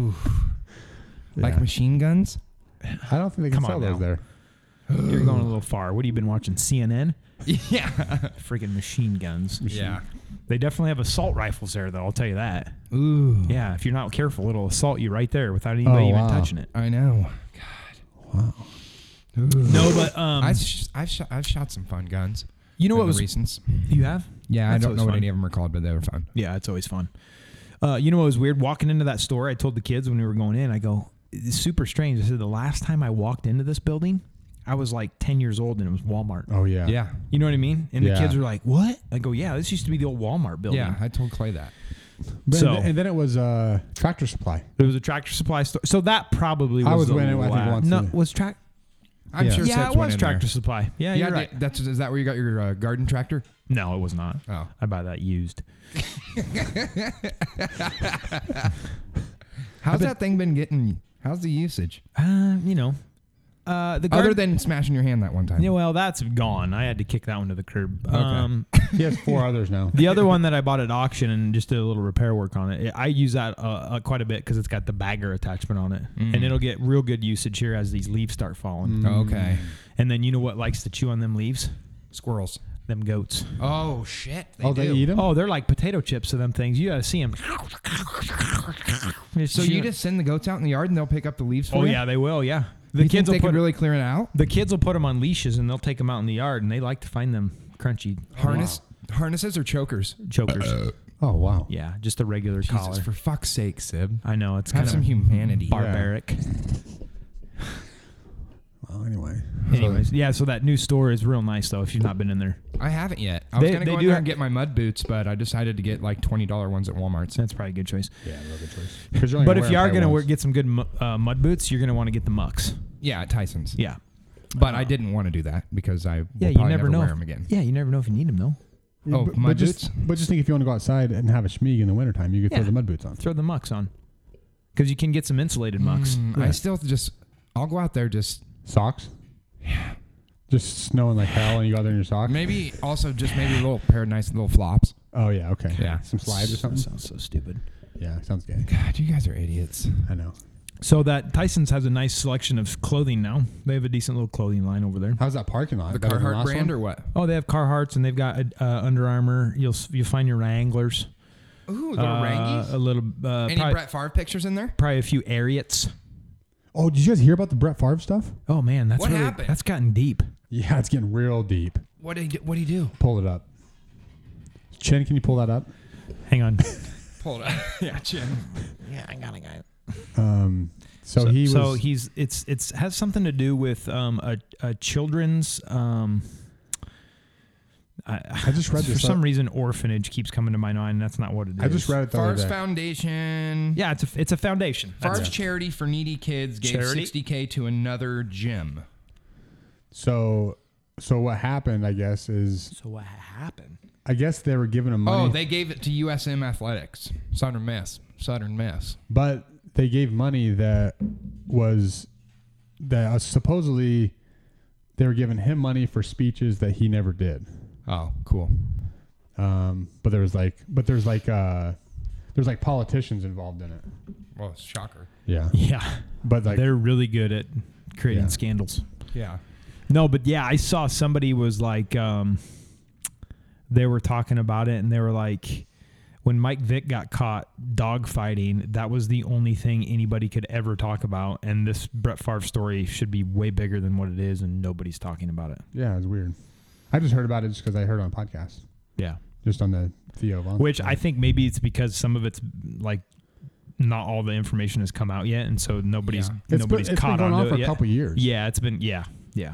[SPEAKER 8] Yeah.
[SPEAKER 7] machine guns.
[SPEAKER 8] I don't think they can
[SPEAKER 9] Come on
[SPEAKER 8] sell
[SPEAKER 9] now.
[SPEAKER 8] those there.
[SPEAKER 9] You're going a little far. What have you been watching? CNN?
[SPEAKER 7] Yeah.
[SPEAKER 9] Freaking machine guns.
[SPEAKER 7] Yeah.
[SPEAKER 9] They definitely have assault rifles there, though. I'll tell you that.
[SPEAKER 7] Ooh.
[SPEAKER 9] Yeah, if you're not careful, it'll assault you right there without anybody
[SPEAKER 8] Oh,
[SPEAKER 9] even
[SPEAKER 8] wow.
[SPEAKER 9] touching it.
[SPEAKER 7] I know.
[SPEAKER 9] No, but um,
[SPEAKER 7] I've sh- I've, shot, I've shot some fun guns.
[SPEAKER 9] you know
[SPEAKER 7] in
[SPEAKER 9] what
[SPEAKER 7] the
[SPEAKER 9] was
[SPEAKER 7] recents?
[SPEAKER 9] you have?
[SPEAKER 7] Yeah, I
[SPEAKER 9] That's
[SPEAKER 7] don't
[SPEAKER 9] always
[SPEAKER 7] know what
[SPEAKER 9] fun.
[SPEAKER 7] any of them are called, but they were fun.
[SPEAKER 9] Yeah, it's always fun. Uh, you know what was weird? Walking into that store, I told the kids when we were going in, I go, it's super strange. I said, the last time I walked into this building, I was like 10 years old and it was Walmart.
[SPEAKER 8] Oh yeah.
[SPEAKER 7] Yeah.
[SPEAKER 9] You know what I mean? And
[SPEAKER 8] Yeah.
[SPEAKER 9] the kids were like, what? I go, yeah, this used to be the old Walmart building.
[SPEAKER 7] Yeah, I told Clay that.
[SPEAKER 8] But
[SPEAKER 9] So-
[SPEAKER 8] and then it was uh, Tractor Supply.
[SPEAKER 9] There was a tractor supply store. So that probably was
[SPEAKER 8] I was
[SPEAKER 9] the
[SPEAKER 8] winning, I think,
[SPEAKER 9] last.
[SPEAKER 8] once
[SPEAKER 9] No,
[SPEAKER 8] in-
[SPEAKER 9] was track.
[SPEAKER 7] I'm
[SPEAKER 8] Yeah.
[SPEAKER 7] sure
[SPEAKER 9] Yeah,
[SPEAKER 7] Seth's
[SPEAKER 9] it
[SPEAKER 7] went
[SPEAKER 9] was
[SPEAKER 7] in there.
[SPEAKER 9] tractor supply. Yeah,
[SPEAKER 7] Yeah,
[SPEAKER 9] you're right.
[SPEAKER 7] th- that's is that where you got your uh, garden tractor?
[SPEAKER 9] No, it was not.
[SPEAKER 7] Oh.
[SPEAKER 9] I buy that used.
[SPEAKER 7] How's that thing been getting? How's the usage?
[SPEAKER 9] Uh, you know, uh,
[SPEAKER 7] Other
[SPEAKER 9] the garden-
[SPEAKER 7] than smashing your hand that one time.
[SPEAKER 9] Yeah, well, that's gone. I had to kick that one to the curb. Um,
[SPEAKER 8] He
[SPEAKER 9] (laughs)
[SPEAKER 8] has four others now.
[SPEAKER 9] The other one that I bought at auction and just did a little repair work on it. I use that uh, uh, quite a bit because it's got the bagger attachment on it,
[SPEAKER 7] Mm.
[SPEAKER 9] and it'll get real good usage here as these leaves start falling.
[SPEAKER 7] Oh, Okay.
[SPEAKER 9] And then you know what likes to chew on them leaves?
[SPEAKER 7] Squirrels.
[SPEAKER 9] Them goats.
[SPEAKER 7] Oh shit. They
[SPEAKER 8] oh,
[SPEAKER 7] do.
[SPEAKER 8] they eat them.
[SPEAKER 9] Oh, they're like potato chips to them things. You gotta see them.
[SPEAKER 7] So you just send the goats out in the yard and they'll pick up the leaves for
[SPEAKER 9] Oh
[SPEAKER 7] you.
[SPEAKER 9] yeah, they will. Yeah.
[SPEAKER 7] The
[SPEAKER 9] The
[SPEAKER 7] you kids think
[SPEAKER 9] kids will
[SPEAKER 7] they
[SPEAKER 9] put
[SPEAKER 7] could really clear it out.
[SPEAKER 9] the kids will put them on leashes and they'll take them out in the yard and they like to find them crunchy
[SPEAKER 7] Harness, harnesses or chokers.
[SPEAKER 9] chokers.
[SPEAKER 8] Oh, wow.
[SPEAKER 9] Yeah, just a regular collar.
[SPEAKER 7] Jesus, for fuck's sake, Sib.
[SPEAKER 9] I know it's kind
[SPEAKER 7] Have
[SPEAKER 9] of
[SPEAKER 7] some humanity.
[SPEAKER 9] barbaric.
[SPEAKER 8] Well, anyway.
[SPEAKER 9] Anyways, yeah, so that new store is real nice though. If you've not been in there,
[SPEAKER 7] I haven't yet. I was
[SPEAKER 9] They-
[SPEAKER 7] gonna
[SPEAKER 9] they
[SPEAKER 7] go in
[SPEAKER 9] do
[SPEAKER 7] there
[SPEAKER 9] ha-
[SPEAKER 7] and get my mud boots, but I decided to get like twenty dollar ones at Walmart.
[SPEAKER 9] That's probably a good choice.
[SPEAKER 8] Yeah, real good choice. 'Cause you're only
[SPEAKER 9] But if
[SPEAKER 8] gonna wear
[SPEAKER 9] you
[SPEAKER 8] them
[SPEAKER 9] are
[SPEAKER 8] probably
[SPEAKER 9] gonna wear,
[SPEAKER 8] once.
[SPEAKER 9] get some good mu- uh, mud boots, you're gonna want to get the mucks.
[SPEAKER 7] Yeah, at Tyson's.
[SPEAKER 9] Yeah.
[SPEAKER 7] but I didn't want to do that because I will
[SPEAKER 9] Yeah, you
[SPEAKER 7] probably
[SPEAKER 9] never, know.
[SPEAKER 7] wear
[SPEAKER 9] if-
[SPEAKER 7] them again.
[SPEAKER 9] Yeah, you never know if you need them though.
[SPEAKER 8] Yeah,
[SPEAKER 7] Oh,
[SPEAKER 8] but,
[SPEAKER 7] mud
[SPEAKER 8] but just,
[SPEAKER 7] boots?
[SPEAKER 8] But just think if you want to go outside and have a schmeeg in the wintertime, you could
[SPEAKER 9] Yeah.
[SPEAKER 8] throw the mud boots on.
[SPEAKER 9] Throw the mucks on, because you can get some insulated mucks.
[SPEAKER 7] Mm, I still just I'll go out there just
[SPEAKER 8] Socks? Just snowing like hell and you go out there in your socks?
[SPEAKER 7] maybe also just maybe a little pair of nice little flops.
[SPEAKER 8] Oh, yeah, okay.
[SPEAKER 7] Yeah.
[SPEAKER 8] Some slides or
[SPEAKER 9] That
[SPEAKER 8] something?
[SPEAKER 9] sounds so stupid.
[SPEAKER 8] Yeah, sounds gay.
[SPEAKER 7] God, you guys are idiots.
[SPEAKER 8] I know.
[SPEAKER 9] So that Tyson's has a nice selection of clothing now. They have a decent little clothing line over there.
[SPEAKER 8] How's that parking lot?
[SPEAKER 7] The
[SPEAKER 8] Better than
[SPEAKER 7] Carhartt
[SPEAKER 8] last
[SPEAKER 7] brand
[SPEAKER 8] one?
[SPEAKER 7] or what?
[SPEAKER 9] Oh, they have Carhartts and they've got uh, Under Armour. You'll s- you'll find your Wranglers,
[SPEAKER 7] Ooh, little
[SPEAKER 9] uh, a
[SPEAKER 7] Rangies.
[SPEAKER 9] little uh,
[SPEAKER 7] Any
[SPEAKER 9] probably,
[SPEAKER 7] Brett Favre pictures in there?
[SPEAKER 9] probably a few Ariats.
[SPEAKER 8] Oh, did you guys hear about the Brett Favre stuff?
[SPEAKER 9] Oh man, that's
[SPEAKER 7] What
[SPEAKER 9] really,
[SPEAKER 7] happened?
[SPEAKER 9] that's gotten deep.
[SPEAKER 8] Yeah, it's getting real deep.
[SPEAKER 7] What did he do? What did he do?
[SPEAKER 8] Pull it up. Chen, can you pull that up?
[SPEAKER 9] Hang on.
[SPEAKER 7] Pulled up. (laughs) yeah, Jim.
[SPEAKER 9] yeah, I got it. Got it.
[SPEAKER 8] Um, (laughs) so,
[SPEAKER 9] So,
[SPEAKER 8] he was.
[SPEAKER 9] so he's it's it's has something to do with um a, a children's um
[SPEAKER 8] I just read
[SPEAKER 9] for
[SPEAKER 8] this.
[SPEAKER 9] some
[SPEAKER 8] up-
[SPEAKER 9] reason orphanage keeps coming to my mind. and That's not what it is.
[SPEAKER 8] I just read it the other
[SPEAKER 7] Favre's
[SPEAKER 8] day.
[SPEAKER 7] Foundation.
[SPEAKER 9] Yeah, it's a it's a foundation. That's
[SPEAKER 7] Favre's
[SPEAKER 9] it.
[SPEAKER 7] charity for needy kids gave
[SPEAKER 9] Charity?
[SPEAKER 7] 60k to another gym.
[SPEAKER 8] So, so what happened? I guess is
[SPEAKER 9] So what happened?
[SPEAKER 8] I guess they were giving him money.
[SPEAKER 7] Oh, they gave it to USM Athletics. Southern Miss. Southern Miss.
[SPEAKER 8] but they gave money that was that was supposedly they were giving him money for speeches that he never did.
[SPEAKER 7] Oh, cool.
[SPEAKER 8] Um, but there was like, but there's like, uh, there's like politicians involved in it.
[SPEAKER 7] Well, it's shocker.
[SPEAKER 8] Yeah,
[SPEAKER 9] Yeah,
[SPEAKER 8] but like,
[SPEAKER 9] they're really good at creating
[SPEAKER 8] Yeah.
[SPEAKER 9] scandals.
[SPEAKER 7] Yeah.
[SPEAKER 9] No, but yeah, I saw somebody was like, um, they were talking about it, and they were like, when Mike Vick got caught dogfighting, that was the only thing anybody could ever talk about, and this Brett Favre story should be way bigger than what it is, and nobody's talking about it.
[SPEAKER 8] yeah, it's weird. I just heard about it just because I heard it on a podcast,
[SPEAKER 9] Yeah,
[SPEAKER 8] just on the Theo. Von
[SPEAKER 9] which I think maybe it's because some of it's like not all the information has come out yet, and so nobody's
[SPEAKER 7] Yeah.
[SPEAKER 8] It's been-
[SPEAKER 9] nobody's
[SPEAKER 8] it's been
[SPEAKER 9] caught
[SPEAKER 8] going
[SPEAKER 9] onto
[SPEAKER 8] on for
[SPEAKER 9] it
[SPEAKER 8] a
[SPEAKER 9] yet.
[SPEAKER 8] couple years.
[SPEAKER 9] Yeah, it's been yeah, yeah.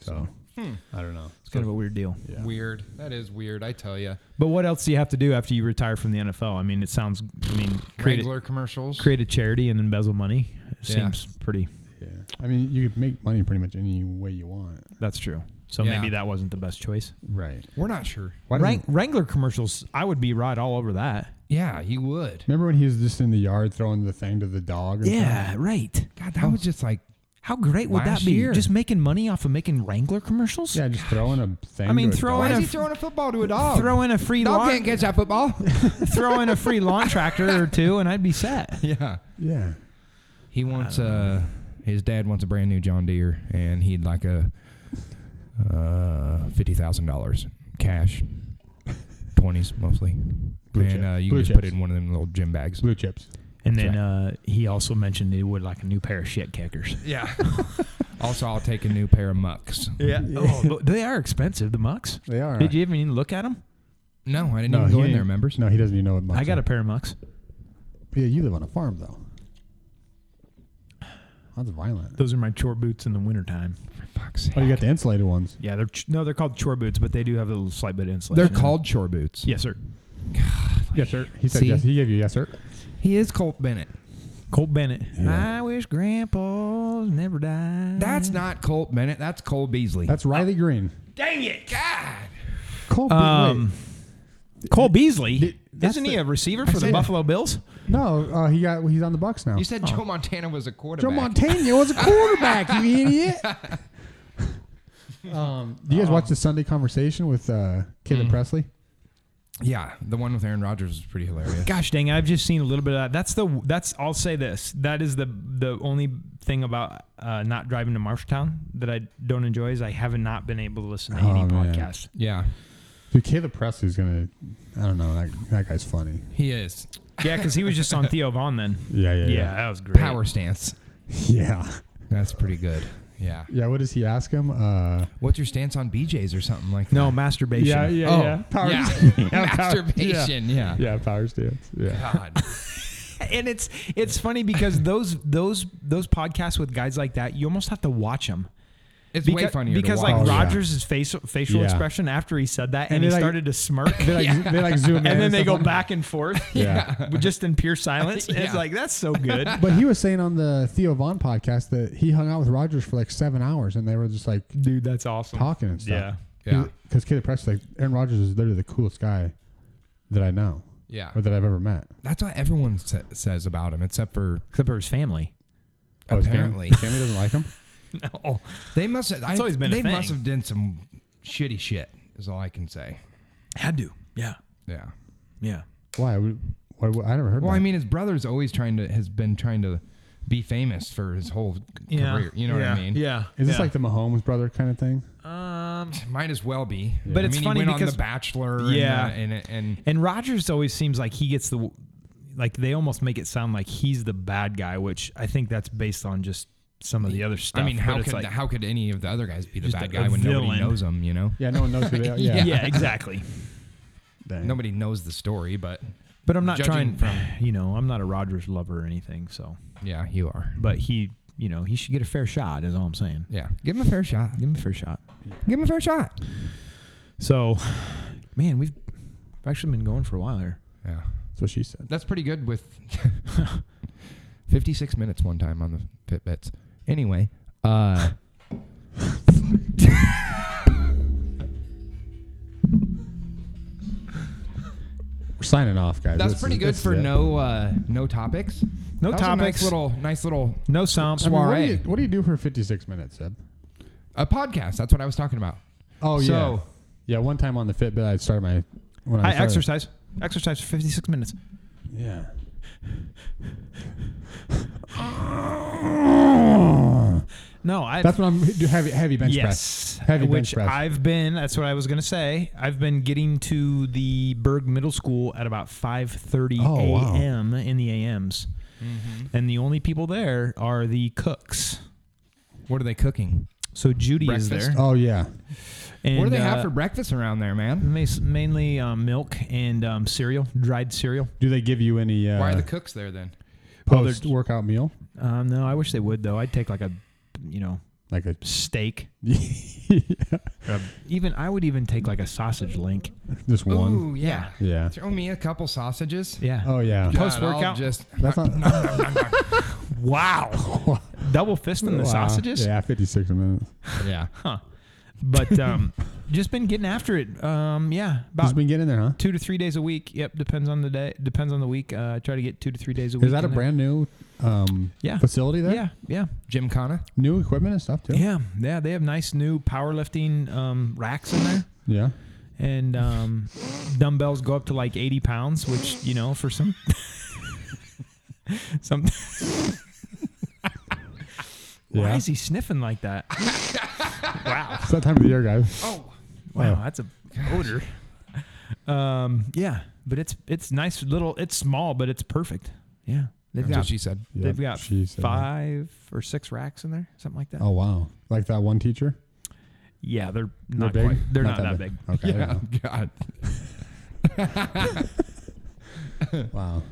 [SPEAKER 8] So I don't know.
[SPEAKER 9] It's kind of a weird deal.
[SPEAKER 8] Yeah.
[SPEAKER 7] Weird. That is weird. I tell you.
[SPEAKER 9] But what else do you have to do after you retire from the NFL? I mean, it sounds. I mean, create a,
[SPEAKER 7] Wrangler commercials.
[SPEAKER 9] create a charity and embezzle money It
[SPEAKER 7] Yeah.
[SPEAKER 9] seems pretty.
[SPEAKER 8] Yeah, I mean, you could make money pretty much any way you want.
[SPEAKER 9] That's true. So
[SPEAKER 7] Yeah. Hmm.
[SPEAKER 9] maybe that wasn't the best choice.
[SPEAKER 8] Right.
[SPEAKER 7] We're not sure.
[SPEAKER 8] Why
[SPEAKER 9] Wrang-
[SPEAKER 8] doesn't-
[SPEAKER 9] Wrangler commercials, I would be right all over that.
[SPEAKER 7] Yeah, you would.
[SPEAKER 8] remember when he was just in the yard throwing the thing to the dog? or something?
[SPEAKER 9] right.
[SPEAKER 7] God, that was just like
[SPEAKER 9] How great would
[SPEAKER 7] Last
[SPEAKER 9] that be?
[SPEAKER 7] year.
[SPEAKER 9] Just making money off of making Wrangler commercials.
[SPEAKER 8] Yeah, just throwing a thing.
[SPEAKER 9] I mean,
[SPEAKER 8] to a
[SPEAKER 9] throw
[SPEAKER 8] dog.
[SPEAKER 9] in a-
[SPEAKER 7] throwing a football to a dog?
[SPEAKER 9] Throw in a free lawn,
[SPEAKER 7] catch that football.
[SPEAKER 9] (laughs) throw in a free lawn tractor or two, and I'd be set.
[SPEAKER 7] (laughs) yeah.
[SPEAKER 8] Yeah.
[SPEAKER 7] He wants uh his dad wants a brand new John Deere and he'd like a uh fifty thousand dollars cash. Twenties mostly.
[SPEAKER 8] Blue
[SPEAKER 7] and
[SPEAKER 8] chip.
[SPEAKER 7] uh, you
[SPEAKER 8] Blue
[SPEAKER 7] can just put it
[SPEAKER 8] chips.
[SPEAKER 7] in one of them little gym bags.
[SPEAKER 8] Blue chips.
[SPEAKER 9] And then uh, he also mentioned he would like a new pair of shit kickers.
[SPEAKER 7] Yeah. also I'll take a new pair of mucks.
[SPEAKER 9] (laughs) Yeah. Oh, but they are expensive. The mucks.
[SPEAKER 8] They are.
[SPEAKER 9] Did you even look at them?
[SPEAKER 7] No, I didn't even go in there, members.
[SPEAKER 8] No, he doesn't even know what.
[SPEAKER 9] I got a pair of mucks.
[SPEAKER 8] Yeah, you live on a farm though. That's violent.
[SPEAKER 9] Those are my chore boots in the wintertime.
[SPEAKER 7] For fuck's sake.
[SPEAKER 8] Oh, you got the insulated ones.
[SPEAKER 9] Yeah, they're ch- no, they're called chore boots, but they do have a little slight bit of insulation.
[SPEAKER 7] They're
[SPEAKER 9] in them.
[SPEAKER 7] called chore boots.
[SPEAKER 9] Yes, sir.
[SPEAKER 8] Yes, sir. He said
[SPEAKER 7] See?
[SPEAKER 8] yes. He gave you yes, sir.
[SPEAKER 7] He is Colt Bennett.
[SPEAKER 9] Colt Bennett. I wish grandpa's never died.
[SPEAKER 7] That's not Colt Bennett. That's Cole Beasley.
[SPEAKER 8] That's Riley Green.
[SPEAKER 7] Dang it, God!
[SPEAKER 8] Cole.
[SPEAKER 9] Um, Cole Beasley.
[SPEAKER 8] that's
[SPEAKER 9] Isn't he
[SPEAKER 8] the-
[SPEAKER 9] a receiver
[SPEAKER 8] I
[SPEAKER 9] for the
[SPEAKER 8] said-
[SPEAKER 9] Buffalo Bills?
[SPEAKER 8] no, uh, he got. He's on the Bucks now.
[SPEAKER 7] You said Joe Montana was a quarterback.
[SPEAKER 8] Joe
[SPEAKER 7] (laughs)
[SPEAKER 8] Montana was a quarterback. you idiot. Um, do you guys watch the Sunday conversation with uh, Caleb Presley?
[SPEAKER 7] Yeah, the one with Aaron Rodgers was pretty hilarious.
[SPEAKER 9] Gosh dang, I've just seen a little bit of that. That's the that's I'll say this. That is the the only thing about uh, not driving to Marshalltown that I don't enjoy is I haven't not been able to listen to any
[SPEAKER 8] Oh, man.
[SPEAKER 9] podcast.
[SPEAKER 7] Yeah,
[SPEAKER 8] Dude, Caleb Presley's gonna. I don't know. That, that guy's funny.
[SPEAKER 7] he is
[SPEAKER 9] Yeah, because he was just on Theo Vaughn then.
[SPEAKER 8] (laughs) Yeah, yeah,
[SPEAKER 9] yeah,
[SPEAKER 8] yeah.
[SPEAKER 9] that was great.
[SPEAKER 7] power stance.
[SPEAKER 8] (laughs) Yeah.
[SPEAKER 7] That's pretty good. Yeah.
[SPEAKER 8] Yeah. What does he ask him? Uh,
[SPEAKER 7] What's your stance on BJ's or something like
[SPEAKER 9] No
[SPEAKER 7] that?
[SPEAKER 9] masturbation.
[SPEAKER 8] yeah,
[SPEAKER 7] Oh, (laughs)
[SPEAKER 8] Power
[SPEAKER 7] yeah. Masturbation. Yeah.
[SPEAKER 8] Yeah, power stance.
[SPEAKER 7] (laughs)
[SPEAKER 8] Yeah.
[SPEAKER 7] God.
[SPEAKER 9] (laughs) and it's it's funny because those those those podcasts with guys like that, you almost have to watch them
[SPEAKER 7] It's
[SPEAKER 9] Because,
[SPEAKER 7] way funnier to
[SPEAKER 9] because
[SPEAKER 7] watch.
[SPEAKER 9] like
[SPEAKER 8] Oh, yeah.
[SPEAKER 9] Rogers' face facial
[SPEAKER 8] Yeah.
[SPEAKER 9] expression after he said that, and,
[SPEAKER 8] And
[SPEAKER 9] he
[SPEAKER 8] they, like-
[SPEAKER 9] started to smirk,
[SPEAKER 8] (laughs) They like, they like zoom
[SPEAKER 9] and
[SPEAKER 8] in.
[SPEAKER 9] then
[SPEAKER 8] and
[SPEAKER 9] they
[SPEAKER 8] stuff
[SPEAKER 9] go
[SPEAKER 8] like-
[SPEAKER 9] back and forth,
[SPEAKER 8] Yeah.
[SPEAKER 9] (laughs) with- just in pure silence. And
[SPEAKER 7] (laughs)
[SPEAKER 9] It's
[SPEAKER 7] Yeah.
[SPEAKER 9] like that's so
[SPEAKER 7] (laughs)
[SPEAKER 9] good.
[SPEAKER 8] But he was saying on the Theo Vaughn podcast that he hung out with Rogers for like seven hours, and they were just like
[SPEAKER 9] Dude, that's awesome.
[SPEAKER 8] talking and
[SPEAKER 9] Yeah.
[SPEAKER 8] stuff.
[SPEAKER 7] Yeah.
[SPEAKER 8] Because Kid Press, like Aaron Rodgers is literally the coolest guy that I know
[SPEAKER 7] yeah.
[SPEAKER 8] or that I've ever met.
[SPEAKER 7] That's what everyone sa- says about him, except for
[SPEAKER 9] Except for
[SPEAKER 7] (laughs)
[SPEAKER 9] his family.
[SPEAKER 8] Oh, his fam-
[SPEAKER 7] apparently.
[SPEAKER 8] Family doesn't like him.
[SPEAKER 9] No.
[SPEAKER 7] They must have. I,
[SPEAKER 9] always been a
[SPEAKER 7] They must
[SPEAKER 9] thing.
[SPEAKER 7] have done some shitty shit. Is all I can say.
[SPEAKER 9] Had to. Yeah.
[SPEAKER 7] Yeah.
[SPEAKER 9] Yeah.
[SPEAKER 8] Why? We- why- why- I never heard.
[SPEAKER 7] Well,
[SPEAKER 8] that.
[SPEAKER 7] I mean, his brother's always trying to has been trying to be famous for his whole
[SPEAKER 9] Yeah.
[SPEAKER 7] career. You know
[SPEAKER 9] yeah.
[SPEAKER 7] what I mean?
[SPEAKER 9] Yeah.
[SPEAKER 8] is this
[SPEAKER 9] Yeah.
[SPEAKER 8] like the Mahomes brother kind of thing?
[SPEAKER 9] um
[SPEAKER 7] Might as well be.
[SPEAKER 9] But
[SPEAKER 7] I
[SPEAKER 9] it's
[SPEAKER 7] mean,
[SPEAKER 9] funny
[SPEAKER 7] he went
[SPEAKER 9] because-
[SPEAKER 7] on The Bachelor.
[SPEAKER 9] Yeah.
[SPEAKER 7] And, uh, and and
[SPEAKER 9] And Rogers always seems like he gets the like they almost make it sound like he's the bad guy, which I think that's based on just some of the other stuff.
[SPEAKER 7] I mean,
[SPEAKER 9] Uh, but
[SPEAKER 7] how
[SPEAKER 9] it's
[SPEAKER 7] could
[SPEAKER 9] like,
[SPEAKER 7] how could any of the other guys be the
[SPEAKER 9] Just
[SPEAKER 7] bad
[SPEAKER 9] a-
[SPEAKER 7] guy
[SPEAKER 9] a
[SPEAKER 7] when
[SPEAKER 9] villain.
[SPEAKER 7] nobody knows him? You know,
[SPEAKER 8] Yeah, no one knows
[SPEAKER 7] (laughs)
[SPEAKER 8] who they are. Yeah,
[SPEAKER 9] (laughs) yeah, exactly.
[SPEAKER 8] Dang.
[SPEAKER 7] nobody knows the story, but
[SPEAKER 9] But I'm not
[SPEAKER 7] Judging
[SPEAKER 9] trying,
[SPEAKER 7] from-
[SPEAKER 9] (sighs) you know, I'm not a Rogers lover or anything. So,
[SPEAKER 7] yeah, you are.
[SPEAKER 9] but he, you know, he should get a fair shot. Is all I'm saying.
[SPEAKER 7] Yeah, give him a fair shot.
[SPEAKER 9] Give him a fair shot.
[SPEAKER 7] Give him a fair shot.
[SPEAKER 9] So, (sighs) man, we've actually been going for a while here.
[SPEAKER 7] Yeah,
[SPEAKER 8] That's what she said.
[SPEAKER 7] that's pretty good. With (laughs) fifty-six minutes one time on the Fitbits. Anyway, uh,
[SPEAKER 8] We're signing off, guys.
[SPEAKER 7] that's
[SPEAKER 8] This
[SPEAKER 7] pretty
[SPEAKER 8] is-
[SPEAKER 7] good
[SPEAKER 8] this is
[SPEAKER 7] for
[SPEAKER 8] it.
[SPEAKER 7] no uh, no topics.
[SPEAKER 9] No
[SPEAKER 7] That was a nice
[SPEAKER 9] topics.
[SPEAKER 7] little nice little
[SPEAKER 9] no sound.
[SPEAKER 8] I mean, what, do you,
[SPEAKER 7] soiree.
[SPEAKER 8] what do you do for 56 minutes, Seb?
[SPEAKER 7] a podcast. That's what I was talking about.
[SPEAKER 8] Oh, yeah.
[SPEAKER 7] So-
[SPEAKER 8] yeah, one time on the Fitbit, I started my. When I,
[SPEAKER 9] I
[SPEAKER 8] started-
[SPEAKER 9] exercise. Exercise for 56 minutes.
[SPEAKER 8] Yeah.
[SPEAKER 9] No, I.
[SPEAKER 8] That's when I'm do heavy, heavy bench
[SPEAKER 9] yes,
[SPEAKER 8] press. Heavy bench
[SPEAKER 9] which
[SPEAKER 8] press.
[SPEAKER 9] I've been. That's what I was gonna say. I've been getting to the Berg Middle School at about 5:30
[SPEAKER 8] Oh, wow.
[SPEAKER 9] a.m. in the a.m.s, and the only people there are the cooks.
[SPEAKER 7] What are they cooking?
[SPEAKER 9] So Judy is
[SPEAKER 7] Breakfast?
[SPEAKER 9] there.
[SPEAKER 8] oh, yeah.
[SPEAKER 9] And,
[SPEAKER 7] what do they have
[SPEAKER 9] uh,
[SPEAKER 7] for breakfast around there, man?
[SPEAKER 9] mas- Mainly um, milk and um, cereal, dried cereal.
[SPEAKER 8] Do they give you any uh,
[SPEAKER 7] Why are the cooks there then?
[SPEAKER 8] post workout meal?
[SPEAKER 9] Um, no, I wish they would though. I'd take like a, you know,
[SPEAKER 8] Like a.
[SPEAKER 9] steak.
[SPEAKER 8] (laughs) yeah.
[SPEAKER 9] Even I would even take like a sausage link.
[SPEAKER 8] Just one.
[SPEAKER 7] Ooh, yeah.
[SPEAKER 8] Yeah.
[SPEAKER 7] Throw me a couple sausages.
[SPEAKER 9] Yeah.
[SPEAKER 8] Oh, yeah.
[SPEAKER 7] God,
[SPEAKER 9] Post-workout?
[SPEAKER 7] I'll Just
[SPEAKER 8] That's not.
[SPEAKER 7] (laughs)
[SPEAKER 9] Wow. Double fisting the
[SPEAKER 8] Wow.
[SPEAKER 9] sausages.
[SPEAKER 8] Yeah, 56 minutes.
[SPEAKER 7] yeah.
[SPEAKER 9] But um, (laughs) just been getting after it. Um, yeah,
[SPEAKER 8] Just
[SPEAKER 9] about
[SPEAKER 8] been getting there, huh?
[SPEAKER 9] two to three days a week. Yep, depends on the day. Depends on the week. Uh, I try to get two to three days a week.
[SPEAKER 8] Is that a
[SPEAKER 9] in there.
[SPEAKER 8] brand new um,
[SPEAKER 9] Yeah.
[SPEAKER 8] facility there?
[SPEAKER 9] Yeah, yeah,
[SPEAKER 7] Jim Connor.
[SPEAKER 8] New equipment and stuff, too?
[SPEAKER 9] yeah, yeah. They have nice new powerlifting um, racks in there.
[SPEAKER 8] Yeah.
[SPEAKER 9] and um, dumbbells go up to like 80 pounds, which you know for some (laughs) some. Why
[SPEAKER 8] Yeah.
[SPEAKER 9] is he sniffing like that?
[SPEAKER 8] It's that time of the year, guys.
[SPEAKER 9] Oh, Wow,
[SPEAKER 8] Yeah.
[SPEAKER 9] that's a odor. (laughs) Um, yeah, but it's it's nice little. It's small, but it's perfect. Yeah, they've
[SPEAKER 7] That's what
[SPEAKER 9] got
[SPEAKER 7] she said.
[SPEAKER 8] Yeah,
[SPEAKER 9] they've got
[SPEAKER 8] she said that.
[SPEAKER 9] five or six racks in there, something like that.
[SPEAKER 8] Oh, wow. Like that one teacher?
[SPEAKER 9] Yeah, they're not
[SPEAKER 8] big?
[SPEAKER 9] quite. They're not, that big.
[SPEAKER 8] Okay.
[SPEAKER 9] (laughs)
[SPEAKER 8] there you
[SPEAKER 7] God.
[SPEAKER 8] go. Wow.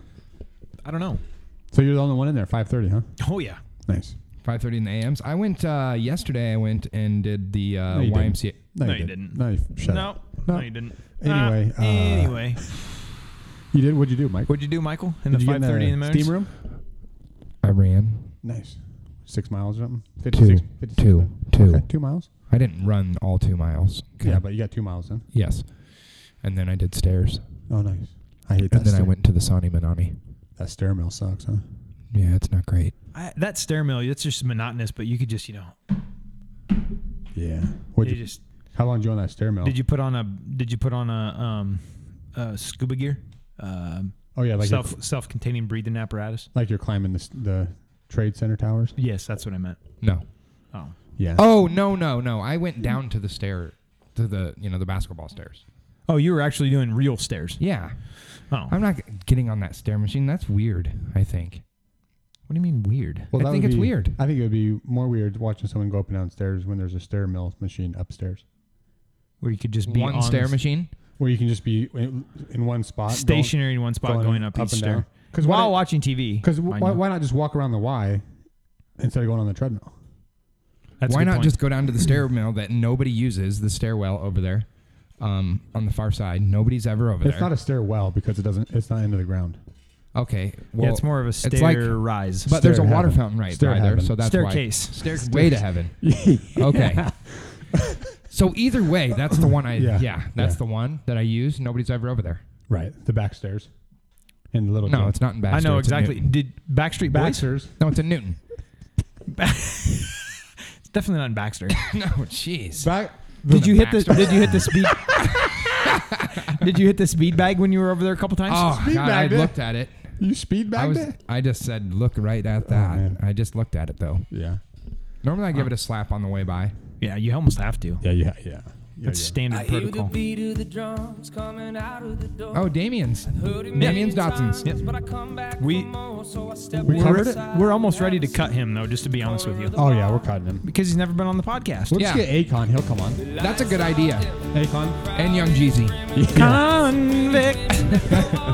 [SPEAKER 9] I don't know.
[SPEAKER 8] So you're the only one in there. Five thirty, huh?
[SPEAKER 9] Oh yeah,
[SPEAKER 8] Nice.
[SPEAKER 7] 5:30 in the AMs. I went uh, yesterday. I went and did the uh,
[SPEAKER 8] No, you didn't.
[SPEAKER 7] YMCA.
[SPEAKER 9] No, you didn't.
[SPEAKER 8] No, you shut
[SPEAKER 9] no,
[SPEAKER 8] up.
[SPEAKER 9] no,
[SPEAKER 8] No.
[SPEAKER 9] you didn't.
[SPEAKER 8] Anyway,
[SPEAKER 9] Ah,
[SPEAKER 8] uh,
[SPEAKER 9] anyway.
[SPEAKER 8] You did. What'd you do, Mike?
[SPEAKER 9] What'd you do, Michael? In
[SPEAKER 8] did
[SPEAKER 9] the
[SPEAKER 8] you
[SPEAKER 9] five thirty in the
[SPEAKER 8] steam
[SPEAKER 9] morning?
[SPEAKER 8] room?
[SPEAKER 7] I ran.
[SPEAKER 8] Nice. Six miles or something.
[SPEAKER 7] Two.
[SPEAKER 8] 56, 56
[SPEAKER 7] Two.
[SPEAKER 8] miles.
[SPEAKER 7] Two.
[SPEAKER 8] Okay, two miles.
[SPEAKER 7] I didn't run all two miles.
[SPEAKER 8] Yeah, but you got two miles in.
[SPEAKER 7] yes. And then I did stairs.
[SPEAKER 8] Oh, nice. I hate that.
[SPEAKER 7] And then I
[SPEAKER 8] stair-
[SPEAKER 7] went to the Sani Manani.
[SPEAKER 8] That stair mill sucks, huh?
[SPEAKER 7] Yeah, it's not great.
[SPEAKER 9] I, that stair mill, it's just monotonous, but you could just, you know, you
[SPEAKER 8] Yeah. What'd you?
[SPEAKER 9] just.
[SPEAKER 8] how long did you on that stair mill?
[SPEAKER 9] Did you put on a? Did you put on a um, uh, scuba gear? Um,
[SPEAKER 8] Oh yeah, like
[SPEAKER 9] self
[SPEAKER 8] you're,
[SPEAKER 9] self-containing breathing apparatus.
[SPEAKER 8] like you're climbing the, s- the trade center towers.
[SPEAKER 9] Yes, that's what I meant.
[SPEAKER 7] No.
[SPEAKER 9] Oh,
[SPEAKER 8] Yeah.
[SPEAKER 7] Oh no no no! I went down to the stair, to the you know the basketball stairs.
[SPEAKER 9] oh, you were actually doing real stairs.
[SPEAKER 7] Yeah,
[SPEAKER 9] Oh,
[SPEAKER 7] I'm not g- getting on that stair machine. That's weird. I think.
[SPEAKER 9] what do you mean weird?
[SPEAKER 8] Well,
[SPEAKER 7] I
[SPEAKER 8] that
[SPEAKER 7] think
[SPEAKER 8] would
[SPEAKER 7] it's
[SPEAKER 8] be-
[SPEAKER 7] weird.
[SPEAKER 8] I think it would be more weird watching someone go up and downstairs when there's a stair mill machine upstairs,
[SPEAKER 9] Where you could just be
[SPEAKER 7] One
[SPEAKER 9] on
[SPEAKER 7] stair
[SPEAKER 9] the
[SPEAKER 7] machine.
[SPEAKER 8] where you can just be in, in one spot. going-
[SPEAKER 9] stationary in one spot,
[SPEAKER 8] going
[SPEAKER 9] going, up,
[SPEAKER 8] up
[SPEAKER 9] each
[SPEAKER 8] and down.
[SPEAKER 9] stair.
[SPEAKER 8] 'Cause
[SPEAKER 9] Because
[SPEAKER 8] what
[SPEAKER 9] while
[SPEAKER 8] I-
[SPEAKER 9] watching TV,
[SPEAKER 8] Because
[SPEAKER 9] I
[SPEAKER 8] why,
[SPEAKER 9] know.
[SPEAKER 8] why not just walk around the Y instead of going on the treadmill?
[SPEAKER 9] That's a
[SPEAKER 7] Why
[SPEAKER 9] good
[SPEAKER 7] not
[SPEAKER 9] point.
[SPEAKER 7] just go down to the stairwell that nobody uses, the stairwell over there um, on the far side? Nobody's ever over
[SPEAKER 8] It's
[SPEAKER 7] there.
[SPEAKER 8] not a stairwell because it doesn't. It's not into the ground.
[SPEAKER 7] okay. Well,
[SPEAKER 9] yeah, it's more of a stair
[SPEAKER 7] like-
[SPEAKER 9] rise.
[SPEAKER 7] But there's a
[SPEAKER 8] Stair
[SPEAKER 7] water
[SPEAKER 8] heaven.
[SPEAKER 7] fountain right
[SPEAKER 8] Stair
[SPEAKER 7] by there,
[SPEAKER 8] heaven.
[SPEAKER 7] so that's
[SPEAKER 9] Staircase.
[SPEAKER 7] Why. Stair way to (laughs) heaven.
[SPEAKER 8] (laughs)
[SPEAKER 7] Okay. so either way, that's the one I yeah,
[SPEAKER 8] Yeah.
[SPEAKER 7] that's
[SPEAKER 8] Yeah.
[SPEAKER 7] the one that I use. Nobody's ever over there.
[SPEAKER 8] Right. The back stairs. And the little.
[SPEAKER 7] No,
[SPEAKER 8] gym.
[SPEAKER 7] it's not in Baxter.
[SPEAKER 9] I know
[SPEAKER 7] it's in
[SPEAKER 9] exactly.
[SPEAKER 7] Newton.
[SPEAKER 9] Did Backstreet
[SPEAKER 8] Back
[SPEAKER 9] Boys?
[SPEAKER 8] stairs.
[SPEAKER 7] No, it's in Newton. (laughs)
[SPEAKER 9] It's definitely not in Baxter.
[SPEAKER 7] No, jeez.
[SPEAKER 8] Back.
[SPEAKER 9] did you hit the
[SPEAKER 7] Baxter.
[SPEAKER 9] Did you hit the speed? (laughs) did you hit the speed bag when you were over there a couple times?
[SPEAKER 7] (laughs) Oh
[SPEAKER 8] Speed
[SPEAKER 7] God, I
[SPEAKER 8] magnet.
[SPEAKER 7] looked at it.
[SPEAKER 8] You speed back
[SPEAKER 7] I was.
[SPEAKER 8] there.
[SPEAKER 7] I just said, look right at that.
[SPEAKER 8] Oh, man.
[SPEAKER 7] I just looked at it though.
[SPEAKER 8] Yeah.
[SPEAKER 7] Normally, I give it a slap on the way by.
[SPEAKER 9] Yeah, you almost have to.
[SPEAKER 8] Yeah. Yeah. Yeah. Yeah,
[SPEAKER 9] That's standard protocol.
[SPEAKER 7] Oh, Damien's. Damien's Dotson's.
[SPEAKER 9] We
[SPEAKER 8] We covered it.
[SPEAKER 9] we're almost ready to cut him though, just to be honest with you,
[SPEAKER 8] Oh yeah, we're cutting him.
[SPEAKER 9] because he's never been on the podcast.
[SPEAKER 8] We'll
[SPEAKER 7] Yeah.
[SPEAKER 8] just get Akon. He'll come on.
[SPEAKER 7] That's a good idea. (laughs)
[SPEAKER 8] Akon.
[SPEAKER 7] And Young Jeezy.
[SPEAKER 9] Convict.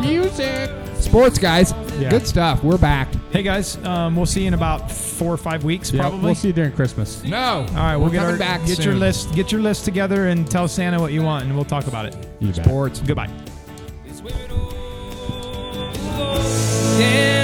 [SPEAKER 7] Music. Sports, guys.
[SPEAKER 8] Yeah.
[SPEAKER 7] Good stuff. We're back.
[SPEAKER 9] Hey guys, um, we'll see you in about four or five weeks
[SPEAKER 8] Yeah.
[SPEAKER 9] probably.
[SPEAKER 8] We'll see you during Christmas.
[SPEAKER 7] No.
[SPEAKER 9] All right, we'll
[SPEAKER 7] we're
[SPEAKER 9] get
[SPEAKER 7] coming
[SPEAKER 9] our,
[SPEAKER 7] back.
[SPEAKER 9] get your
[SPEAKER 7] soon.
[SPEAKER 9] list get your list together and tell Santa what you want, and we'll talk about it.
[SPEAKER 8] You bet.
[SPEAKER 7] Sports.
[SPEAKER 9] Goodbye.
[SPEAKER 4] Yeah.